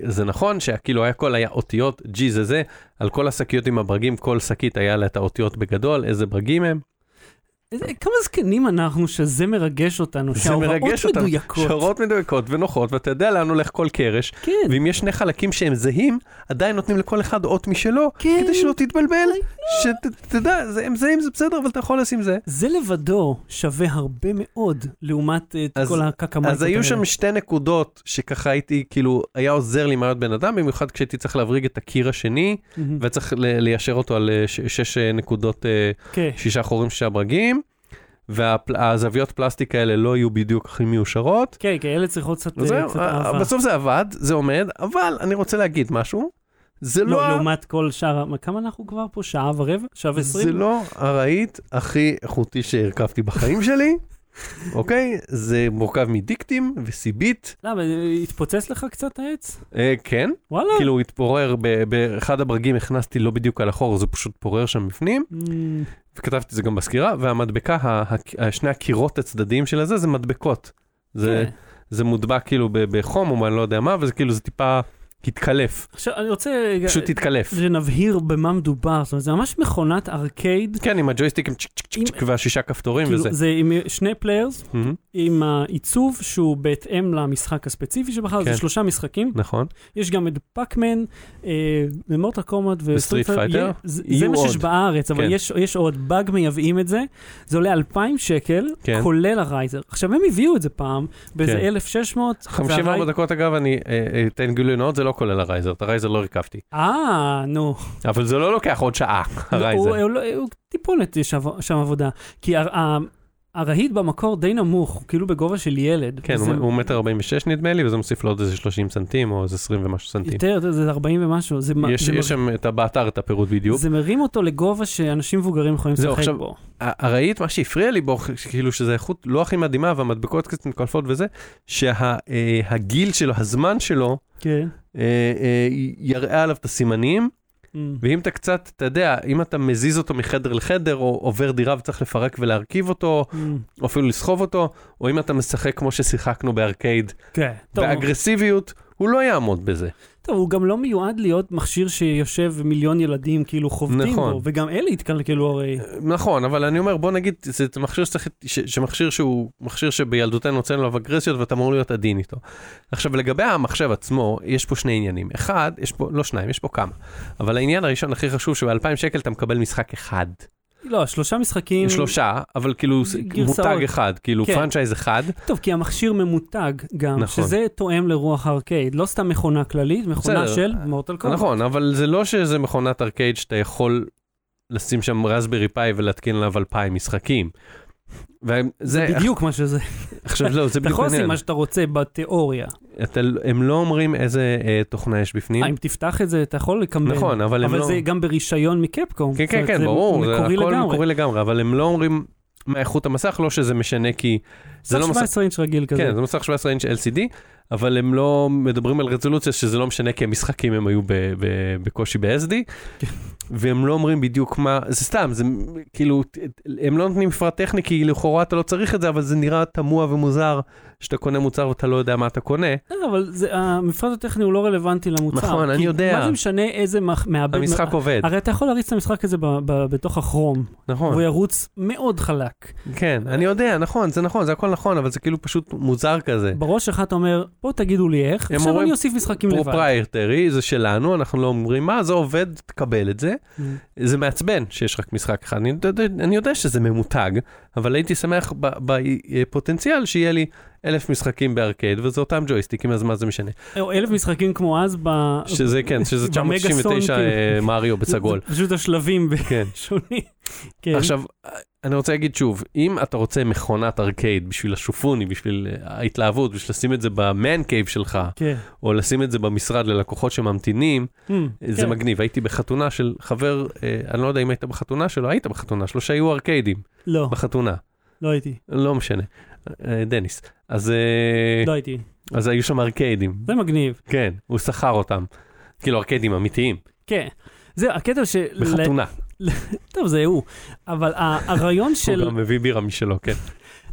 B: שזה נכון שכאילו היה כל היה אותיות, G זה זה, על כל השקיות עם הברגים, כל שקית היה לה את האותיות בגדול, איזה ברגים הם.
A: איזה- כמה זקנים אנחנו שזה מרגש אותנו,
B: זה מרגש אותנו.
A: מדויקות.
B: שההוראות מדויקות ונוחות, ואתה יודע לאן הולך כל קרש,
A: כן,
B: ואם יש שני חלקים שהם זהים, עדיין נותנים לכל אחד אות משלו,
A: כן. לא.
B: כדי שלא תתבלבל, שתדע, הם זהים זה בסדר, אבל אתה יכול לשים זה.
A: זה לבדו שווה הרבה מאוד לעומת אה, את
B: אז-
A: כל הקקמטות
B: אז היו שם שתי נקודות שככה הייתי, כאילו, היה עוזר לי מאוד בן אדם, במיוחד כשהייתי צריך להבריג את הקיר השני,
A: מהמם.
B: וצריך ל- ליישר אותו על אה, ש- שש אה, נקודות, אה,
A: כן,
B: שישה חורים, שישה ברגים, והזוויות פלסטיק האלה לא יהיו בדיוק הכי מיושרות.
A: כן, כן, אלה צריכות קצת
B: אז
A: אה,
B: זהו,
A: קצת
B: אה,
A: אהבה.
B: בסוף זה עבד, זה עומד, אבל אני רוצה להגיד משהו, זה לא...
A: לא,
B: ה-
A: לעומת כל שאר, ה- כמה אנחנו כבר פה? שעה ורבע? שעה ועשרים?
B: זה לא הרהיט הכי איכותי שהרכבתי בחיים
A: (laughs)
B: שלי, אוקיי? זה מורכב מדיקטים וסיבית,
A: למה, אה, התפוצץ לך קצת העץ?
B: אה, כן,
A: וואלה.
B: כאילו הוא התפורר, ב- באחד הברגים הכנסתי לא בדיוק על החור, זה פשוט פורר שם בפנים,
A: אמ,
B: וכתבתי את זה גם בסקירה, והמדבקה, ה- ה- שני הקירות הצדדיים של הזה זה מדבקות. זה,
A: כן.
B: זה מודבק כאילו ב- בחום או מה, אני לא יודע מה, וזה כאילו זה טיפה התקלף,
A: עכשיו, אני רוצה רגע,
B: פשוט התקלף.
A: שנבהיר במה מדובר. זאת אומרת, זה ממש מכונת ארקייד.
B: כן, עם הג'ויסטיקים צ'יק צ'יק צ'יק צ'יק והשישה כפתורים
A: כאילו,
B: וזה.
A: זה עם שני פליירס,
B: מהמם,
A: עם העיצוב שהוא בהתאם למשחק הספציפי שבחר,
B: כן.
A: זה שלושה משחקים.
B: נכון.
A: יש גם את אה, פאקמן, ומורטה קומט
B: וסטריט פייטר.
A: זה
B: יהיו
A: מה שיש
B: עוד.
A: בארץ, אבל
B: כן.
A: יש- יש עוד, באג מייבאים את זה. זה עולה 2,000 שקל,
B: כן.
A: כולל הרייזר. עכשיו, הם הביאו את זה פעם, באיזה
B: כן.
A: 1,600.
B: 54
A: והרי-
B: דקות אגב, אני אה, אה, אתן גילוי נאות, זה לא כולל הרייזר, את הרייזר לא הרכבתי.
A: אה, נו.
B: אבל
A: אה,
B: זה לא לוקח עוד שעה, הרייזר.
A: הוא, הוא, הוא, הוא טיפונת יש שם- שם עבודה. כי ה- ה- הרהיט במקור די נמוך, הוא כאילו בגובה של ילד.
B: כן,
A: וזה
B: הוא- הוא מטר 46 נדמה לי, וזה מוסיף לו עוד איזה 30 סנטים, או איזה 20 ומשהו סנטים.
A: יותר, זה- זה 40 ומשהו. זה, מ-
B: יש
A: זה, לא-
B: יש שם את ה- באתר את הפירוט בדיוק.
A: זה מרים אותו לגובה שאנשים מבוגרים יכולים
B: זהו,
A: לשחק
B: עכשיו-
A: בו.
B: ה- הרהיט, מה שהפריע לי בו, כאילו שזה איכות לא הכי מדהימה, והמדבקות קצת מתקלפות וזה, שהגיל שלו, הזמן שלו,
A: כן.
B: אה, אה, י- יראה עליו את הסימנים,
A: Mm.
B: ואם אתה קצת, אתה יודע, אם אתה מזיז אותו מחדר לחדר, או עובר דירה וצריך לפרק ולהרכיב אותו,
A: Mm.
B: או אפילו לסחוב אותו, או אם אתה משחק כמו ששיחקנו בארקייד,
A: כן. טוב,
B: באגרסיביות, הוא לא יעמוד בזה.
A: טוב, הוא גם לא מיועד להיות מכשיר שיושב ומיליון ילדים כאילו חובטים
B: נכון.
A: בו, וגם אלה התקל כאילו הרי...
B: נכון, אבל אני אומר, בוא נגיד, זה מכשיר שצריך, ש, שמכשיר שהוא מכשיר שבילדותנו הוצאנו עליו אגרסיות ואתה אמור להיות עדין איתו. עכשיו, לגבי המחשב עצמו, יש פה שני עניינים. אחד, יש פה, לא שניים, יש פה כמה. אבל העניין הראשון הכי חשוב, שב-2,000 שקל אתה מקבל משחק אחד.
A: לא, שלושה משחקים...
B: שלושה, אבל כאילו ס-
A: גרסאות.
B: מותג אחד, כאילו
A: כן.
B: פרנצ'ייז אחד.
A: טוב, כי המכשיר ממותג גם,
B: נכון.
A: שזה תואם לרוח הארקייד, לא סתם מכונה כללית, מכונה
B: בסדר.
A: של מורטל קומבט.
B: נכון, אבל זה לא שזה מכונת ארקייד שאתה יכול לשים שם רסברי פאי ולהתקין עליו 2,000 משחקים. וזה,
A: בדיוק מה שזה.
B: עכשיו לא, זה
A: אתה
B: בדיוק
A: יכול לשים
B: העניין.
A: מה שאתה רוצה בתיאוריה.
B: אתה, הם לא אומרים איזה אה, תוכנה יש בפנים.
A: אה, אם תפתח את זה, אתה יכול לקמבן.
B: נכון, אבל הם
A: אבל
B: לא...
A: זה גם ברישיון מקפקום.
B: כן,
A: זאת
B: כן,
A: אומרת,
B: כן, ברור, זה
A: מקורי
B: הכל
A: לגמרי.
B: מקורי לגמרי, אבל הם לא אומרים מה איכות המסך, לא שזה משנה כי... זה לא
A: מסך
B: מסך...
A: 17 אינץ' רגיל כזה.
B: כן, זה מסך 17 אינץ' LCD, אבל הם לא מדברים על רזולוציה שזה לא משנה כי המשחקים הם היו ב- ב- בקושי ב-SD, והם לא אומרים בדיוק מה... זה סתם, זה כאילו... ת- הם לא נותנים מפרט טכני כי לכאורה אתה לא צריך את זה, אבל זה נראה תמוה ומוזר שאתה קונה מוצר ואתה לא יודע מה אתה קונה.
A: אה, אבל זה- המפרט הטכני הוא לא רלוונטי למוצר.
B: נכון, אני
A: כי
B: יודע.
A: מה זה משנה איזה מח- מעבד...
B: המשחק עובד,
A: הרי אתה יכול להריץ את המשחק הזה ב- ב- בתוך הכרום,
B: נכון.
A: הוא ירוץ מאוד חלק.
B: כן, אני יודע, נכון, זה נכון, זה הכל נכון, אבל זה כאילו פשוט מוזר כזה.
A: בראש שלך אתה אומר, בואו תגידו לי איך,
B: הם
A: עכשיו
B: אומרים
A: אני אוסיף משחקים לבד.
B: פרופרייטרי, זה שלנו, אנחנו לא אומרים מה, זה עובד, תקבל את זה. זה מעצבן שיש רק משחק אחד, אני יודע, אני יודע שזה ממותג, אבל הייתי שמח ב- בפוטנציאל שיהיה לי אלף משחקים בארקייד, וזה אותם ג'ויסטיקים, אז מה זה משנה.
A: או אלף משחקים כמו אז ב...
B: שזה
A: (laughs)
B: כן, שזה
A: במגה סון,
B: 999 אה,
A: כאילו.
B: מריו
A: (laughs)
B: בסגול.
A: זה פשוט השלבים
B: כן.
A: בשונים. כן.
B: עכשיו, אני רוצה להגיד שוב, אם אתה רוצה מכונת ארקייד בשביל השופוני, בשביל אה, ההתלהבות, בשביל לשים את זה במן קייב שלך,
A: כן.
B: או לשים את זה במשרד ללקוחות שממתינים, זה
A: כן.
B: מגניב. הייתי בחתונה של חבר, אה, אני לא יודע אם היית בחתונה שלו, היית בחתונה שלו, שהיו ארקיידים
A: לא,
B: בחתונה,
A: לא הייתי.
B: לא משנה, אה, דניס. אז, אה,
A: לא הייתי.
B: אז היו שם ארקיידים,
A: זה מגניב.
B: כן, הוא שכר אותם. כאילו ארקיידים אמיתיים,
A: כן. זהו, הקטע של...
B: בחתונה,
A: טוב, זה הוא. אבל ה- הרעיון של...
B: הוא גם מביא בירה משלו, כן.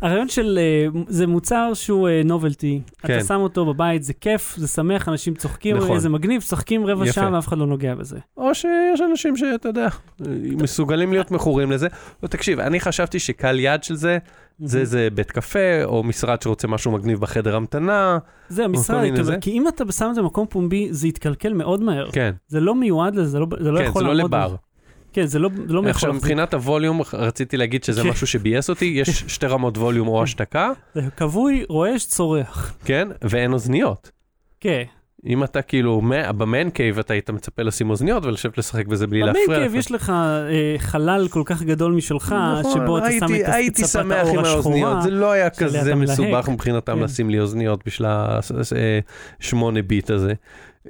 A: הרעיון של... אה, זה מוצר שהוא נובלטי.
B: כן.
A: אתה שם אותו בבית, זה כיף, זה שמח, אנשים צוחקים,
B: נכון.
A: זה מגניב, משחקים רבע
B: יפה.
A: שעה ואף אחד לא נוגע בזה.
B: או שיש אנשים שאתה יודע, מסוגלים להיות מכורים לזה. לא, תקשיב, אני חשבתי שקהל יעד של זה, זה זה בית קפה, או משרד שרוצה משהו מגניב בחדר המתנה,
A: זה
B: או כל
A: המשרד,
B: מיני
A: אתה-
B: זה.
A: כי אם אתה שם את זה במקום פומבי, זה יתקלקל מאוד מהר.
B: כן,
A: זה לא מיועד לזה, זה לא זה לא
B: כן,
A: יכול
B: זה לא
A: לעמוד.
B: לבר.
A: בזה. כן, זה לא זה לא יכול
B: עכשיו,
A: להחזיק.
B: נכון, מבחינת הווליום, רציתי להגיד שזה
A: כן.
B: משהו שביאס אותי,
A: (laughs)
B: יש שתי רמות ווליום או השתקה,
A: זה כבוי, רועש, צורח.
B: כן, ואין אוזניות.
A: כן.
B: אם אתה כאילו, מה- במן קייב אתה היית מצפה לשים אוזניות ולשבת לשחק בזה בלי להפריע.
A: במייקב
B: לך.
A: יש לך אה, חלל כל כך גדול משלך,
B: נכון,
A: שבו אתה שם
B: הייתי-
A: את
B: הייתי
A: הצפת
B: שמח עם
A: האור השחורה.
B: האוזניות, זה לא היה
A: שעליה
B: כזה
A: אתה מלהק.
B: מסובך מבחינתם
A: כן.
B: לשים לי אוזניות בשביל השמונה ביט הזה.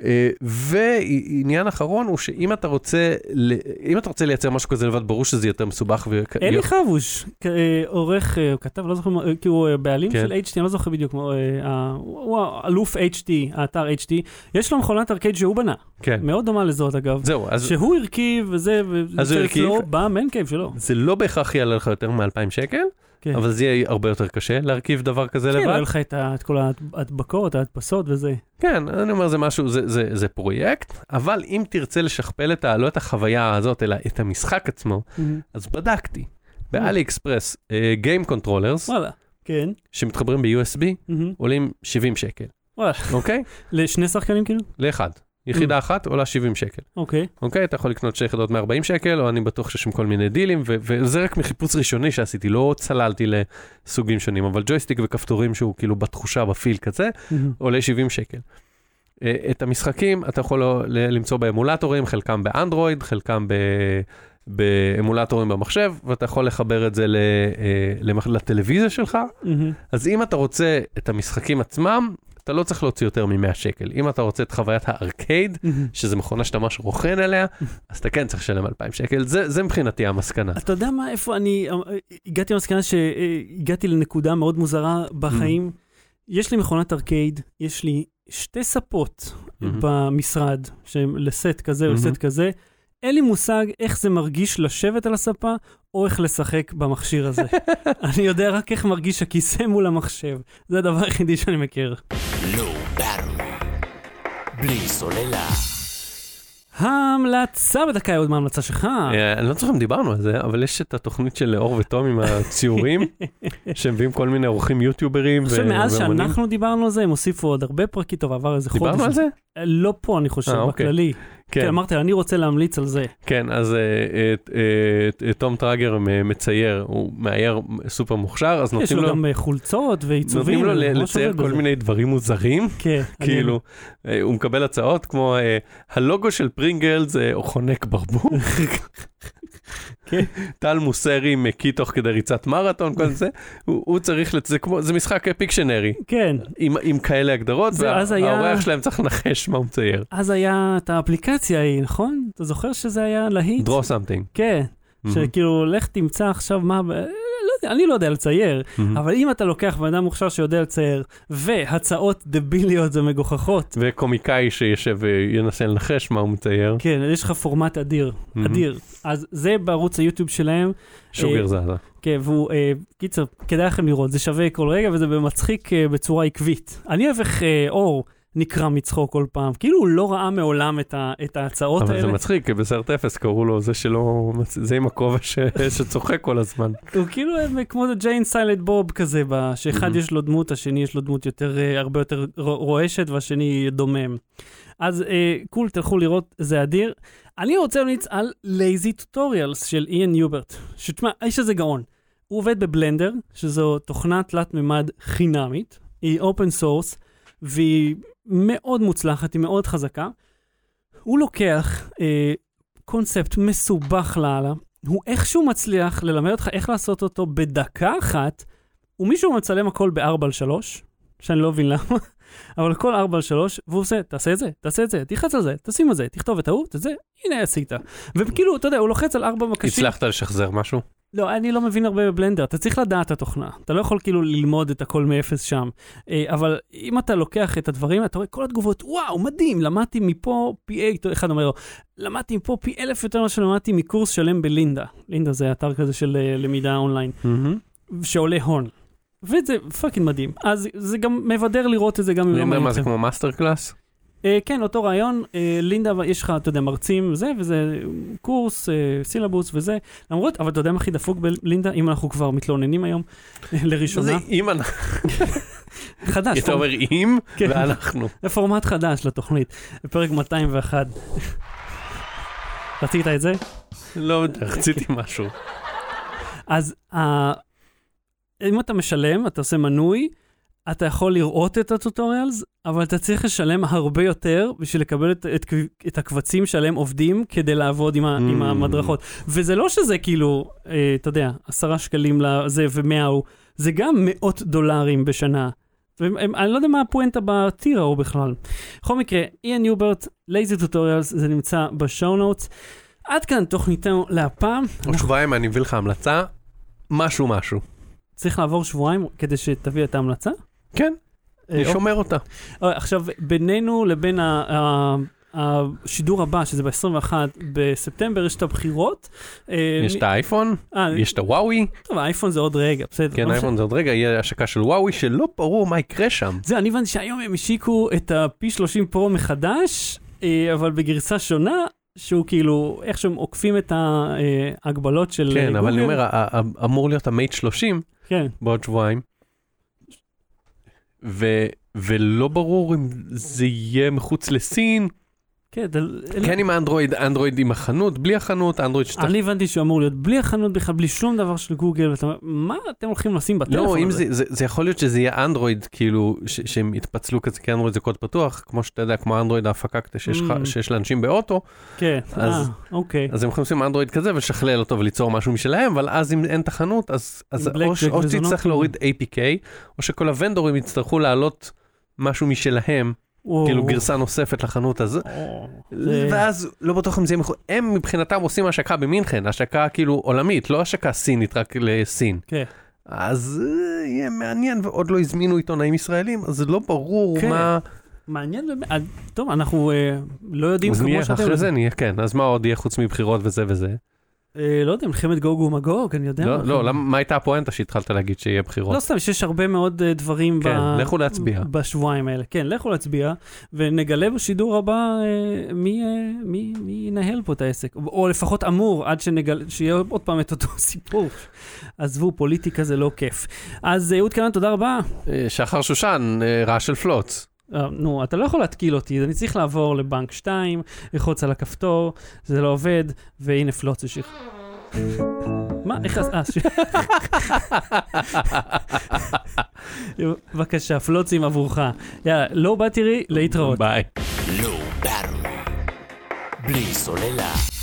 B: אה, ועניין אחרון הוא שאם אתה רוצה, ל- אם אתה רוצה לייצר משהו כזה לבד, ברור שזה יותר מסובך. וכ-
A: אלי חבוש, כ- אה, עורך, אה, הוא כתב, לא זוכר, מה, אה, כי הוא אה, בעלים
B: כן.
A: של HT, אני לא זוכר בדיוק, מה, אה, ה- הוא הוא אלוף HT, האתר HT, יש לו מכונת ארקייד שהוא בנה,
B: כן.
A: מאוד דומה לזאת אגב,
B: זהו, אז
A: שהוא הרכיב וזה, לא
B: אז הוא הרכיב?
A: במן קייב שלו.
B: זה לא בהכרח יעלה לך יותר מ-2,000 שקל,
A: כן.
B: אבל זה יהיה הרבה יותר קשה להרכיב דבר כזה
A: כן, היה
B: לבד.
A: לך את ה- את כל ההדבקות, ההדפסות וזה.
B: כן, אני אומר, זה משהו, זה, זה, זה פרויקט, אבל אם תרצה לשכפל את ה... לא את החוויה הזאת, אלא את המשחק עצמו, אז בדקתי. באלי אקספרס, גיים קונטרולרס,
A: וואלה, כן.
B: שמתחברים ב-USB,
A: מהמם.
B: עולים 70 שקל,
A: וואלה, Mm.
B: אוקיי?
A: לשני שחקנים כאילו?
B: לאחד. יחידה אחת עולה 70 שקל,
A: אוקיי.
B: אוקיי? אתה יכול לקנות שתי יחידות מ-40 שקל, או אני בטוח שיש שם כל מיני דילים, ו- וזה רק מחיפוש ראשוני שעשיתי, לא צללתי לסוגים שונים, אבל ג'ויסטיק וכפתורים שהוא כאילו בתחושה, בפיל כזה,
A: מהמם.
B: עולה 70 שקל. אה, את המשחקים אתה יכול ל- למצוא באמולטורים, חלקם באנדרואיד, חלקם ב... באמולטורים במחשב, ואתה יכול לחבר את זה ל, אה, למח- לטלוויזיה שלך.
A: מהמם.
B: אז אם אתה רוצה את המשחקים עצמם, אתה לא צריך להוציא יותר מ-100 שקל. אם אתה רוצה את חוויית הארקייד,
A: מהמם.
B: שזה מכונה שאתה ממש רוכן עליה, אז אתה כן צריך לשלם 2,000 שקל. זה, זה מבחינתי המסקנה.
A: אתה יודע מה, איפה אני, אה, הגעתי למסקנה שהגעתי לנקודה מאוד מוזרה בחיים. יש לי מכונת ארקייד, יש לי שתי ספות
B: מהמם.
A: במשרד, שהן לסט כזה או
B: מהמם.
A: לסט כזה. אין לי מושג איך זה מרגיש לשבת על הספה, או איך לשחק במכשיר הזה. אני יודע רק איך מרגיש הכיסא מול המחשב. זה הדבר היחידי שאני מכיר.
D: Low Battery, לא בלי סוללה.
A: ההמלצה בדקה, עוד מההמלצה שלך.
B: אה, אני לא זוכר אם דיברנו על זה, אבל יש את התוכנית של אור ותום עם
A: (laughs)
B: הציורים, שמביאים כל מיני עורכים יוטיוברים.
A: אני חושב,
B: ו-
A: מאז
B: ואמנים.
A: שאנחנו דיברנו על זה, הם הוסיפו עוד הרבה פרקים, טוב, עבר איזה חודש.
B: דיברנו על זה?
A: אה, לא פה, אני חושב,
B: אה, אוקיי.
A: בכללי. כן,
B: כן,
A: אמרת, אני רוצה להמליץ על זה.
B: כן, אז אה, אה, אה, אה, תום טראגר מ- מצייר, הוא מאייר סופר מוכשר, אז
A: יש
B: נותנים
A: לו
B: לו...
A: גם אה, חולצות ועיצובים.
B: נותנים לו
A: אני
B: ל-
A: ממש
B: לצייר
A: עובד
B: כל
A: בזה.
B: מיני דברים מוזרים,
A: כן. אני-
B: כאילו, אה, הוא מקבל הצעות כמו אה, הלוגו של פרינגלס אה, הוא חונק ברבור,
A: כן.
B: טל מוסרי מקיא תוך כדי ריצת מרתון, כל זה, הוא הוא צריך, לצ- זה כמו- זה משחק אה, פיקשנרי,
A: כן.
B: עם, עם כאלה הגדרות,
A: זה אז היה-
B: והאורח שלהם צריך לנחש מה הוא מצייר.
A: אז היה את האפליקציה ההיא, נכון? אתה זוכר שזה היה להיט?
B: draw something.
A: כן. שכאילו, לך תמצא עכשיו מה... אה, לא יודע, אני לא יודע לצייר,
B: מהמם.
A: אבל אם אתה לוקח בן אדם מוכשר שיודע לצייר, והצעות דביליות ומגוחכות,
B: וקומיקאי שיושב וינסה לנחש מה הוא מצייר,
A: כן, יש לך פורמט אדיר,
B: מהמם.
A: אדיר. אז זה בערוץ היוטיוב שלהם,
B: שוגר
A: אה,
B: זאזה.
A: כן, והוא, אה, קיצר, כדאי לכם לראות, זה שווה כל רגע, וזה מצחיק אה, בצורה עקבית. אני אוהב איך אה, אור נקרע מצחוק כל פעם, כאילו הוא לא ראה מעולם את, ה, את ההצעות
B: אבל
A: האלה.
B: זה מצחיק, כי בסרט אפס קראו לו זה שלא, מצ- זה עם הכובע ש- (laughs) שצוחק כל הזמן.
A: הוא כאילו אה, כמו ג'יין סיילד בוב כזה, ב- שאחד
B: Mhm.
A: יש לו דמות, השני יש לו דמות יותר, אה, הרבה יותר ר- רועשת, והשני דומם. אז אה, קול, תלכו לראות, זה אדיר. אני רוצה להמליץ על לייזי טוטוריאלס של איאן יוברט. שתשמע, האיש הזה גאון. הוא עובד בבלנדר, שזו תוכנה תלת-ממד חינמית, היא אופן סורס, והיא מאוד מוצלחת, היא מאוד חזקה. הוא לוקח אה, קונספט מסובך לאללה, הוא איכשהו מצליח ללמד אותך איך לעשות אותו בדקה אחת, ומישהו מצלם הכל ב-4 על 3, שאני לא מבין למה, (laughs) אבל הכל 4 על 3, והוא עושה, תעשה את זה, תעשה את זה, תלחץ על זה, תשים את זה, תכתוב את ההוא, את זה, הנה עשית. וכאילו, אתה יודע, הוא לוחץ על 4 מקשים.
B: הצלחת לשחזר משהו?
A: לא, אני לא מבין הרבה בבלנדר, אתה צריך לדעת את התוכנה, אתה לא יכול כאילו ללמוד את הכל מאפס שם. אה, אבל אם אתה לוקח את הדברים, אתה רואה כל התגובות, וואו, מדהים, למדתי מפה פי אי, אחד אומר לו, למדתי מפה פי אלף יותר ממה שלמדתי מקורס שלם בלינדה. לינדה זה אתר כזה של אה, למידה אונליין, שעולה הון. וזה פאקינג מדהים. אז זה גם מבדר לראות את זה גם אם
B: אני
A: לא
B: אומר
A: מעניין
B: מה
A: אתכם.
B: זה כמו מאסטר קלאס?
A: אה, כן, אותו רעיון, אה, לינדה, אבל יש לך, אתה יודע, מרצים, זה, וזה קורס, אה, סילבוס וזה. למרות, אבל אתה יודע מה הכי דפוק בלינדה, אם אנחנו כבר מתלוננים היום, (laughs) אה, לראשונה,
B: אם אנחנו,
A: חדש,
B: אתה אומר אם,
A: אה, כן.
B: ואנחנו.
A: פור- פורמט חדש לתוכנית, פרק 201. רצית את זה?
B: לא יודע, רציתי
A: כן.
B: משהו.
A: אז ה- אם אתה משלם, אתה עושה מנוי, אתה יכול לראות את הטוטוריאלס, אבל אתה צריך לשלם הרבה יותר בשביל לקבל את, את, את הקבצים שעליהם עובדים כדי לעבוד עם, ה, mm. עם
B: Mm.
A: המדרכות. וזה לא שזה כאילו, אה, אתה יודע, עשרה שקלים לזה ומאה הוא, זה גם מאות דולרים בשנה. והם- הם- אני לא יודע מה הפואנטה בטירה הוא בכלל. בכל מקרה, איאן יוברט, לייזי טוטוריאלס, זה נמצא בשואו נוטס. עד כאן תוכניתנו להפעם.
B: עוד שבועיים אני אביא לך המלצה, משהו משהו.
A: צריך לעבור שבועיים כדי שתביא את ההמלצה?
B: כן,
A: אה,
B: אני שומר אותה.
A: אוקיי. אה, עכשיו, בינינו לבין ה- ה- השידור הבא, שזה ב-21 בספטמבר, יש את הבחירות. אה,
B: יש
A: מי-
B: את האייפון,
A: אה,
B: יש את הוואוי,
A: טוב, האייפון זה עוד רגע, בסדר.
B: כן,
A: לא משנה.
B: האייפון זה עוד רגע, יהיה השקה של וואוי, שלא ברור מה יקרה שם.
A: זהו, אני הבנתי שהיום הם השיקו את ה-P 30 פרו מחדש, אה, אבל בגרסה שונה, שהוא כאילו, איך שהם עוקפים את ההגבלות של אה,
B: כן, אבל אני
A: גוגל.
B: אומר, ה- ה- ה- אמור להיות המייט 30
A: כן.
B: בעוד שבועיים, ו- ולא ברור אם זה יהיה מחוץ לסין,
A: כן, דל- אלה-
B: כן עם האנדרואיד, אנדרואיד עם החנות, בלי החנות, אנדרואיד שאתה...
A: אני הבנתי שהוא אמור להיות בלי החנות בכלל, בלי שום דבר של גוגל, ואתה אומר, מה אתם הולכים לשים בטלפון
B: לא, אם
A: הזה?
B: זה, זה, זה יכול להיות שזה יהיה אנדרואיד, כאילו, ש, שהם יתפצלו כזה, כי אנדרואיד זה קוד פתוח, כמו שאתה יודע, כמו אנדרואיד ההפקה כזה שיש,
A: Mm.
B: mm. שיש לאנשים באוטו,
A: כן, אה,
B: אז-
A: אוקיי.
B: אז הם יכולים לשים אנדרואיד כזה ולשכלל אותו וליצור משהו משלהם, אבל אז אם אין את החנות, אז, אז
A: בלק
B: או, ש-
A: ג'ק
B: או
A: וזונות.
B: שתצטרך להוריד APK, או שכל הוונדורים יצטרכו להעלות משהו משלהם,
A: וואו.
B: כאילו גרסה נוספת לחנות הזאת.
A: וואו. זה-
B: ואז לא בטוח אם זה יהיה מחו... הם מבחינתם עושים השקה במינכן, השקה כאילו עולמית, לא השקה סינית רק לסין.
A: כן.
B: אז אה, יהיה מעניין, ועוד לא הזמינו עיתונאים ישראלים, אז לא ברור
A: כן.
B: מה...
A: מעניין, באמת. אה, טוב, אנחנו אה, לא יודעים
B: אז נהיה,
A: כמו שאתם...
B: אחרי זה נהיה, כן, אז מה עוד יהיה חוץ מבחירות וזה וזה?
A: אה, לא יודע, מלחמת גוג ומגוג, אני יודע.
B: לא,
A: מה.
B: לא, למה- מה הייתה הפואנטה שהתחלת להגיד שיהיה בחירות?
A: לא סתם, שיש הרבה מאוד אה, דברים
B: כן,
A: ב-
B: לכו להצביע.
A: בשבועיים האלה. כן, לכו להצביע, ונגלה בשידור הבא אה, מי, אה, מי, מי ינהל פה את העסק. או- או לפחות אמור, עד שנגלה, שיהיה עוד פעם את אותו (laughs) סיפור. עזבו, פוליטיקה זה לא כיף. אז אה, אהוד קנן, תודה רבה.
B: אה, שחר שושן, אה, רעש של פלוץ.
A: אה, נו, אתה לא יכול להתקיל אותי, אני צריך לעבור לבנק 2, ללחוץ על הכפתור, זה לא עובד, והנה פלוץ השיך. מה, איך אז... אה, ש- (laughs) בבקשה, פלוצים עבורך. יאללה, לא באתי לי, להתראות.
B: ביי.
D: Low Battery. בלי סוללה.